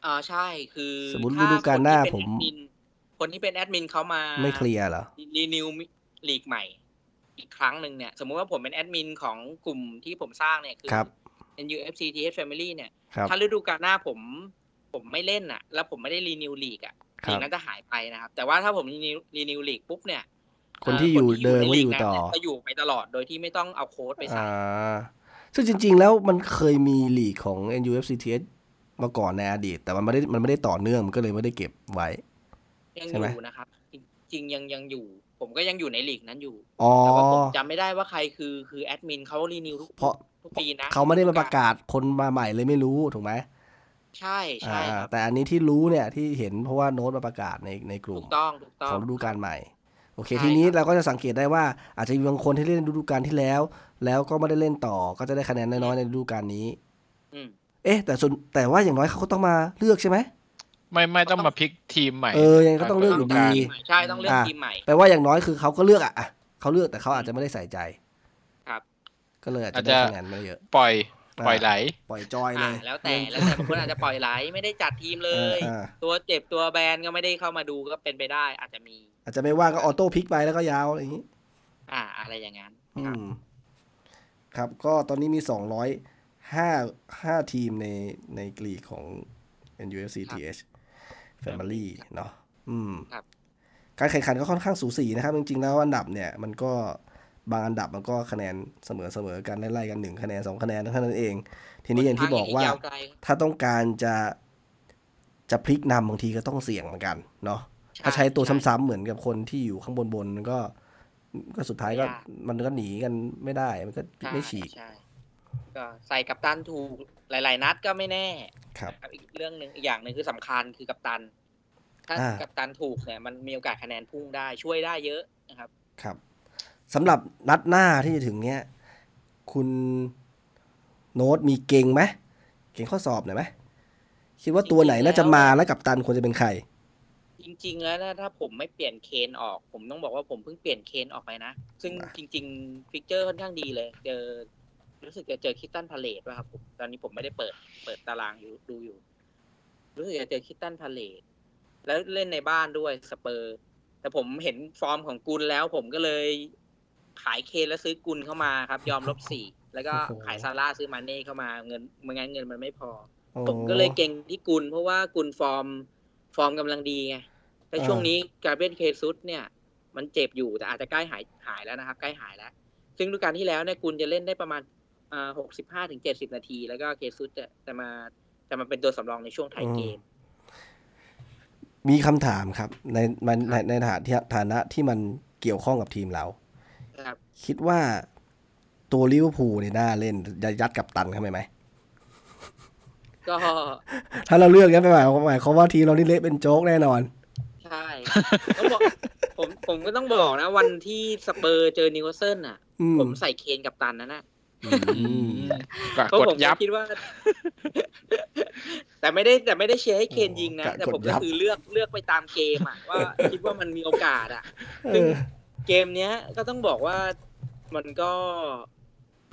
อ่าใช่คือ สมมุติ ถ้ ฤดูกาลหน้า คนที่เป็น ผม แอดนคนที่เป็นแอดมินเขามา ไม่เคลียร์เหรอ รีนิวลีกใหม่ อีกครั้งหนึ่งเนี่ย สมมุติว่าผมเป็นแอดมินของกลุ่มที่ผมสร้างเนี่ยคือ ครับ NUFC TH Family เนี่ย ครับ ถ้าฤดูกาลหน้าผมผมไม่เล่นอ่ะ แล้วผมไม่ได้รีนิวลีกอ่ะ ครับ ลีกนั้นจะหายไปนะครับ แต่ว่าถ้าผมรีนิวรีนิวลีกปุ๊บเนี่ย คนที่อยู่เดิม ใน ก็ ลี อยู่ นั้น ต่อ นี่จะอยู่ไปตลอดโดยที่ไม่ต้องเอาโค้ดไปใส่ อ่า ซึ่งจริง ๆ แล้วมันเคยมีลีกของ NUFCTS มาก่อนในอดีต แต่มันไม่ได้มันไม่ได้ต่อเนื่องมันก็เลยไม่ได้เก็บไว้ ยัง ใช่ อ ไหม ยู่นะครับ จริงๆยังยังอยู่ ผมก็ยังอยู่ในลีกนั้นอยู่ อ๋อ แต่ว่าผมจำไม่ได้ว่าใครคือคือแอดมินเขารีนิวทุก เพราะ ทุกปีนะ เขาไม่ได้มาประกาศคนมาใหม่เลยไม่รู้ถูกไหม ใช่ใช่ อ่า ครับ แต่อันนี้ที่รู้เนี่ยที่เห็นเพราะว่าโน้ตมาประกาศในในกลุ่ ถู ม กต้องถูกต้อ ของ งฤดูกาลใหม่ โอเค ใช่ ทีนี้ ครับ เราก็จะสังเกตได้ว่า อาจจะมีบางคนที่เล่นฤดูกาลที่แล้ว แล้วก็ไม่ได้เล่นต่อก็จะได้คะแนนน้อยๆในฤดูกาลนี้ อืม เอ๊ะ แต่ส่วนแต่ว่าอย่างน้อยเขาก็ต้องมาเลือกใช่ไหม ไม่ไม่ต้องมาพลิกทีมใหม่ เออยังไงก็ต้องเลือกอยู่ดี ต้งการใหม่ใช่ต้องเลือกทีมใหม่ แปลว่าอย่างน้อยคือเขาก็เลือกอะอ่ะเขาเลือกแต่เขาอาจจะไม่ได้ใส่ใจ ครับ ก็เลยอาจจะได้คะแนนไม่เยอะ ปล่อย า ปล่อยไหล ปล่อยจอยเล อ่าย แล้วแต่แล้วแต่บางคนอาจจะปล่อยไหลไม่ได้จัดทีมเลย อ่า ตัวเจ็บตัวแบนก็ไม่ได้เข้ามาดูก็เป็นไปได้ อาจจะมี อาจจะไม่ว่างก็ออโต้พลิกไปแล้วก็ยาวอะไรอย่างนี้ อ่าอะไรอย่างนั้น อื ครับ มครับก็ตอนนี้มีสองร้อยห้าห้าทีมในในกลีกของ NUFCTH Family เนาะอืมการแข่งขันก็ค่อนข้างสูสีนะครับ จริงๆแล้วอันดับเนี่ย มันก็บางอันดับมันก็คะแนนเสมอเสมอๆกันไล่ๆกันหนึ่งคะแนนสองคะแนนเท่านั้นเอง ทีนี้อย่างที่บอกว่า ทงย่งนี้ยไกล ถ้าต้องการจะจะพลิกนำบางทีก็ต้องเสี่ยงเหมือนกันเนาะ ถ้าใช้ตัวซ้ำๆเหมือนกับคนที่อยู่ข้างบนบนๆมันก็ ก็สุดท้ายก็มันก็หนีกันไม่ได้ มันก็ ใช่ ไม่ฉีก ใช่ก็ใส่กัปตันถูกหลาย ๆ นัดก็ไม่แน่ ครับ นะครับอีกเรื่องหนึ่งอีกอย่างหนึ่งคือสำคัญคือกัปตัน ถ้า อ่า กัปตันถูกเนี่ยมันมีโอกาสคะแนนพุ่งได้ช่วยได้เยอะนะครับ ครับสำหรับนัดหน้าที่จะถึงเนี้ย คุณโน้ตมีเก่งไหมเก่งข้อสอบหน่อยไหมคิดว่าตัวไหนน่าจะมาและกับตันควรจะเป็นใคร จริง ๆ แล้วนะถ้าผมไม่เปลี่ยนเคนออก ผมต้องบอกว่าผมเพิ่งเปลี่ยนเคนออกไปนะ ซึ่ง นะ จริง ๆ ฟิกเจอร์ค่อนข้างดีเลย เจอรู้สึกจะเจอคิตตันพาเลตว่ะครับผมตอนนี้ผมไม่ได้เปิดเปิดตารางอยู่ดูอยู่ รู้สึกจะเจอคิตตันพาเลตแล้วเล่นในบ้านด้วยสเปอร์ แต่ผมเห็นฟอร์มของกุลแล้ว ผมก็เลยขายเคนแล้วซื้อกุลเข้ามาครับ ยอมลบสี่แล้วก็ โอ้โห ขายซาร่าซื้อมาเน่เข้ามาเงินไม่งั้นเงินมันไม่พอ โอ้ ผมก็เลยเก่งที่กุลเพราะว่ากุลฟอร์มฟอร์มกำลังดีไงแต่ อ่า ช่วงนี้กาเบรียลเคซุสเนี่ย มันเจ็บอยู่แต่อาจจะใกล้หายหายแล้วนะครับใกล้หายแล้ว ซึ่งฤดูกาลที่แล้วเนี่ยกุลจะเล่นได้ประมาณหกสิบห้า65ถึงเจ็ดสิบนาที แล้วก็เคซุสจะจะมาจะมาเป็นตัวสำรองในช่วงท้ายเกม มีคำถามครับ ในมันในในฐานะที่ฐานะที่มันเกี่ยวข้องกับทีมเรา ครับ คิดว่าตัวลิเวอร์พูลเนี่ยน่าเล่นจะยัดกับตันเข้าไปไหม ก็ ถ้าเราเลือกงั้นไปหมายความหมายความว่าทีมเรานี่เละเป็นโจ๊กแน่นอน ใช่ต้องบอกผมผมก็ต้องบอกนะ วันที่สเปอร์เจอนิวคาสเซิลน่ะ อืม ผมใส่เคนกับตันนะน่ะ อืม ก็ เพราะ กด ผม ยับ ก็คิดว่า [laughs] แต่ไม่ได้แต่ไม่ได้เชียร์ให้เคนยิงนะ โอ้โห แต่ผม กดยั ก็ บ คือเลือกเลือกไปตามเกมอะว่า คิดว่ามันมีโอกาสอะ เอ ซึ่ง อ เกมเนี้ยก็ต้องบอกว่ามันก็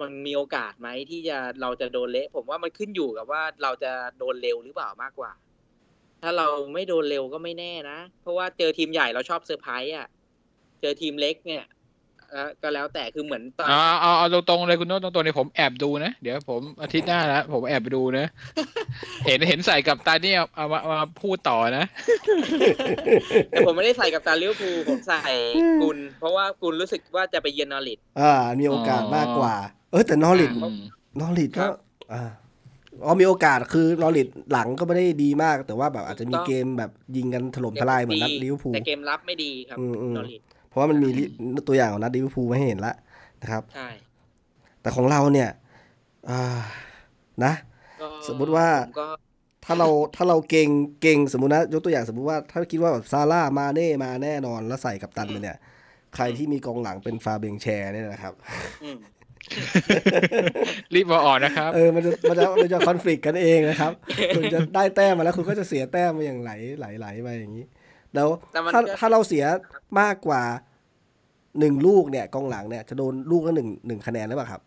มันมีโอกาสไหมที่จะเราจะโดนเละ ผมว่ามันขึ้นอยู่กับว่าเราจะโดนเร็วหรือเปล่ามากกว่า ถ้าเราไม่โดนเร็วก็ไม่แน่นะ เพราะว่าเจอทีมใหญ่เราชอบเซอร์ไพรส์อะเจอทีมเล็กเนี่ยเอ่อก็แล้วแต่คือเหมือนตอน เอาเอาเอาตรงๆเลยคุณโน้ตตรงๆเลยผมแอบดูนะ เดี๋ยวผมอาทิตย์หน้านะผมแอบไปดูนะ เห็นเห็นใส่กับตาเนี่ยเอามาเอามาพูดต่อนะ แต่ผมไม่ได้ใส่กับตาลิเวอร์พูลผมใส่กุลเพราะว่ากุลรู้สึกว่าจะไปเยือนนอริท อ่า มีโอกาสมากกว่า เออแต่นอริด ครับ นอริด คก็รับ อ่าอ๋อมีโอกาสคือนอริดหลังก็ไม่ได้ดีมาก แต่ว่าแบบอาจจะมี ถูกต้อง เกมแบบยิงกันถล่มทลายเหมือนนัดลิเวอร์พูล แต่เกมรับไม่ดีครับ อืมอืม นอริท เพราะว่ามันมีลิตัวอย่างของนัดลิเวอร์พูลมาให้เห็นละนะครับ ใช่ แต่ของเราเนี่ยอ่านะ ก็ สมมุติว่า ผมก็ ถ้าเราถ้าเราเก่งเก่งสมมตินะยกตัวอย่างสมมติว่าถ้าคิดว่าแบบซาร่ามาเน่มาแน่นอนแล้วใส่กับตันไปเนี่ย ใครที่มีกองหลังเป็นฟาเบงแชร์เนี่ยนะครับ อืม รีบมาอ่อนนะครับ เออมันจะมันจะมันจะคอนฟ lict กันเอง [laughs] นะครับ คุณจะได้แต้มมาแล้วคุณก็จะเสียแต้มมาอย่างไหลไหลไหลไปอย่างนี้แล้ว แต่มัน ถ้า ก็ ถ้าเราเสียมากกว่าหนึ่งลูกเนี่ยกองหลังเนี่ยจะโดนลูกละหนึ่งหนึ่งคะแนนหรือเปล่าครับ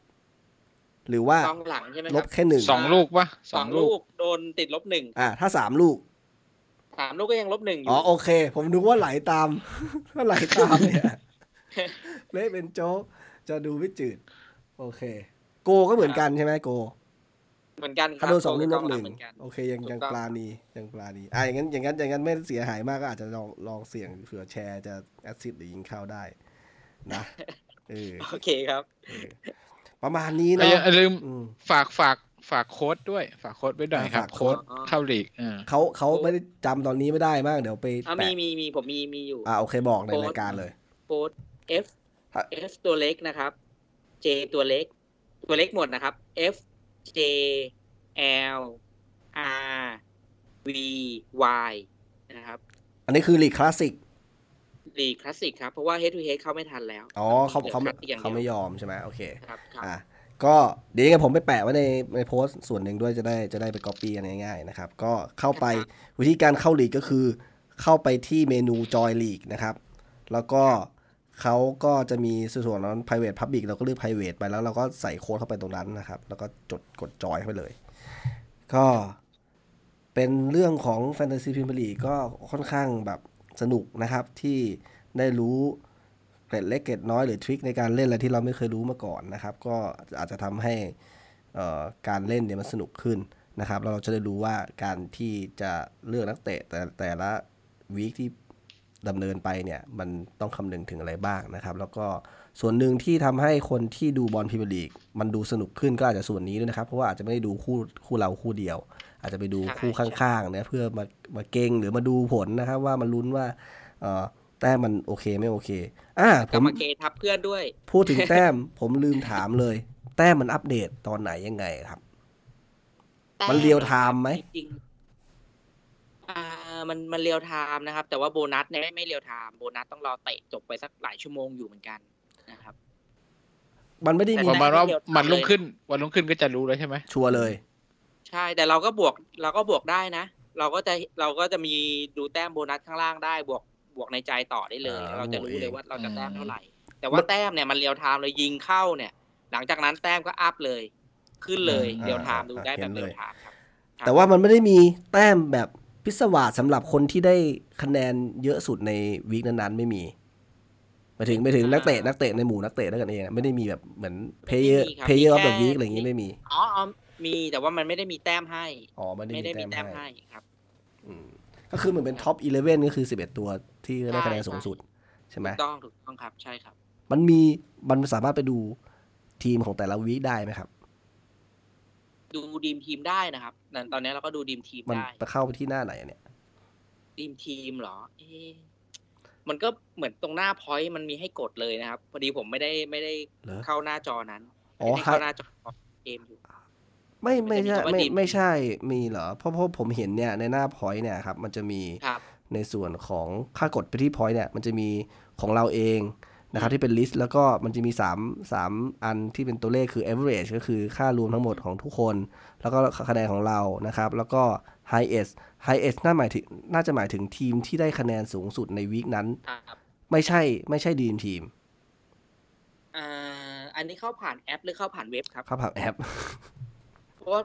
หรือว่าก องหลังใช่ไหม ล ครับ บ แค่หนึ่ง สองลูกปะ สองลูกโดนติดลบหนึ่ง อ่าถ้าสามลูก สามลูกก็ยังลบหนึ่งอ อ๋อยู่ [laughs] [laughs] โอเค ผมนึกว่าไหลตาม ถ้าไหลตามเนี่ย เละเป็นโจ๊กจะดูไม่จืด โอเค โกก็เหมือนกันใช่ไหมโก เหมือนกันค ถ้า รับ โดนสองนี่นกหนึ่ง เมือนกัน โอเคยัง ถูก ยัง ต้อง ปลานียังปลานีอ่ะอย่างนั้นอย่างนั้นอย่างนั้นไม่เสียหายมากก็อาจจะลองลองเสี่ยงเผื่อแชร์จะแอดซิดหรือยิงเข้าได้ นะเออ โอเคครับ เออประมาณนี้ เอ้ เนาะ ยอย่าลืม อืม ฝากฝากฝากโค้ดด้วย ฝากโค้ดไว้หน่อยครับ ฝากโค้ โค้ ด ดเข้าลีกอ่า เขาเขาไม่ได้จำตอนนี้ไม่ได้มากเดี๋ยวไป อ่ะมี แปะ มีมีผมมีมีอยู่ อ่าโอเคบอกใน โพสต์ รายการเลย โค้ด F ฮะ F ตัวเล็กนะครับ J ตัวเล็ก ตัวเล็กหมดนะครับ F J L R V Y นะครับ อันนี้คือลีกคลาสสิก ลีคลาสสิกครับ เพราะว่า head to head เข้าไม่ทันแล้ว อ๋อเขาเขาไม่ หลือ Classic อย่งดียว เขาไม่ยอมใช่ไหมโอเค ครับครับ อ่ะก็เดี๋ยวยังไงผมไปแปะไว้ในในโพสต์ส่วนหนึ่งด้วยจะได้จะได้ไปก๊อปปี้กันง่ายๆนะครับ ก็เข้าไปวิธีการเข้าลีกก็คือ เข้าไปที่เมนูจอยลีกนะครับ แล้วก็เขาก็จะมีส่วนนั้น private public เราก็เลือก private ไปแล้วเราก็ใส่โค้ดเข้าไปตรงนั้นนะครับ แล้วก็จดกดจอยเข้าไปเลย ก็เป็นเรื่องของแฟนตาซีพิมพ์ลีกก็ค่อนข้างแบบสนุกนะครับที่ได้รู้ เกร็ดเล็กเกร็ดน้อยหรือทริคในการเล่นอะไรที่เราไม่เคยรู้มาก่อนนะครับ ก็อาจจะทำให้เอ่อการเล่นเนี่ยมันสนุกขึ้นนะครับแล้วเราจะได้รู้ว่าการที่จะเลือกนักเตะแต่แต่ละวีคที่ดำเนินไปเนี่ยมันต้องคำนึงถึงอะไรบ้างนะครับ แล้วก็ส่วนหนึ่งที่ทำให้คนที่ดูบอลพรีเมียร์ลีกมันดูสนุกขึ้นก็อาจจะส่วนนี้ด้วยนะครับ เพราะว่าอาจจะไม่ได้ดูคู่คู่เราคู่เดียว อาจจะไปดูคู่ข้างๆเนี่ยเพื่อมามาเก่งหรือมาดูผลนะครับ ว่ามันลุ้นว่าเอ่อแต้มมันโอเคไม่โอเคอ่าผ กร ม รมเกทับเพื่อนด้วย พูดถึงแต้ม ผมลืมถามเลย แต้มมันอัปเดตตอนไหนยังไงครับ มันเรียลไทม์ไหม จริงๆอ่า มันมันเรียวไทม์นะครับ แต่ว่าโบนัสเนี่ยไม่ไม่เรียวไทม์โบนัสต้องรอเตะจบไปสักหลายชั่วโมงอยู่เหมือนกันนะครับ มันไม่ได้มี แต่ ประมาณว่ามันลุ่งขึ้น วันลุ่งขึ้นก็จะรู้แล้วใช่ไหม ชัวร์เลย ใช่แต่เราก็บวกเราก็บวกได้นะ เราก็จะเราก็จะมีดูแต้มโบนัสข้างล่างได้บวกบวกในใจต่อได้เลย อ่า เราจะบวรู้กเอง เลยว่าเราจะแต้ม อืม เท่าไหร่ แต่ว่า มัน แต้มเนี่ยมันเรียวไทม์เลยยิงเข้าเนี่ย หลังจากนั้นแต้มก็อัพเลย ขึ้นเลย อ่า เรียวไทม์ดูได้ เห็ แบบ นเลย เรียวไทม์ครับ ครับ แต่ว่ามันไม่ได้มีแต้มแบบพิศวาสสำหรับคนที่ได้คะแนนเยอะสุดในวีคนั้นๆ ไม่มีหมายถึงไม่ถึงนักเตะนักเตะในหมู่นักเตะด้วยกันเองอะไม่ได้มีแบบเหมือนเพเยอร์เพเยอร์ออฟเดอะวีคอะไรอย่างงี้ไม่มี อ๋ออ๋อมีแต่ว่ามันไม่ได้มีแต้มให้ อ๋อไม่ได้ ไม่ได้มี มี แต้ แต้ ม ม ให้ ให้ ครับ อืมก็คือเหมือนเป็นท็อป11ก็คือ 11 ตัวที่ได้คะแนนสูงสุดใช่ไหม ถูกต้องถูกต้องครับใช่ครับ มันมีมันสามารถไปดูทีมของแต่ละวีคได้ไหมครับ ดูดีมทีมได้นะครับนั่นตอนนี้เราก็ดูดีมทีม มัน ได้ ไปเข้าไปที่หน้าไหนอะเนี่ย ดีมทีมเหรอเอะมันก็เหมือนตรงหน้าพอยต์มันมีให้กดเลยนะครับ พอดีผมไม่ได้ไม่ได้ เหรอ เข้าหน้าจอนั้น อ๋อ ไม่ได้เข้า ฮะ หน้าจอเกมอยู่ ไม่ มั ไม่ นจะมี ใช่ คำว่า ไม่ deep ไม่ใช่มีเหรอเพราะเพราะผมเห็นเนี่ยในหน้าพอยต์เนี่ยครับมันจะมี ครับ ในส่วนของค่ากดไปที่พอยต์เนี่ยมันจะมีของเราเองนะครับที่เป็นลิสต์แล้วก็มันจะมี3 3อันที่เป็นตัวเลขคือ average ก็คือค่ารวมทั้งหมดของทุกคน แล้วก็คะแนนของเรานะครับ แล้วก็ highest highest น่าหมายถึงน่าจะหมายถึงทีมที่ได้คะแนนสูงสุดในวีคนั้น ครับ ไม่ใช่ไม่ใช่ดีมทีม อ่าอันนี้เข้าผ่านแอปหรือเข้าผ่านเว็บครับ เข้าผ่านแอป เพราะว่า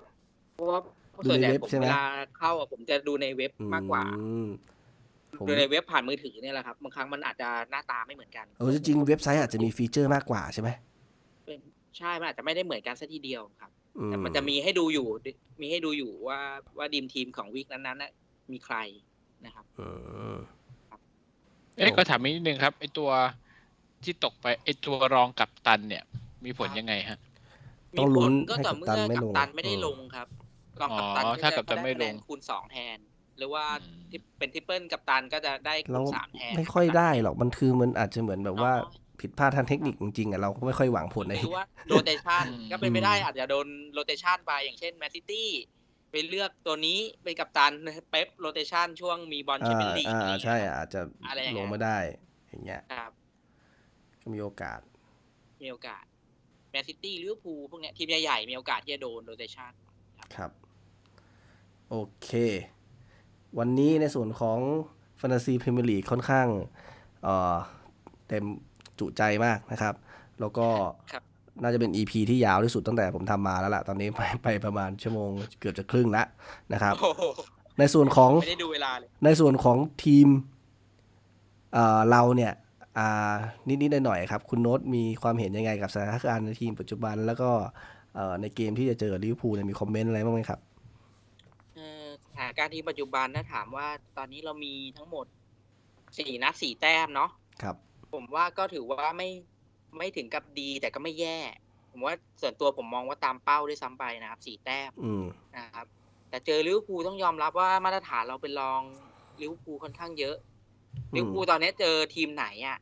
เพราะว่า ดู ส่วน ใน ใหญ่ เว็บ ผม ใช่ไหม เวลาเข้าอะผมจะดูในเว็บมากกว่า อืมผม ดูในเว็บผ่านมือถือเนี่ยแหละครับบางครั้งมันอาจจะหน้าตาไม่เหมือนกัน เออจริงๆเว็บไซต์อาจจะมีฟีเจอร์มากกว่าใช่ไหม เป็นใช่มันอาจจะไม่ได้เหมือนกันซะทีเดียวครับ อื แต่มันจะมีให้ดูอยู่ มีให้ดูอยู่ว่าว่าดีมทีมของวีคนั้นๆน่ะมีใครนะครับ อืม เอ้ย โอ้ ก็ถามนิดนึงครับไอตัวที่ตกไปไอตัวรองกับตันเนี่ย มีผลยังไงฮะ ต้องลุ้น มีผก็ต่อ ให้ เมื่ กัปตั อน ไม่ลงกัปตันไม่ได้ อืม ลงครับรองกัปตัน อ๋อถ้ากัปตันไม่ลง ได้คะแคูณสองแทน หรือว่าที่เป็นทริปเปิลกัปตันก็จะได้คู เรา ณสามแทน ไม่ค่อยได้หรอกมันคือมันอาจจะเหมือนแบบว่าผิดพลาดทางเทคนิคจริงๆอ่ะเราก็ไม่ค่อยหวังผล ห เลย รือว่าโรเตชัน อืม ก็เป็นไม่ได้อาจจะโดนโรเตชันไปอย่างเช่นแมนซิตี้ไปเลือกตัวนี้เป็นกัปตันเป๊ปโรเตชันช่วงมีบอลแชม อ่า เปี้ยนลีก อ่าใช่อาจจะ อะไรอย่างเงี้ ล ย งไม่ได้ อย่างเงี้ย ครับ ก็มีโอกาส มีโอกาสแมนซิตี้ลิเวอร์พูลพวกเนี้ยทีมใหญ่ๆมีโอกาสที่จะโดนโรเตชัน ครับ โอเค วันนี้ในส่วนของแฟนตาซีพรีเมียร์ลีกค่อนข้างเอ่อเต็มจุใจมากนะครับ แล้วก็ ครับ น่าจะเป็น EP ที่ยาวที่สุดตั้งแต่ผมทำมาแล้วล่ะ ตอนนี้ไป [laughs] ไปประมาณชั่วโมงเกือบจะครึ่งละนะครับ โอ้โห ในส่วนของ ไม่ได้ดูเวลาเลย ในส่วนของทีมเอ่อเราเนี่ย อ่านิดๆหน่อยๆครับ คุณโน้ตมีความเห็นยังไงกับสถานการณ์ในทีมปัจจุบัน แล้วก็เอ่อในเกมที่จะเจอกับลิเวอร์พูลเนี่ยมีคอมเมนต์อะไรบ้างไหมครับ เอ่อสถานการณ์ที่ปัจจุบันนะถามว่าตอนนี้เรามีทั้งหมดสี่นัดสี่แต้มเนาะ ครับ ผมว่าก็ถือว่าไม่ไม่ถึงกับดีแต่ก็ไม่แย่ ผมว่าส่วนตัวผมมองว่าตามเป้าด้วยซ้ำไปนะครับสี่แต้ม อืม นะครับ แต่เจอลิเวอร์พูลต้องยอมรับว่ามาตรฐานเราเป็นรองลิเวอร์พูลค่อนข้างเยอะ ม ลิเวอร์พูลตอนนี้เจอทีมไหนอ่ะ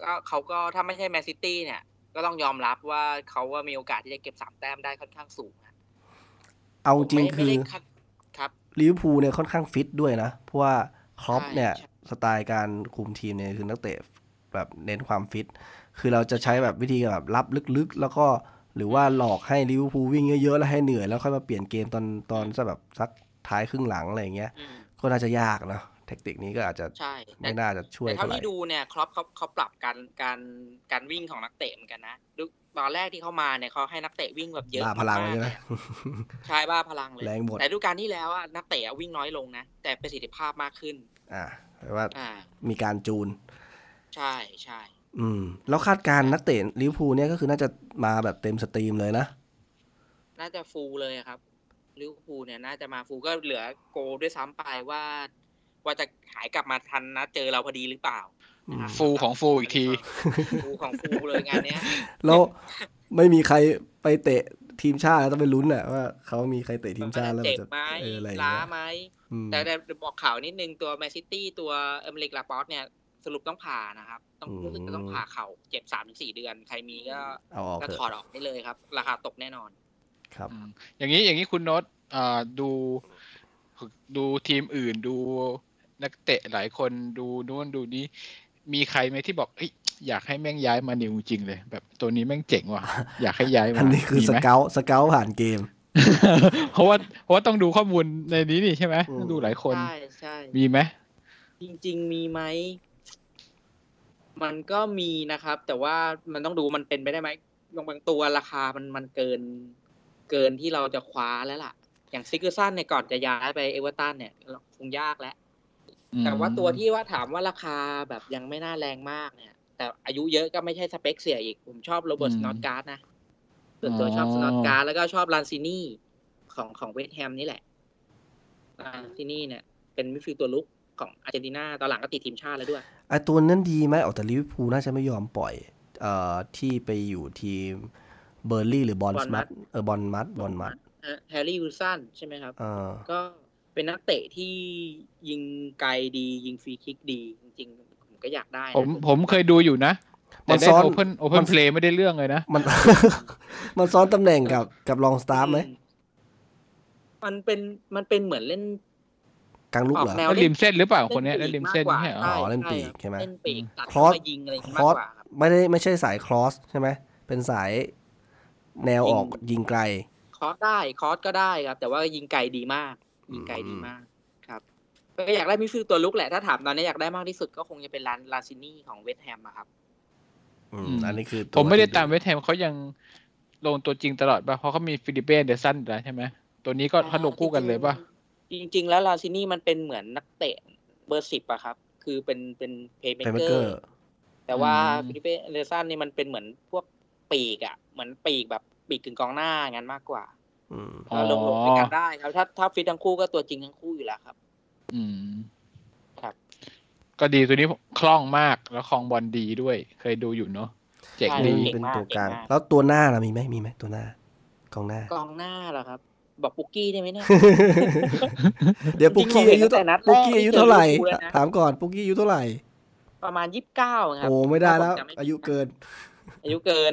ก็เขาก็ถ้าไม่ใช่แมนซิตี้เนี่ย ก็ต้องยอมรับว่าเขาว่ามีโอกาสที่จะเก็บสามแต้มได้ค่อนข้างสูงอะ เอาจริง ไม่ คื ไม่ อ ได้ดครับ ลิเวอร์พูลเนี่ยค่อนข้างฟิตด้วยนะ เพราะว่าครอป ใช่ เนี่ย ใช่ สไตล์การคุมทีมเนี่ยคือนักเตะแบบเน้นความฟิต คือเราจะใช้แบบวิธีแบบรับลึกๆ แล้วก็หรือว่าหลอกให้ลิเวอร์พูลวิ่งเยอะๆ แล้วให้เหนื่อยแล้วค่อยมาเปลี่ยนเกมตอนตอนสักแบบสักท้ายครึ่งหลังอะไรอย่างเงี้ย อืม ก็น่าจะยากเนอะเทคนิคนี้ก็อาจจะ ใช่แต่ ไม่น่าจะช่วย แต่ เท่า เท่า ไหร่ ที่ดูเนี่ยครอปเขาเขาปรับการการการวิ่งของนักเตะเหมือนกันนะดูตอนแรกที่เข้ามาเนี่ยเขาให้นักเตะวิ่งแบบเยอะ บ้าพลังเลย มาก ใช่ไหม [laughs] ๆ ใช่บ้าพลังเลย แรงหมด แต่ดูการที่แล้วอะนักเตะวิ่งน้อยลงนะ แต่ประสิทธิภาพมากขึ้น อ่าแปลว่า อ่า มีการจูน ใช่ใช่ อืม แล้วคาดการณ์นักเตะลิเวอร์พูลเนี่ยก็คือน่าจะมาแบบเต็มสตรีมเลยนะ น่าจะฟูลเลยอะครับลิเวอร์พูลเนี่ยน่าจะมาฟูลก็เหลือโกลด้วยซ้ำไปว่า ว่าจะหายกลับมาทันนะเจอเราพอดีหรือเปล่านะครับ ฟูลของฟูลอีกที ฟูลของฟูลเลยงานเนี้ย แล้วไม่มีใครไปเตะทีมชาติแล้วต้องไปลุ้นอะว่าเขามีใครเตะทีมชาติแล้วมั เจ็ น บ จะ ไหม เอออะไรอย่าง ล้า เงี้ย ไหม อืม แต่แต่บอกข่าวนิดนึงตัวแมนซิตี้ตัวเอเมริกลาปอสเนี่ยสรุปต้องผ่านะครับ ต้อง อืม รู้สึกจะต้องผ่าเข่าเจ็บสามถึงสี่เดือน ใครมีก็ เอาออก ก็ เถ ถอ อะ ดออกได้เลยครับ ราคาตกแน่นอน ครับ อืมอย่างนี้อย่างนี้คุณโน้ตอ่าดูดูทีมอื่นดูนักเตะหลายคนดูนู่นดูนี้ มีใครไหมที่บอกเอ้ยอยากให้แม่งย้ายมานิวจริงเลย แบบตัวนี้แม่งเจ๋งว่ะ อยากให้ย้ายมา อันนี้คือ มี ส ไหม เกลสเกลผ่านเกม [laughs] เพราะว่าเพราะว่าต้องดูข้อมูลในนี้นี่ใช่ไหม อืม ต้องดูหลายคน ใช่ใช่ มีไหม จริง ๆ มีไหม มันก็มีนะครับ แต่ว่ามันต้องดูมันเป็นไปได้ไหมบางบางตัวราคามันมันเกิน เกินที่เราจะคว้าแล้วล่ะ อย่างซิกเกอร์ซันเนี่ยก่อนจะย้ายไปเอเวอร์ตันเนี่ยคงยากแล้ว อืม แต่ว่าตัวที่ว่าถามว่าราคาแบบยังไม่น่าแรงมากเนี่ย แต่อายุเยอะก็ไม่ใช่สเปคเสียอีก ผมชอบโรเบิร์ตสโนอตการ์ดนะส่วนตัวชอบสโนอตการ์ดแล้วก็ชอบลันซินี่ของของเวสต์แฮมนี่แหละลันซินี่เนี่ย เป็นมิดฟิลด์ตัวลุกของอาร์เจนตินาตอนหลังก็ติดทีมชาติแล้วด้วย ไอตัวนั้นดีไหมออกแต่ลิเวอร์พูลน่าจะไม่ยอมปล่อย เอ่อที่ไปอยู่ทีมเบอร์ลี่หรือบอลมัด Bournemouth เออบอลมัดบอลมัด เอ่อแฮร์รี่วิลสันใช่ไหมครับ เอ่อ ก็เป็นนักเตะที่ยิงไกลดี ยิงฟรีคิกดี จริงๆ ผมก็อยากได้นะ ผมผมเคยดูอยู่นะ แต่ มัน ได้ ซ้อน โอเพนโอเพนเพลย์ไม่ได้เรื่องเลยนะ มัน [laughs] มันซ้อนตำแหน่งกับกับรองสตาร์ไหม อืมันเป็นมันเป็นเหมือนเล่น กลางลูกเหรอ ออกแนว แล้วริมเส้นหรือเปล่าคนเนี้ยแล้วริมเส้น ล่ ใช่ ปี ย ก เหร มาก อ ก อ๋ ว่า อเล่นปีก ครับ ใช่ไหม เล่นปีกตัด ครอส เข้ามายิงอะไรอย่างงี้ ค มา อก ส กว่าครับ ไม่ได้ไม่ใช่สายครอสใช่ไหมเป็นสายแนว ยิง ออกยิงไกล คอสได้คอสก็ได้ครับ แต่ว่ายิงไกลดีมาก อืม ยิงไกลดีมากครับก็อยากได้มิดฟิลด์ตัวลุกแหละถ้าถามตอนนี้อยากได้มากที่สุดก็คงจะเป็นลานลาซินี่ของเวสต์แฮมอะครับ อืม อืม อันนี้คือว ผมไม่ได้ ที่ ตามเวทแฮมเขายังลงตัวจริงตลอดป่ะเพราะเขามีฟิลิปเปนเดซันอยู่แล้วใช่ไหมตัวนี้ก็เขาลงคู่กันเลยป่ะ จริงๆแล้วลาซินี่มันเป็นเหมือนนักเตะเบอร์สิบอะครับ คือเป็นเป็นเพย์เม เพลย์เม เก เก อ อ ร์ ร์ แต่ว่า อืม ฟิลิปเปเรซันนี่มันเป็นเหมือนพวกปีกอะเหมือนปีกแบบปีกกึ่งกองหน้างั้นมากกว่า อืม อ๋อ ก็ลงลงด้วยกันได้ครับถ้าถ้าฟิตทั้งคู่ก็ตัวจริงทั้งคู่อยู่แล้วครับ อืม ครับ ก็ดีตัวนี้คล่องมากแล้วคลองบอลดีด้วย เคยดูอยู่เนาะเจ๋ง ใช่ ดี เป็นตัวกลาง เก่งมาก แล้วตัวหน้าล่ะมีไหมมีไหมตัวหน้ากองหน้า กองหน้าเหรอครับ บอกปุกกี้ได้ไหม [laughs] เนี่ย เดี๋ยวปุกกี้อายุเท่า จริงๆผมเห็นตั้งแต่นัดแรก ปุกกี้อายุเท่าไหร่ ที่เจอลิเวอร์พูลแล้วนะ ถามก่อนปุกกี้อายุเท่าไหร่ ประมาณยี่สิบเก้าครับ โอ้ไม่ได้แล้ว ถ้ผมจำผิ อายุเกิน [laughs] อายุเกิน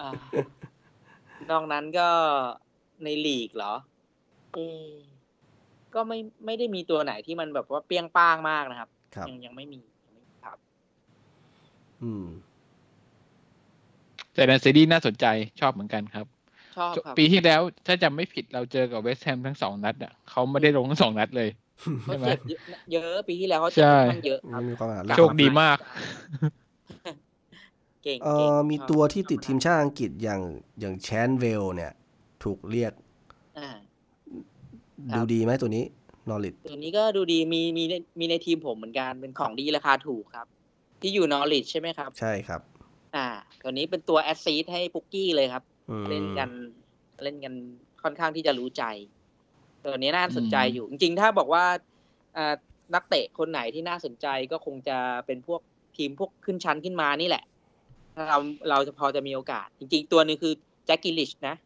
อ่านอกนั้นก็ในลีกเหรอเออก็ไม่ไม่ได้มีตัวไหนที่มันแบบว่าเปรี้ยงป้างมากนะครับ ครับ ยังยังไม่มียังไม่มีครับ อืม แต่แดนซีดีน่าสนใจชอบเหมือนกันครับ ชอบครับ ปีที่แล้วถ้าจำไม่ผิดเราเจอกับเวสต์แฮมทั้งสองนัดอ่ะเขาไม่ได้ลงทั้งสองนัดเลย เขา ใช่ไหม เจ็บเยอะเยอะปีที่แล้วเขาเจ็บ ใช่ ค่อนข้างเยอะค มั รับ นมีความหมาย กลับ [laughs] โชคดีมาก เก่ง เอ่ ก่ง อมี ชอบ ตัวที่ติด ชอบ ทีมชาติอังกฤษอย่างอย่างแชนเวลเนี่ย ถูกเรียก อ่า ครับ ดูดีไหมตัวนี้นอริด ตัวนี้ก็ดูดีมีมีในมีในทีมผมเหมือนกันเป็นของดีราคาถูกครับ ที่อยู่นอริชใช่ไหมครับ ใช่ครับ อ่า ตัวนี้เป็นตัวแอสซีดให้ปุกกี้เลยครับ อืม เล่นกันเล่นกันค่อนข้างที่จะรู้ใจ ตัวนี้น่าสนใจ อืม อยู่ จริงๆ ถ้าบอกว่าอ่านักเตะคนไหนที่น่าสนใจก็คงจะเป็นพวกทีมพวกขึ้นชั้นขึ้นมานี่แหละถ้าเราเราจะพอจะมีโอกาส จริงๆ ตัวหนึงคือแจ็คกิลลิชนะ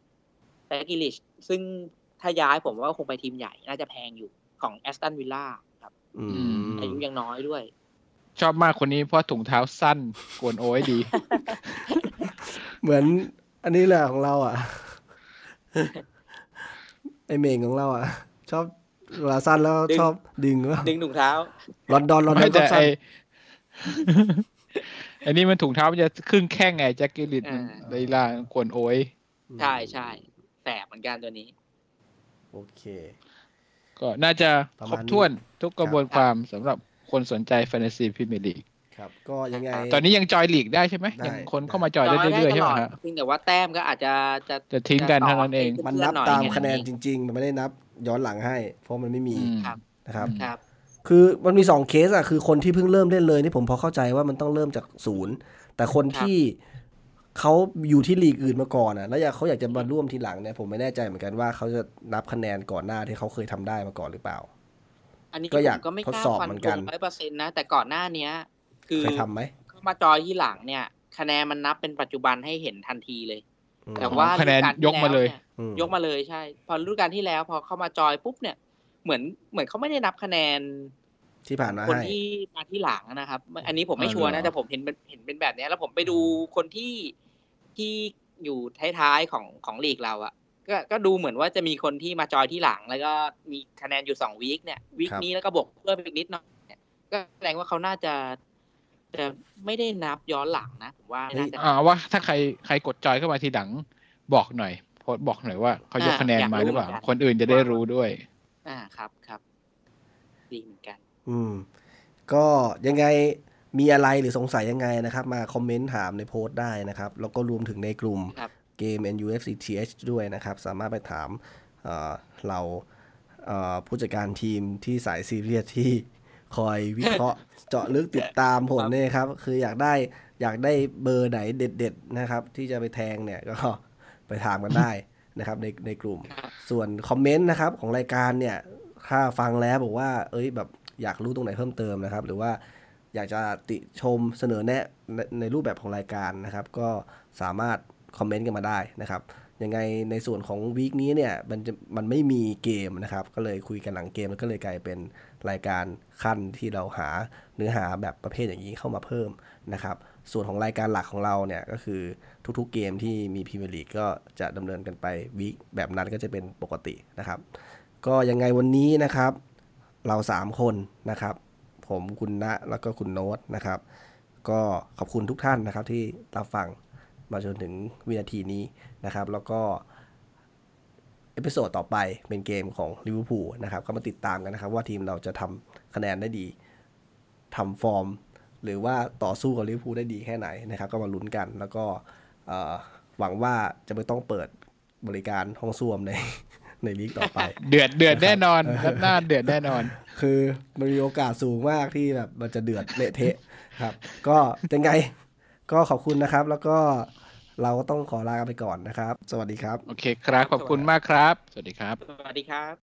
แจ็คกิลลิชซึ่งถ้าย้ายผมว่าคงไปทีมใหญ่ น่าจะแพงอยู่ของแอสตันวิลล่าครับ อืม อายุยังน้อยด้วย ชอบมากคนนี้เพราะถุงเท้าสั้นกวนโอ้ยดี เหมือนอันนี้แหละของเราอ่ะ [laughs] ไอเมงของเราอ่ะ ชอบเวลาสั้นแล้ว ดึง ชอบดึงว่า ดึงถุงเท้า ลอนดอนลอนดอ ไม่ นก็ แต่ สั้ ไอน อันนี้ [laughs] มันถุงเท้ามันจะครึ่งแข้งไงแจ็คกิลลิต อ่า ไดล่ากวนโอ้ย ใช่ใช่แสบเหมือนกันตัวนี้ โอเค ก็น่าจะ ประ ค มาณ รบถ้วนทุกกระบวน ครับ ความสำหรับคนสนใจแฟนตาซีพรีเมียร์ลีก ครับ ก็ยังไง ตอนนี้ยังจอยลีกได้ใช่ไหม ได้ ยังคนเข้ามาจอยได้เรื่อยๆใช่ไหมฮะ เพียงแต่ว่าแต้มก็อาจจะจะ จะทิ้งกันเท่านั้นเอง มันนับตามคะแนนจ จริง ริง ๆ มันไม่ได้นับย้อนหลังให้ เพราะมันไม่มี อืม ครับ นะครับ ครับ คือมันมีสองเคสอะคือคนที่เพิ่งเริ่มเล่นเลยนี่ผมพอเข้าใจว่ามันต้องเริ่มจากศูนย์แต่คนที่เขาอยู่ที่ลีกอื่นมาก่อนอะแล้วอยากเขาอยากจะมาร่วมทีหลังเนี่ยผมไม่แน่ใจเหมือนกันว่าเขาจะนับคะแนนก่อนหน้าที่เขาเคยทำได้มาก่อนหรือเปล่า อันนี้ ก็อยาก ผมก็ไม่กล้า ทดสอบ ฟัน เหมือน ธ กัน งร้อยเปอร์เซ็นต์นะ แต่ก่อนหน้าเนี้ย คือ เคยทำไหม เข้ามาจอยที่หลังเนี่ย คะแนนมันนับเป็นปัจจุบันให้เห็นทันทีเลย อืม แต่ว่า คะแนน ฤดูที่ ยกมาเลย แวนี่ อืม ยกมาเลยใช่ พอฤดูกาลที่แล้ว พอเข้ามาจอยปุ๊บเนี่ย เหมือนเหมือนเขาไม่ได้นับคะแนน ที่ผ่านมา คน ให้ ที่มาที่หลังนะครับ อันนี้ผมไม่ อ๋อ ชัวร์นะ เหรอ แต่ผมเห็นเป็นเห็นเป็นแบบเนี้ยแล้วผมไปดูคนที่ที่อยู่ท้ายๆของของลีกเราอะก็ก็ดูเหมือนว่าจะมีคนที่มาจอยที่หลัง แล้วก็มีคะแนนอยู่สองวีคเนี่ยวีค ครับ นี้แล้วก็บวกเพิ่มอีกนิดหน่อยเนี่ยก็แสดงว่าเขาน่าจะจะไม่ได้นับย้อนหลังนะผมว่าน่าจะ อ่าว่าถ้าใครใครกดจอยเข้ามาทีหลังบอกหน่อยโพสต์บอกหน่อยว่าเขายกคะแนนมาหรือเปล่า คนอื่นจะได้รู้ด้วย อ่าครับครับ ดีเหมือนกัน อืมก็ยังไงมีอะไรหรือสงสัยยังไงนะครับ มาคอมเมนต์ถามในโพสต์ได้นะครับ แล้วก็รวมถึงในกลุ่ม ครับ เกม NUFCTH ด้วยนะครับ สามารถไปถามเอ่อเราเอ่อผู้จัดการทีมที่สายซีเรียสที่คอยวิเคราะห์ เจาะลึกติดตามผลเนี่ยครับ คืออยากได้อยากได้เบอร์ไหนเด็ด ๆ นะครับ ที่จะไปแทงเนี่ยก็ ไปถามกันได้นะครับในในกลุ่ม ครับ ส่วนคอมเมนต์นะครับของรายการเนี่ย ถ้าฟังแล้วบอกว่า เอ้ยแบบอยากรู้ตรงไหนเพิ่มเติมนะครับ หรือว่าอยากจะติชมเสนอแนะในในรูปแบบของรายการนะครับ ก็สามารถคอมเมนต์กันมาได้นะครับ ยังไงในส่วนของวีคนี้เนี่ยมันจะมันไม่มีเกมนะครับ ก็เลยคุยกันหลังเกมแล้วก็เลยกลายเป็นรายการขั้นที่เราหาเนื้อหาแบบประเภทอย่างนี้เข้ามาเพิ่มนะครับ ส่วนของรายการหลักของเราเนี่ยก็คือทุกๆเกมที่มีพรีเมียร์ลีกก็จะดำเนินกันไปวีคแบบนั้นก็จะเป็นปกตินะครับ ก็ยังไงวันนี้นะครับ เรา 3 คนนะครับ ผมคุณณะแล้วก็คุณโน้ตนะครับ ก็ขอบคุณทุกท่านนะครับที่รับฟังมาจนถึงวินาทีนี้นะครับ แล้วก็ เอพิโซดต่อไปเป็นเกมของลิเวอร์พูลนะครับ ก็มาติดตามกันนะครับ ว่าทีมเราจะทำคะแนนได้ดีทำฟอร์ม หรือว่าต่อสู้กับลิเวอร์พูลได้ดีแค่ไหนนะครับ ก็มาลุ้นกัน แล้วก็เอ่อหวังว่าจะไม่ต้องเปิดบริการห้องส้วมใน [laughs] ในลีกต่อไป เดือดเดือดแน่นอนนัดหน้าเดือดแน่นอน คือมันมีโอกาสสูงมากที่แบบมันจะเดือดเละเทะครับ ก็ยังไงก็ขอบคุณนะครับ แล้วก็เราก็ต้องขอลากันไปก่อนนะครับ สวัสดีครับ โอเคครับ ขอบคุณมากครับ สวัสดีครับ สวัสดีครับ